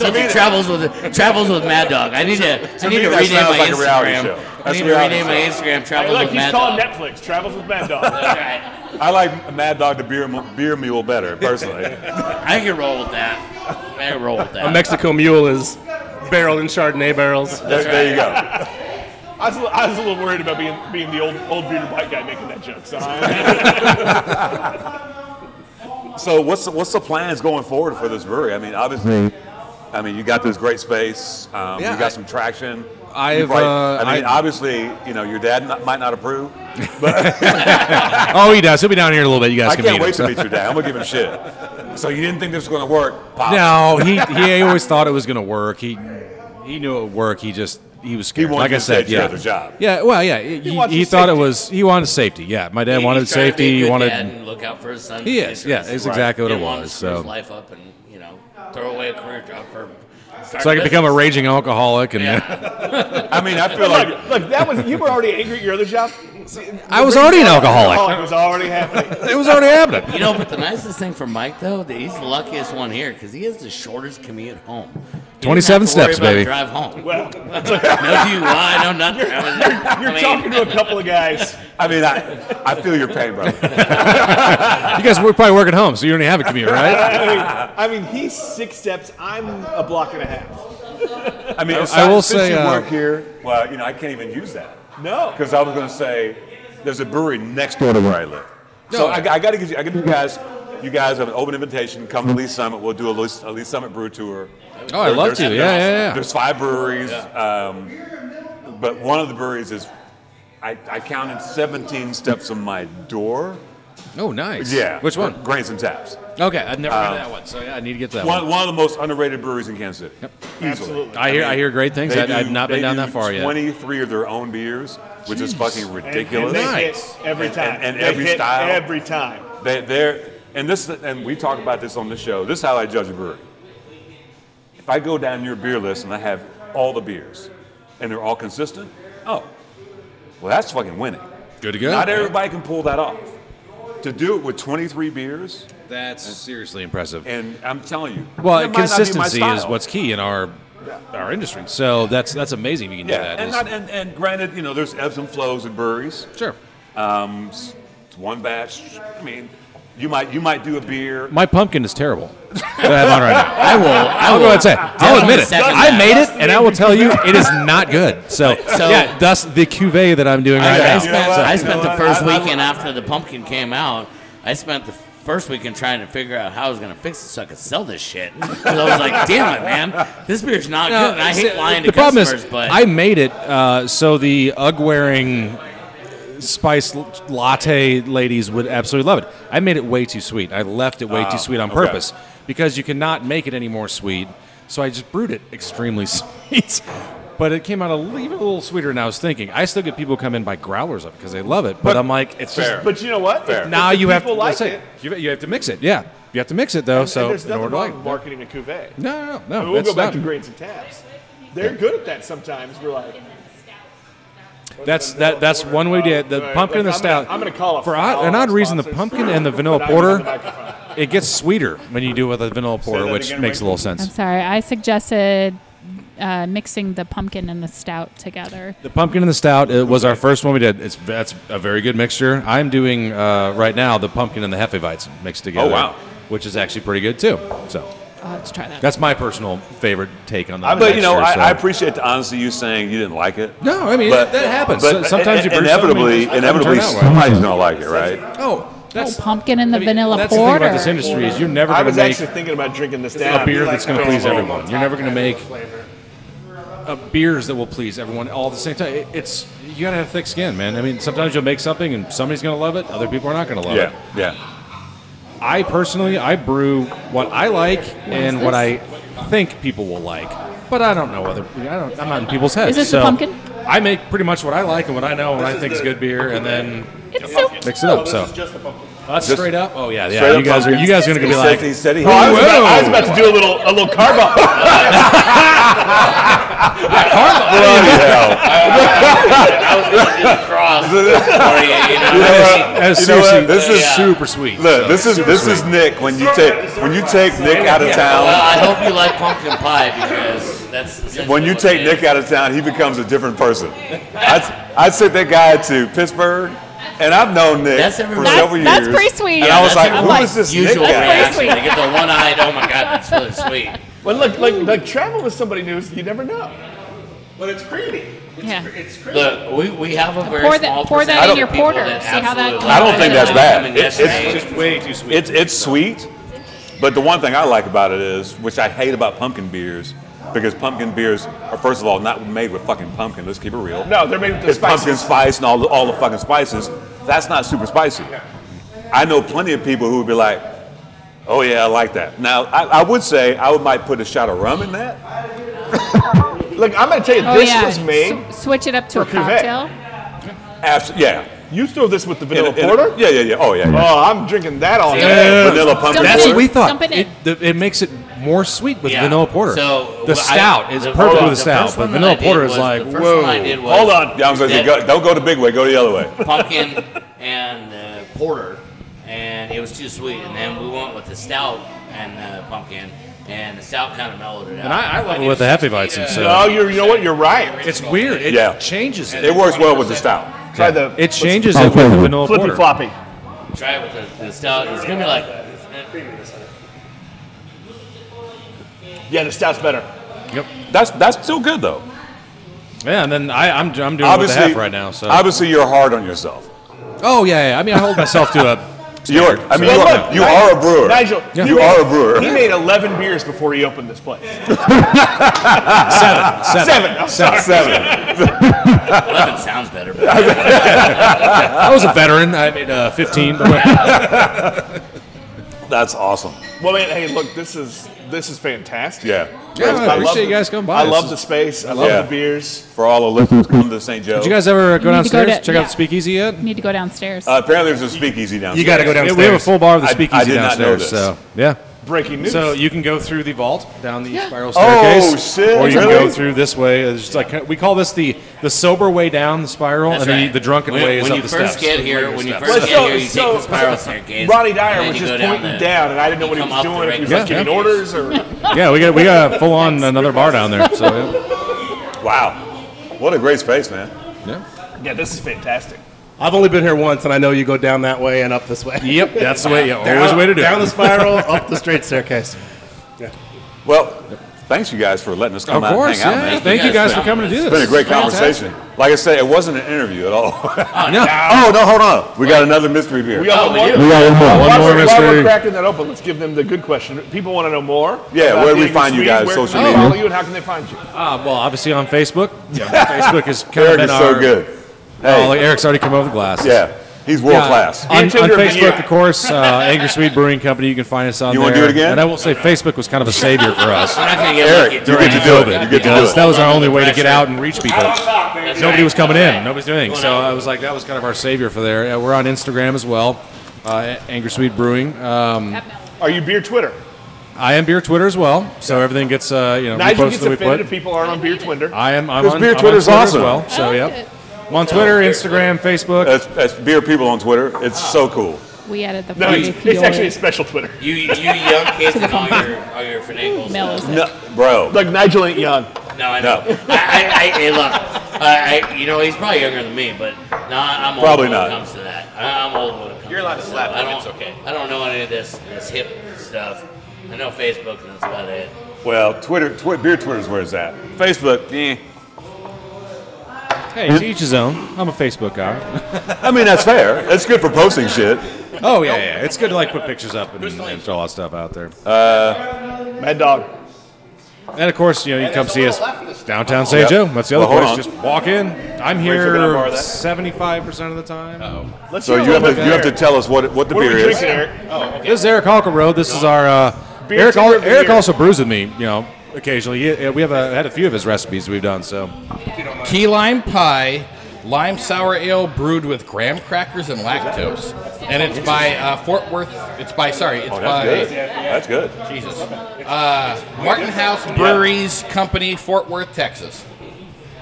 Speaker 4: Since he travels with travels with Mad Dog, I need to. I need
Speaker 1: me,
Speaker 4: to
Speaker 1: that
Speaker 4: rename
Speaker 1: sounds
Speaker 4: my
Speaker 1: like a reality
Speaker 4: Instagram.
Speaker 1: show.
Speaker 4: I
Speaker 1: That's
Speaker 4: need
Speaker 1: a
Speaker 4: to
Speaker 1: reality
Speaker 4: rename my Instagram.
Speaker 10: Hey,
Speaker 4: Travels
Speaker 10: look,
Speaker 4: with Mad
Speaker 10: he's calling
Speaker 4: Dog.
Speaker 10: Netflix. Travels with Mad Dog.
Speaker 4: That's right.
Speaker 1: I like Mad Dog the beer mu- beer mule better personally.
Speaker 4: I can roll with that. I can roll with
Speaker 10: A
Speaker 4: that.
Speaker 10: Mexico mule is barreled in Chardonnay barrels.
Speaker 1: there, there you go.
Speaker 10: I was, a little- I was a little worried about being being the old old bearded white guy making that joke. So I-
Speaker 1: So what's the, what's the plans going forward for this brewery? I mean, obviously. I mean, you got this great space. Um,
Speaker 3: Yeah,
Speaker 1: you got
Speaker 3: I-
Speaker 1: some traction. You
Speaker 3: I've,
Speaker 1: probably-
Speaker 3: uh,
Speaker 1: I mean,
Speaker 3: I-
Speaker 1: obviously, you know, your dad not, might not approve.
Speaker 3: Oh, he does. He'll be down here in a little bit. You guys
Speaker 1: I
Speaker 3: can
Speaker 1: can't
Speaker 3: meet
Speaker 1: wait
Speaker 3: him.
Speaker 1: to meet your dad. I'm gonna give him shit. So you didn't think this was gonna work? Pop.
Speaker 3: No, he he always thought it was gonna work. He he knew it would work. He just he was scared.
Speaker 1: wanted
Speaker 3: like
Speaker 1: you
Speaker 3: I
Speaker 1: to
Speaker 3: said,
Speaker 1: take your
Speaker 3: yeah.
Speaker 1: other job.
Speaker 3: Yeah, well, yeah. He, he,
Speaker 10: wanted
Speaker 3: thought it
Speaker 10: safety.
Speaker 3: was he wanted safety. Yeah, my dad
Speaker 4: He-
Speaker 3: wanted
Speaker 4: he's trying to be a
Speaker 3: safety. He
Speaker 4: good
Speaker 3: wanted.
Speaker 4: dad and look out for his son.
Speaker 3: He is, yeah, that's exactly what it
Speaker 4: Didn't want him to
Speaker 3: was,
Speaker 4: screw his
Speaker 3: so.
Speaker 4: life up and you know throw away a career job for.
Speaker 3: So I could become a raging alcoholic, and
Speaker 4: Yeah.
Speaker 1: I mean, I feel like
Speaker 10: look, look, that was you were already angry at your other job.
Speaker 3: I was already an alcoholic.
Speaker 10: it was already happening.
Speaker 3: It was already happening.
Speaker 4: You know, but the nicest thing for Mike though, that he's the luckiest one here because he has the shortest commute home. He doesn't have
Speaker 3: 27
Speaker 4: to worry
Speaker 3: steps,
Speaker 4: about
Speaker 3: baby.
Speaker 4: Drive home. No
Speaker 10: Well,
Speaker 4: DUI, no nothing. You're,
Speaker 10: you're talking to a couple of guys.
Speaker 1: I mean, I, I feel your pain, bro.
Speaker 3: You guys were probably working home, so you don't even have a commute, right?
Speaker 10: I mean, I mean, he's six steps. I'm a block and a half.
Speaker 1: I mean,
Speaker 3: I will
Speaker 1: since
Speaker 3: say,
Speaker 1: you
Speaker 3: uh,
Speaker 1: work here. Well, you know, I can't even use that
Speaker 10: No.
Speaker 1: because I was going to say there's a brewery next door to where I live. So I, got to give you, I give you guys, you guys have an open invitation. Come to Lee Summit. We'll do a Lee, a Lee Summit brew tour.
Speaker 3: Oh, I'd love
Speaker 1: There's-
Speaker 3: to. Yeah,
Speaker 1: there's-
Speaker 3: yeah, yeah.
Speaker 1: There's five breweries, um, but one of the breweries is. I, I counted 17 steps from my door.
Speaker 3: Oh, nice.
Speaker 1: Yeah. Um,
Speaker 3: Which one?
Speaker 1: Grains and Taps.
Speaker 3: Okay, I've never heard of that one, so yeah, I need to get to that
Speaker 1: One,
Speaker 3: one.
Speaker 1: one of the most underrated breweries in Kansas City. Easily.
Speaker 10: Absolutely.
Speaker 3: I hear I hear great things.
Speaker 1: They
Speaker 3: I, I've
Speaker 1: do-
Speaker 3: not been
Speaker 1: they
Speaker 3: down
Speaker 1: do
Speaker 3: that far yet.
Speaker 1: 23 of their own beers, which is fucking
Speaker 10: And-
Speaker 1: ridiculous.
Speaker 10: And, they
Speaker 3: Nice.
Speaker 10: hit every
Speaker 1: And-
Speaker 10: time.
Speaker 1: and- and
Speaker 10: They
Speaker 1: every
Speaker 10: hit
Speaker 1: style.
Speaker 10: Every time.
Speaker 1: they, they're and this and we talk about this on the show. This is how I judge a brewery. If I go down your beer list and I have all the beers, and they're all consistent, oh, well that's fucking winning.
Speaker 3: Good to go.
Speaker 1: Not everybody can pull that off. To do it with 23 beers,
Speaker 3: That's seriously impressive.
Speaker 1: and I'm telling you,
Speaker 3: Well,
Speaker 1: that might not be my
Speaker 3: consistency is
Speaker 1: style.
Speaker 3: what's key in our our industry. So that's that's amazing. if You can
Speaker 1: yeah.
Speaker 3: do
Speaker 1: And,
Speaker 3: that.
Speaker 1: not, and and granted, you know, there's ebbs and flows in breweries.
Speaker 3: It's- sure.
Speaker 1: Um, s- one batch. I mean, you might you might do a beer.
Speaker 3: My pumpkin is terrible. that I have on right now. I will. I will go ahead and say. it. I'll
Speaker 4: Definitely
Speaker 3: admit it.
Speaker 4: second
Speaker 3: I
Speaker 4: that.
Speaker 3: made it, and I will tell you, it is not good. So,
Speaker 4: So-
Speaker 3: yeah, thus the cuvee that I'm doing
Speaker 4: I,
Speaker 3: right
Speaker 4: I
Speaker 3: now.
Speaker 4: spent,
Speaker 1: what?
Speaker 4: I
Speaker 1: You
Speaker 4: spent
Speaker 1: know
Speaker 4: the
Speaker 1: what?
Speaker 4: first
Speaker 1: I- I-
Speaker 4: weekend after the pumpkin came out. I spent the first weekend trying to figure out how I was going to fix it so I could sell this shit. 'Cause I was like, damn it, man, this beer's not
Speaker 3: No,
Speaker 4: good. And I
Speaker 3: see,
Speaker 4: hate lying
Speaker 3: uh, the
Speaker 4: to
Speaker 3: problem
Speaker 4: customers,
Speaker 3: is,
Speaker 4: but
Speaker 3: I made it uh, so the UGG wearing spice l- latte ladies would absolutely love it. I made it way too sweet. I left it way
Speaker 10: Oh,
Speaker 3: too sweet on
Speaker 1: okay.
Speaker 3: purpose because you cannot make it any more sweet. So I just brewed it extremely sweet. But it came out a little, even a little sweeter than I was thinking. I still get people come in by growlers of it because they love it. But, I'm like, it's
Speaker 1: fair.
Speaker 3: just
Speaker 10: But you know what?
Speaker 1: Fair.
Speaker 10: If- if
Speaker 3: now
Speaker 10: the
Speaker 3: you have to
Speaker 10: people like
Speaker 3: that's it.
Speaker 10: it.
Speaker 3: You, you have to mix it. Yeah, you have to mix it though.
Speaker 10: and
Speaker 3: so
Speaker 10: there's
Speaker 3: in
Speaker 10: nothing
Speaker 3: order to
Speaker 10: wrong
Speaker 3: like
Speaker 10: with
Speaker 3: it.
Speaker 10: marketing a cuvee.
Speaker 3: no, no, no.
Speaker 10: But we'll
Speaker 3: it's
Speaker 10: go back
Speaker 3: not.
Speaker 10: to grains and taps. They're good at that sometimes. We're like,
Speaker 3: That's that. That's one way to get the
Speaker 10: Right,
Speaker 3: pumpkin and the
Speaker 10: look, I'm gonna-
Speaker 3: stout.
Speaker 10: I'm gonna call a
Speaker 3: for
Speaker 10: foul
Speaker 3: odd, an
Speaker 10: on
Speaker 3: odd reason. The
Speaker 10: sponsors.
Speaker 3: pumpkin and the vanilla
Speaker 10: Put items on
Speaker 3: porter,
Speaker 10: the microphone.
Speaker 3: it gets sweeter when you do it with a vanilla porter,
Speaker 1: that
Speaker 3: which
Speaker 1: again,
Speaker 3: makes a little
Speaker 6: I'm
Speaker 3: sense.
Speaker 6: sorry. I suggested uh, mixing the pumpkin and the stout together.
Speaker 3: The pumpkin and the stout it was our first one we did. It's that's a very good mixture. I'm doing uh, right now the pumpkin and the hefeweizen mixed together.
Speaker 1: wow.
Speaker 3: which is actually pretty good too. So
Speaker 6: I'll have to Oh, try that.
Speaker 3: that's my personal favorite take on that.
Speaker 1: I, but you know,
Speaker 3: mixture,
Speaker 1: I, I
Speaker 3: so.
Speaker 1: appreciate the honesty of you saying you didn't like it.
Speaker 3: No, I mean, that happens. So- sometimes you
Speaker 1: in-
Speaker 3: brew
Speaker 1: inevitably,
Speaker 3: something that doesn't turn
Speaker 1: inevitably,
Speaker 3: out right.
Speaker 1: somebody's gonna like it, right?
Speaker 3: oh, that's
Speaker 6: pumpkin and the vanilla
Speaker 3: that's the thing
Speaker 6: porter.
Speaker 3: about this industry is you're never
Speaker 2: I
Speaker 3: going to
Speaker 2: was
Speaker 3: make
Speaker 2: actually thinking about drinking this down.
Speaker 3: a beer that's going to please
Speaker 2: everyone.
Speaker 3: everyone. You're never going to make uh, beers that will please everyone all at the same time. It- It's you got to have thick skin, man. I mean, sometimes you'll make something and somebody's going to love it, other people are not going to love
Speaker 1: Yeah,
Speaker 3: it.
Speaker 1: yeah.
Speaker 3: I personally, I brew what I like and what I think people will like, but I don't know other. I don't. I'm not in people's heads.
Speaker 6: Is this the
Speaker 3: so
Speaker 6: pumpkin?
Speaker 3: I make pretty much what I like and what I know and what I think is good beer, and then
Speaker 6: It's so cute.
Speaker 3: mix it up. So that's
Speaker 1: Just-
Speaker 3: straight up. Oh yeah, yeah.
Speaker 1: Straight
Speaker 3: You
Speaker 1: up
Speaker 3: guys are
Speaker 1: pumpkin.
Speaker 3: you guys are going
Speaker 1: He
Speaker 3: to be
Speaker 1: said-
Speaker 3: like. "Oh,
Speaker 1: he said he.
Speaker 10: I was, about, I was
Speaker 3: Whoa.
Speaker 10: about to do a little a little carb up.
Speaker 4: I was going to do the cross. for you, you know?
Speaker 3: That is
Speaker 1: You know what?
Speaker 3: seriously-
Speaker 1: This is-
Speaker 3: yeah. super sweet.
Speaker 1: Look,
Speaker 3: so.
Speaker 1: this is this is Nick. When you take when you take Nick out of
Speaker 4: Well,
Speaker 1: town,
Speaker 4: I hope you like pumpkin pie because that's essentially
Speaker 1: when you
Speaker 4: what
Speaker 1: take
Speaker 4: it is.
Speaker 1: Nick out of town, he becomes a different person. I I sent that guy to Pittsburgh, and I've known Nick
Speaker 4: That's
Speaker 1: for
Speaker 4: everybody. That's-
Speaker 1: several years.
Speaker 6: that's pretty sweet.
Speaker 1: And
Speaker 6: Yeah,
Speaker 1: I was
Speaker 6: that's
Speaker 1: like,
Speaker 6: everybody.
Speaker 1: who
Speaker 6: I'm
Speaker 1: is this Nick
Speaker 4: usual
Speaker 1: guy?
Speaker 4: reaction. They get the one eyed. Oh my god, that's really sweet.
Speaker 2: But look, like, like travel with somebody new, you never know.
Speaker 9: But it's creamy. It's,
Speaker 6: Yeah.
Speaker 9: yeah. it's creamy.
Speaker 4: Look, we, we have a very
Speaker 6: Pour that-
Speaker 4: small
Speaker 6: pour that
Speaker 4: percentage
Speaker 1: in
Speaker 4: of
Speaker 1: your
Speaker 4: people
Speaker 6: porter.
Speaker 4: that
Speaker 6: See how that-
Speaker 4: absolutely
Speaker 1: I don't
Speaker 4: love
Speaker 1: think
Speaker 4: it.
Speaker 1: that's bad.
Speaker 4: Coming
Speaker 1: It- it's
Speaker 4: yesterday.
Speaker 1: just
Speaker 3: way too sweet.
Speaker 1: It's it's sweet, but the one thing I like about it is, which I hate about pumpkin beers, because pumpkin beers are first of all not made with fucking pumpkin. Let's keep it real.
Speaker 2: No, they're made with the
Speaker 1: it's
Speaker 2: spices.
Speaker 1: pumpkin spice and all the, all the fucking spices. That's not super spicy. I know plenty of people who would be like, "Oh yeah, I like that." Now I, I would say I would might put a shot of rum in that.
Speaker 2: Look, I'm gonna tell you,
Speaker 6: Oh
Speaker 2: this
Speaker 6: yeah,
Speaker 2: was made.
Speaker 6: Sw- switch it up to a
Speaker 2: for cuvee.
Speaker 6: cocktail.
Speaker 1: Abs- yeah.
Speaker 2: You throw this with the
Speaker 1: In a-
Speaker 2: vanilla
Speaker 1: in a-
Speaker 2: porter?
Speaker 1: yeah, yeah, yeah. Oh yeah. yeah.
Speaker 2: Oh, I'm drinking that all day.
Speaker 1: Yeah, Vanilla pumpkin.
Speaker 6: Dump
Speaker 3: That's
Speaker 6: it
Speaker 3: what
Speaker 6: in.
Speaker 3: we thought.
Speaker 6: Dump it
Speaker 3: It,
Speaker 6: in.
Speaker 3: the, it makes it more sweet with
Speaker 4: Yeah.
Speaker 3: vanilla porter.
Speaker 4: So
Speaker 3: the
Speaker 4: well, I-
Speaker 3: stout is
Speaker 4: the-
Speaker 3: perfect
Speaker 4: well,
Speaker 3: with the
Speaker 4: the
Speaker 3: stout,
Speaker 4: first
Speaker 3: but
Speaker 4: one that I
Speaker 3: vanilla
Speaker 4: did
Speaker 3: porter
Speaker 4: was-
Speaker 3: is like,
Speaker 4: the first one I
Speaker 3: whoa.
Speaker 4: did was
Speaker 1: Hold
Speaker 2: Oh.
Speaker 1: on. Yeah, I was gonna say,
Speaker 4: that
Speaker 1: go, don't go the big way. Go the other way.
Speaker 4: pumpkin and uh, porter, and it was too sweet. And then we went with the stout and uh, pumpkin, and the stout kind of mellowed it out.
Speaker 3: And I, I love it with the Hefeweizen. So
Speaker 2: No, Oh, you're, you know what? You're right.
Speaker 3: it's weird. It
Speaker 1: Yeah.
Speaker 3: changes it.
Speaker 1: It works well with the stout.
Speaker 2: Try the
Speaker 3: It changes
Speaker 7: Oh,
Speaker 3: it with the
Speaker 7: flippy.
Speaker 3: vanilla
Speaker 2: flippy
Speaker 3: porter.
Speaker 2: floppy.
Speaker 4: Try it with the, the stout. It's gonna be like
Speaker 2: Yeah, the stout's better.
Speaker 3: Yep.
Speaker 1: That's that's still good though.
Speaker 3: Yeah, and then I, I'm, I'm doing it with the
Speaker 1: Obviously,
Speaker 3: half right now. So.
Speaker 1: obviously you're hard on yourself.
Speaker 3: oh yeah, yeah. I mean, I hold myself to a.
Speaker 1: You're, I mean, you,
Speaker 2: Well,
Speaker 1: are,
Speaker 2: look,
Speaker 1: you
Speaker 2: Nigel-
Speaker 1: are a brewer.
Speaker 2: Nigel,
Speaker 1: you,
Speaker 2: he made-
Speaker 1: are a brewer.
Speaker 2: He made 11 beers before he opened this place.
Speaker 3: Seven. Seven.
Speaker 2: Seven. I'm sorry.
Speaker 1: Seven.
Speaker 4: eleven sounds better. But
Speaker 3: I was a veteran. I made uh, 15. But whatever.
Speaker 1: That's awesome.
Speaker 2: Well, man, hey, look, this is this is fantastic.
Speaker 1: Yeah.
Speaker 3: Yeah, I
Speaker 2: love
Speaker 3: appreciate
Speaker 2: the-
Speaker 3: you guys coming by.
Speaker 2: I
Speaker 3: This
Speaker 2: love
Speaker 3: is-
Speaker 2: the space. I love
Speaker 1: Yeah.
Speaker 2: the beers.
Speaker 1: For all the listeners, come to St. Joe.
Speaker 3: Did you guys ever go
Speaker 6: You need to go
Speaker 3: downstairs,
Speaker 6: to-
Speaker 3: check
Speaker 6: yeah.
Speaker 3: out the speakeasy yet?
Speaker 6: Need to go downstairs.
Speaker 1: uh, apparently, there's a speakeasy downstairs.
Speaker 3: You got to go downstairs. We have a full bar of the
Speaker 1: I- I
Speaker 3: speakeasy
Speaker 1: did not know
Speaker 3: downstairs.
Speaker 1: this.
Speaker 3: So yeah.
Speaker 2: Breaking news.
Speaker 3: So you can go through the vault down the spiral
Speaker 1: Oh,
Speaker 3: staircase,
Speaker 1: shit,
Speaker 3: or you can
Speaker 1: really?
Speaker 3: go through this way. It's just like we call this the the sober way down the spiral,
Speaker 4: that's
Speaker 3: and the,
Speaker 4: right.
Speaker 3: the drunken
Speaker 4: when,
Speaker 3: way is
Speaker 4: when
Speaker 3: up
Speaker 4: you
Speaker 3: the
Speaker 4: first
Speaker 3: steps.
Speaker 4: get
Speaker 3: The
Speaker 4: here.
Speaker 3: regular
Speaker 4: When you
Speaker 3: steps.
Speaker 4: first
Speaker 2: Well,
Speaker 4: get
Speaker 2: so-
Speaker 4: here, you
Speaker 2: so-
Speaker 4: take the spiral staircase.
Speaker 2: Ronnie
Speaker 4: and
Speaker 2: Dyer
Speaker 4: then
Speaker 2: was
Speaker 4: you
Speaker 2: just
Speaker 4: go down
Speaker 2: pointing
Speaker 4: the-
Speaker 2: down, and I didn't know
Speaker 4: you
Speaker 2: what he
Speaker 4: come
Speaker 2: was
Speaker 4: up the
Speaker 2: doing. If he was
Speaker 4: regular
Speaker 2: like, giving
Speaker 4: staircase.
Speaker 2: orders or
Speaker 3: yeah, we got we got full on another bar down there. So yeah.
Speaker 1: Wow. What a great space, man.
Speaker 2: yeah, this is fantastic.
Speaker 11: I've only been here once, and I know you go down that way and up this way.
Speaker 3: yep, that's the way. Yeah,
Speaker 11: Down-
Speaker 3: always the way to do
Speaker 11: Down the
Speaker 3: it.
Speaker 11: spiral, up the straight staircase.
Speaker 1: Well, thanks you guys for letting us come
Speaker 3: Of
Speaker 1: out and
Speaker 3: course,
Speaker 1: hang out,
Speaker 3: yeah.
Speaker 1: man.
Speaker 3: Thank you guys for coming to do
Speaker 1: It's been
Speaker 3: this.
Speaker 1: a great
Speaker 3: Fantastic.
Speaker 1: conversation. Like I said, it wasn't an interview at all.
Speaker 3: No.
Speaker 1: oh, no, hold on. We got another mystery beer.
Speaker 2: We got
Speaker 4: Oh,
Speaker 2: one.
Speaker 4: yeah.
Speaker 7: We got one more.
Speaker 2: While
Speaker 3: more
Speaker 2: we're- While
Speaker 3: mystery.
Speaker 2: we're cracking that open, let's give them the good question. People want to know more.
Speaker 1: Yeah,
Speaker 2: about
Speaker 1: where do we
Speaker 2: being
Speaker 1: find you
Speaker 2: Swede.
Speaker 1: guys,
Speaker 2: Where
Speaker 1: social
Speaker 2: can they
Speaker 1: media?
Speaker 2: follow you and how can they find you?
Speaker 3: Uh, well, obviously on Facebook. Yeah, Facebook is kind of
Speaker 1: Eric
Speaker 3: been
Speaker 1: is
Speaker 3: our,
Speaker 1: so good.
Speaker 3: Oh,
Speaker 1: Hey,
Speaker 3: like Eric's already come over the glasses.
Speaker 1: yeah. He's world
Speaker 3: Yeah,
Speaker 1: class.
Speaker 3: On, on
Speaker 2: Continue to be
Speaker 3: Facebook,
Speaker 2: you.
Speaker 3: of course, uh, Angry Sweet Brewing Company. You can find us on
Speaker 1: You
Speaker 3: there.
Speaker 1: wanna do it again?
Speaker 3: And I will say, Facebook was kind of a savior for us.
Speaker 4: We're not gonna get
Speaker 1: Eric,
Speaker 4: lucky
Speaker 1: you
Speaker 4: during
Speaker 1: get to do
Speaker 4: COVID
Speaker 1: it. You get to do
Speaker 3: because
Speaker 1: it.
Speaker 3: that was our only
Speaker 4: Under
Speaker 3: way to get
Speaker 4: pressure.
Speaker 3: out and reach people. Nobody
Speaker 4: That's right.
Speaker 3: was coming
Speaker 4: That's
Speaker 3: in.
Speaker 4: right.
Speaker 3: Nobody's doing.
Speaker 4: Going
Speaker 3: So
Speaker 4: out.
Speaker 3: I was like, that was kind of our savior for there. Yeah, we're on Instagram as well. Uh, Angry Sweet Brewing. Um,
Speaker 2: Are you beer Twitter?
Speaker 3: I am beer Twitter as well, so everything gets uh, you know
Speaker 2: Nigel
Speaker 3: reposted
Speaker 2: gets
Speaker 3: that we
Speaker 2: offended
Speaker 3: put.
Speaker 2: if people aren't on beer Twitter.
Speaker 3: I am. I'm
Speaker 1: 'Cause
Speaker 3: on
Speaker 1: beer
Speaker 3: I'm on
Speaker 1: Twitter's
Speaker 3: Twitter
Speaker 1: awesome. Uh,
Speaker 3: as well. So
Speaker 6: I
Speaker 3: yep,
Speaker 6: liked it.
Speaker 3: I'm on Twitter, Instagram, Facebook.
Speaker 1: That's, that's beer people on Twitter. It's so cool.
Speaker 6: we added the
Speaker 2: No,
Speaker 6: party
Speaker 2: it's, it's
Speaker 6: fuel.
Speaker 2: actually a special Twitter.
Speaker 4: You you young kids and all your all your finagles.
Speaker 6: Mellows it.
Speaker 1: No, bro.
Speaker 2: Like Nigel ain't young.
Speaker 4: No, No, I know.
Speaker 1: No.
Speaker 4: I, I, I, hey, look, I, I, you know, he's probably younger than me, but no, I'm old
Speaker 1: Probably
Speaker 4: when
Speaker 1: not.
Speaker 4: it comes to that. I, I'm old when it comes
Speaker 9: You're allowed
Speaker 4: to
Speaker 9: to
Speaker 4: that.
Speaker 9: slap
Speaker 4: I
Speaker 9: him,
Speaker 4: don't,
Speaker 9: it's okay.
Speaker 4: I don't know any of this, this hip stuff. I know Facebook, and that's about it.
Speaker 1: Well, Twitter, twi- beer Twitter's where it's at. Facebook, eh.
Speaker 3: Hey, to each his own. I'm a Facebook guy.
Speaker 1: I mean, that's fair. That's good for posting shit.
Speaker 3: Oh yeah, yeah. It's good to like put pictures up and, and throw a lot of stuff out there.
Speaker 1: Uh,
Speaker 2: Mad Dog.
Speaker 3: And of course, you know, you can come see us downtown
Speaker 1: Yep.
Speaker 3: St. Joe. That's the other
Speaker 1: Well, hold
Speaker 3: place.
Speaker 1: on.
Speaker 3: Just walk in. I'm
Speaker 1: Rachel, can I borrow
Speaker 3: here
Speaker 1: that?
Speaker 3: seventy-five percent of the time. Oh,
Speaker 1: so you have to you have to tell us what what the beer is.
Speaker 3: Oh, okay. This is Eric Hockelroad. This is our uh,
Speaker 2: Beer
Speaker 3: Eric.
Speaker 2: tender
Speaker 3: Al- Eric
Speaker 2: beer.
Speaker 3: also brews with me. You know, occasionally. He- uh, we have a, had a few of his recipes we've done. So
Speaker 9: Key lime pie, lime sour ale brewed with graham crackers and lactose, and it's by uh, Fort Worth. It's by sorry, it's
Speaker 1: Oh,
Speaker 9: by
Speaker 1: that's good. That's good.
Speaker 9: Jesus. Uh, Martin House Breweries Company, Fort Worth, Texas.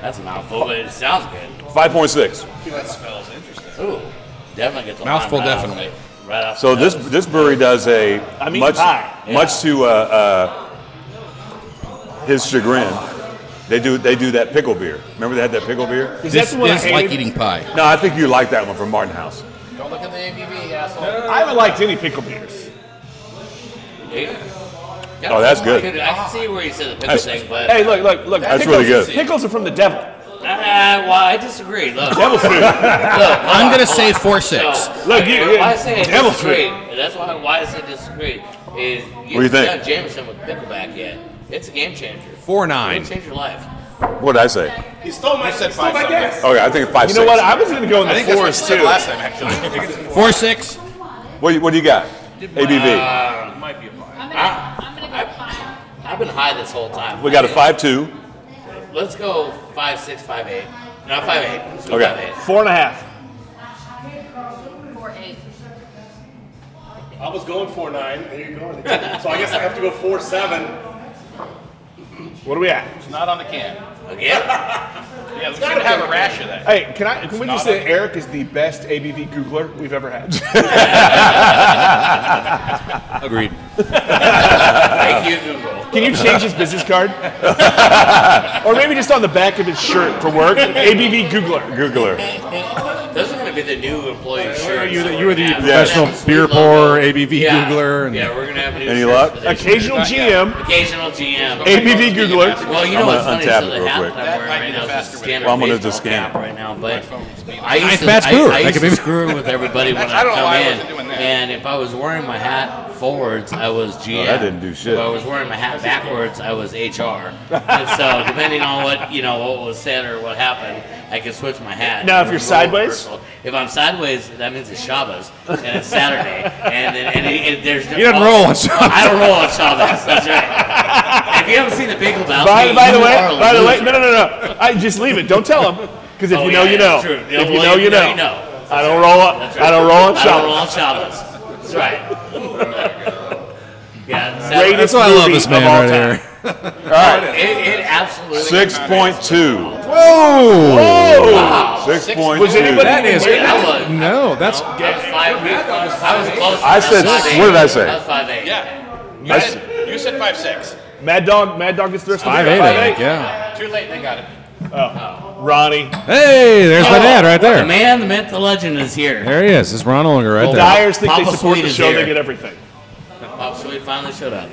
Speaker 4: That's a mouthful, but it sounds good.
Speaker 1: Five point six.
Speaker 9: That smells interesting.
Speaker 4: Ooh, definitely gets a
Speaker 1: Mouthful,
Speaker 4: lime right
Speaker 1: definitely.
Speaker 4: off the- Right off
Speaker 1: So
Speaker 4: the
Speaker 1: this
Speaker 4: nose.
Speaker 1: this brewery does a
Speaker 4: I'm eating
Speaker 1: much
Speaker 4: pie.
Speaker 1: much to uh, uh, his chagrin. They do they do that pickle beer. Remember they had that pickle beer.
Speaker 2: Is that This- the one I this like hated?
Speaker 9: eating pie.
Speaker 1: No, I think you like that one from Martin House.
Speaker 9: Don't look at the ABV, asshole.
Speaker 2: I haven't liked any pickle beers.
Speaker 4: Yeah,
Speaker 1: Oh, that's good.
Speaker 4: I can see where you said the pickle
Speaker 1: That's-
Speaker 4: thing, but
Speaker 2: Hey, look, look, look.
Speaker 1: That's
Speaker 2: pickles,
Speaker 1: really good.
Speaker 2: Pickles are from the devil.
Speaker 4: Uh, well, I disagree. Look,
Speaker 2: Devil food.
Speaker 9: I'm gonna say four six.
Speaker 4: No,
Speaker 2: Look, you-
Speaker 4: why I say I
Speaker 2: devil
Speaker 4: disagree. That's why why I say disagree
Speaker 1: What
Speaker 4: is
Speaker 1: do you
Speaker 4: haven't
Speaker 1: think?
Speaker 4: done Jameson with pickleback yet. It's a game changer.
Speaker 1: Four nine.
Speaker 4: It'll change your life.
Speaker 1: What did I say?
Speaker 9: He stole Oh my, said five
Speaker 2: my guess.
Speaker 1: Okay, I think five.
Speaker 2: You know
Speaker 1: six.
Speaker 2: what? I was going to go in the
Speaker 9: I think that's what you
Speaker 2: fours
Speaker 9: said
Speaker 2: too.
Speaker 9: last time, actually.
Speaker 1: Four
Speaker 9: six.
Speaker 1: What do you, what do you got? ABV.
Speaker 4: Uh, might be a five. I'm gonna, I, am going to go five. I've been high this whole time.
Speaker 1: we got a five two.
Speaker 4: Let's go five six five eight. No five eight. Let's go
Speaker 1: Okay.
Speaker 4: five eight.
Speaker 2: Four and a half.
Speaker 12: Four eight.
Speaker 10: I was going four nine. There you go. So I guess I have to go four seven.
Speaker 2: What are we at?
Speaker 9: It's not on the can.
Speaker 4: Again?
Speaker 9: yeah, we should have a rash of that.
Speaker 2: Hey, can I? Can we
Speaker 9: It's
Speaker 2: just
Speaker 9: not
Speaker 2: say Eric is the best ABV Googler we've ever had?
Speaker 3: agreed.
Speaker 4: Thank you, Google.
Speaker 2: Can you change his business card? or maybe just on the back of his shirt for work? ABV Googler.
Speaker 1: Googler.
Speaker 4: Those are going to be the new employee shirts.
Speaker 3: you the-
Speaker 4: that
Speaker 3: you
Speaker 4: we're
Speaker 3: are the
Speaker 4: gonna have.
Speaker 3: professional
Speaker 4: That's a
Speaker 3: beer
Speaker 4: sweet logo.
Speaker 3: pourer, ABV
Speaker 4: Yeah.
Speaker 3: Googler, and-
Speaker 4: yeah, we're going to have a new
Speaker 1: Any
Speaker 4: shirts
Speaker 1: luck?
Speaker 4: for this year.
Speaker 2: Occasional GM.
Speaker 4: Occasional GM.
Speaker 2: ABV Googler.
Speaker 4: Well, you
Speaker 1: I'm
Speaker 4: know
Speaker 1: gonna
Speaker 4: what's funny
Speaker 1: untap
Speaker 4: is
Speaker 1: it
Speaker 4: the
Speaker 1: real
Speaker 4: hat
Speaker 1: quick.
Speaker 4: that I'm wearing right now is a standard
Speaker 1: Well, I'm gonna
Speaker 4: baseball
Speaker 1: just scan
Speaker 4: cap
Speaker 1: it.
Speaker 4: right now, but I
Speaker 3: Nice
Speaker 4: used to,
Speaker 3: bad
Speaker 4: I,
Speaker 3: screw.
Speaker 4: I
Speaker 3: Thank
Speaker 4: used
Speaker 3: you,
Speaker 4: to
Speaker 3: baby.
Speaker 4: screw with everybody when
Speaker 9: That's-
Speaker 4: I,
Speaker 9: I don't know
Speaker 4: come
Speaker 9: why I wasn't
Speaker 4: in,
Speaker 9: doing that.
Speaker 4: and if I was wearing my hat forwards, I was GM.
Speaker 1: that didn't do shit.
Speaker 4: If I was wearing my hat backwards, I was HR. and so depending on what you know what was said or what happened, I could switch my hat.
Speaker 2: Now, if you're
Speaker 4: Role
Speaker 2: sideways?
Speaker 4: reversal. if I'm sideways, that means it's Shabbos and it's Saturday, and then and it, it- there's
Speaker 3: You didn't roll on Shabbos.
Speaker 4: I don't roll on Shabbos. That's right. if you haven't seen the Bagel Bounce,
Speaker 2: By, by the
Speaker 4: you
Speaker 2: way,
Speaker 4: are a
Speaker 2: by the way,
Speaker 4: loser.
Speaker 2: no, no, no, no. I just leave it. Don't tell him. Because if
Speaker 4: Oh,
Speaker 2: you know,
Speaker 4: yeah,
Speaker 2: you know.
Speaker 4: that's true. Yeah,
Speaker 2: If you
Speaker 4: well,
Speaker 2: know, you know. I don't roll. on-
Speaker 4: That's
Speaker 2: I don't
Speaker 4: right.
Speaker 2: roll on
Speaker 4: I don't roll on
Speaker 2: shop.
Speaker 4: Shabbos. That's right. yeah, that's
Speaker 2: Greatest
Speaker 3: That's why I love
Speaker 2: movie
Speaker 3: this
Speaker 2: of
Speaker 3: man
Speaker 2: all
Speaker 3: right
Speaker 2: time.
Speaker 3: here.
Speaker 1: All right.
Speaker 4: It, it absolutely.
Speaker 1: Six point two.
Speaker 3: Whoa!
Speaker 2: Whoa!
Speaker 1: Six point
Speaker 2: Was
Speaker 1: two.
Speaker 2: anybody-
Speaker 3: That is
Speaker 4: That was-
Speaker 3: no. That's
Speaker 4: I was five. I was close.
Speaker 1: I said-
Speaker 4: was five
Speaker 1: what did I
Speaker 4: eight.
Speaker 1: say?
Speaker 4: I was five eight.
Speaker 9: Yeah. You,
Speaker 1: I
Speaker 9: said, you said five six.
Speaker 2: Mad Dog, Mad Dog is thirsty.
Speaker 3: five eight. I think. Yeah.
Speaker 9: Too late. They got it.
Speaker 2: Ronnie.
Speaker 3: Hey, there's my dad right
Speaker 4: The
Speaker 3: there.
Speaker 4: man, the myth, the legend is here.
Speaker 3: There he is. It's Ron Olinger right there.
Speaker 2: Dyers think
Speaker 4: Papa
Speaker 2: they support
Speaker 4: Sweet
Speaker 2: the
Speaker 4: is
Speaker 2: show.
Speaker 4: here.
Speaker 2: They get everything.
Speaker 4: Pop Oh, Sweet finally showed up.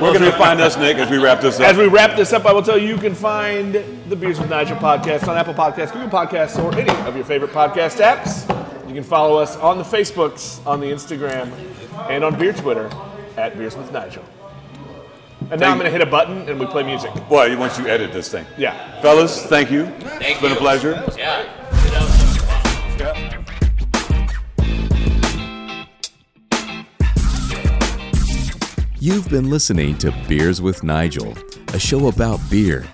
Speaker 1: Where can we find us, Nick, as we wrap this
Speaker 2: As
Speaker 1: up?
Speaker 2: we wrap this up, I will tell you you can find the Beers with Nigel podcast on Apple Podcasts, Google Podcasts, or any of your favorite podcast apps. You can follow us on the Facebooks, on the Instagram, and on Beer Twitter at Beers with Nigel. And now I'm going to hit a button and we play music.
Speaker 1: Well, once you edit this thing.
Speaker 2: Yeah.
Speaker 1: Fellas, thank you.
Speaker 4: Thank
Speaker 1: it's been
Speaker 4: you.
Speaker 1: a pleasure.
Speaker 4: Yeah. That was so much fun.
Speaker 5: You've been listening to Beers with Nigel, a show about beer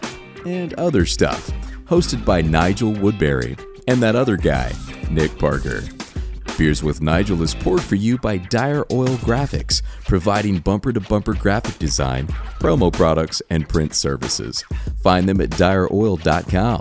Speaker 5: and other stuff, hosted by Nigel Woodbury and that other guy, Nick Parker. Beers with Nigel is poured for you by Dire Oil Graphics, providing bumper to bumper graphic design, promo products, and print services. Find them at direoil.com.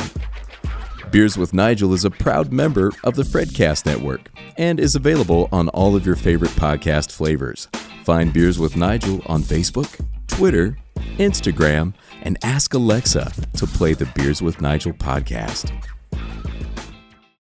Speaker 5: Beers with Nigel is a proud member of the Fredcast Network and is available on all of your favorite podcast flavors. Find Beers with Nigel on Facebook, Twitter, Instagram, and ask Alexa to play the Beers with Nigel podcast.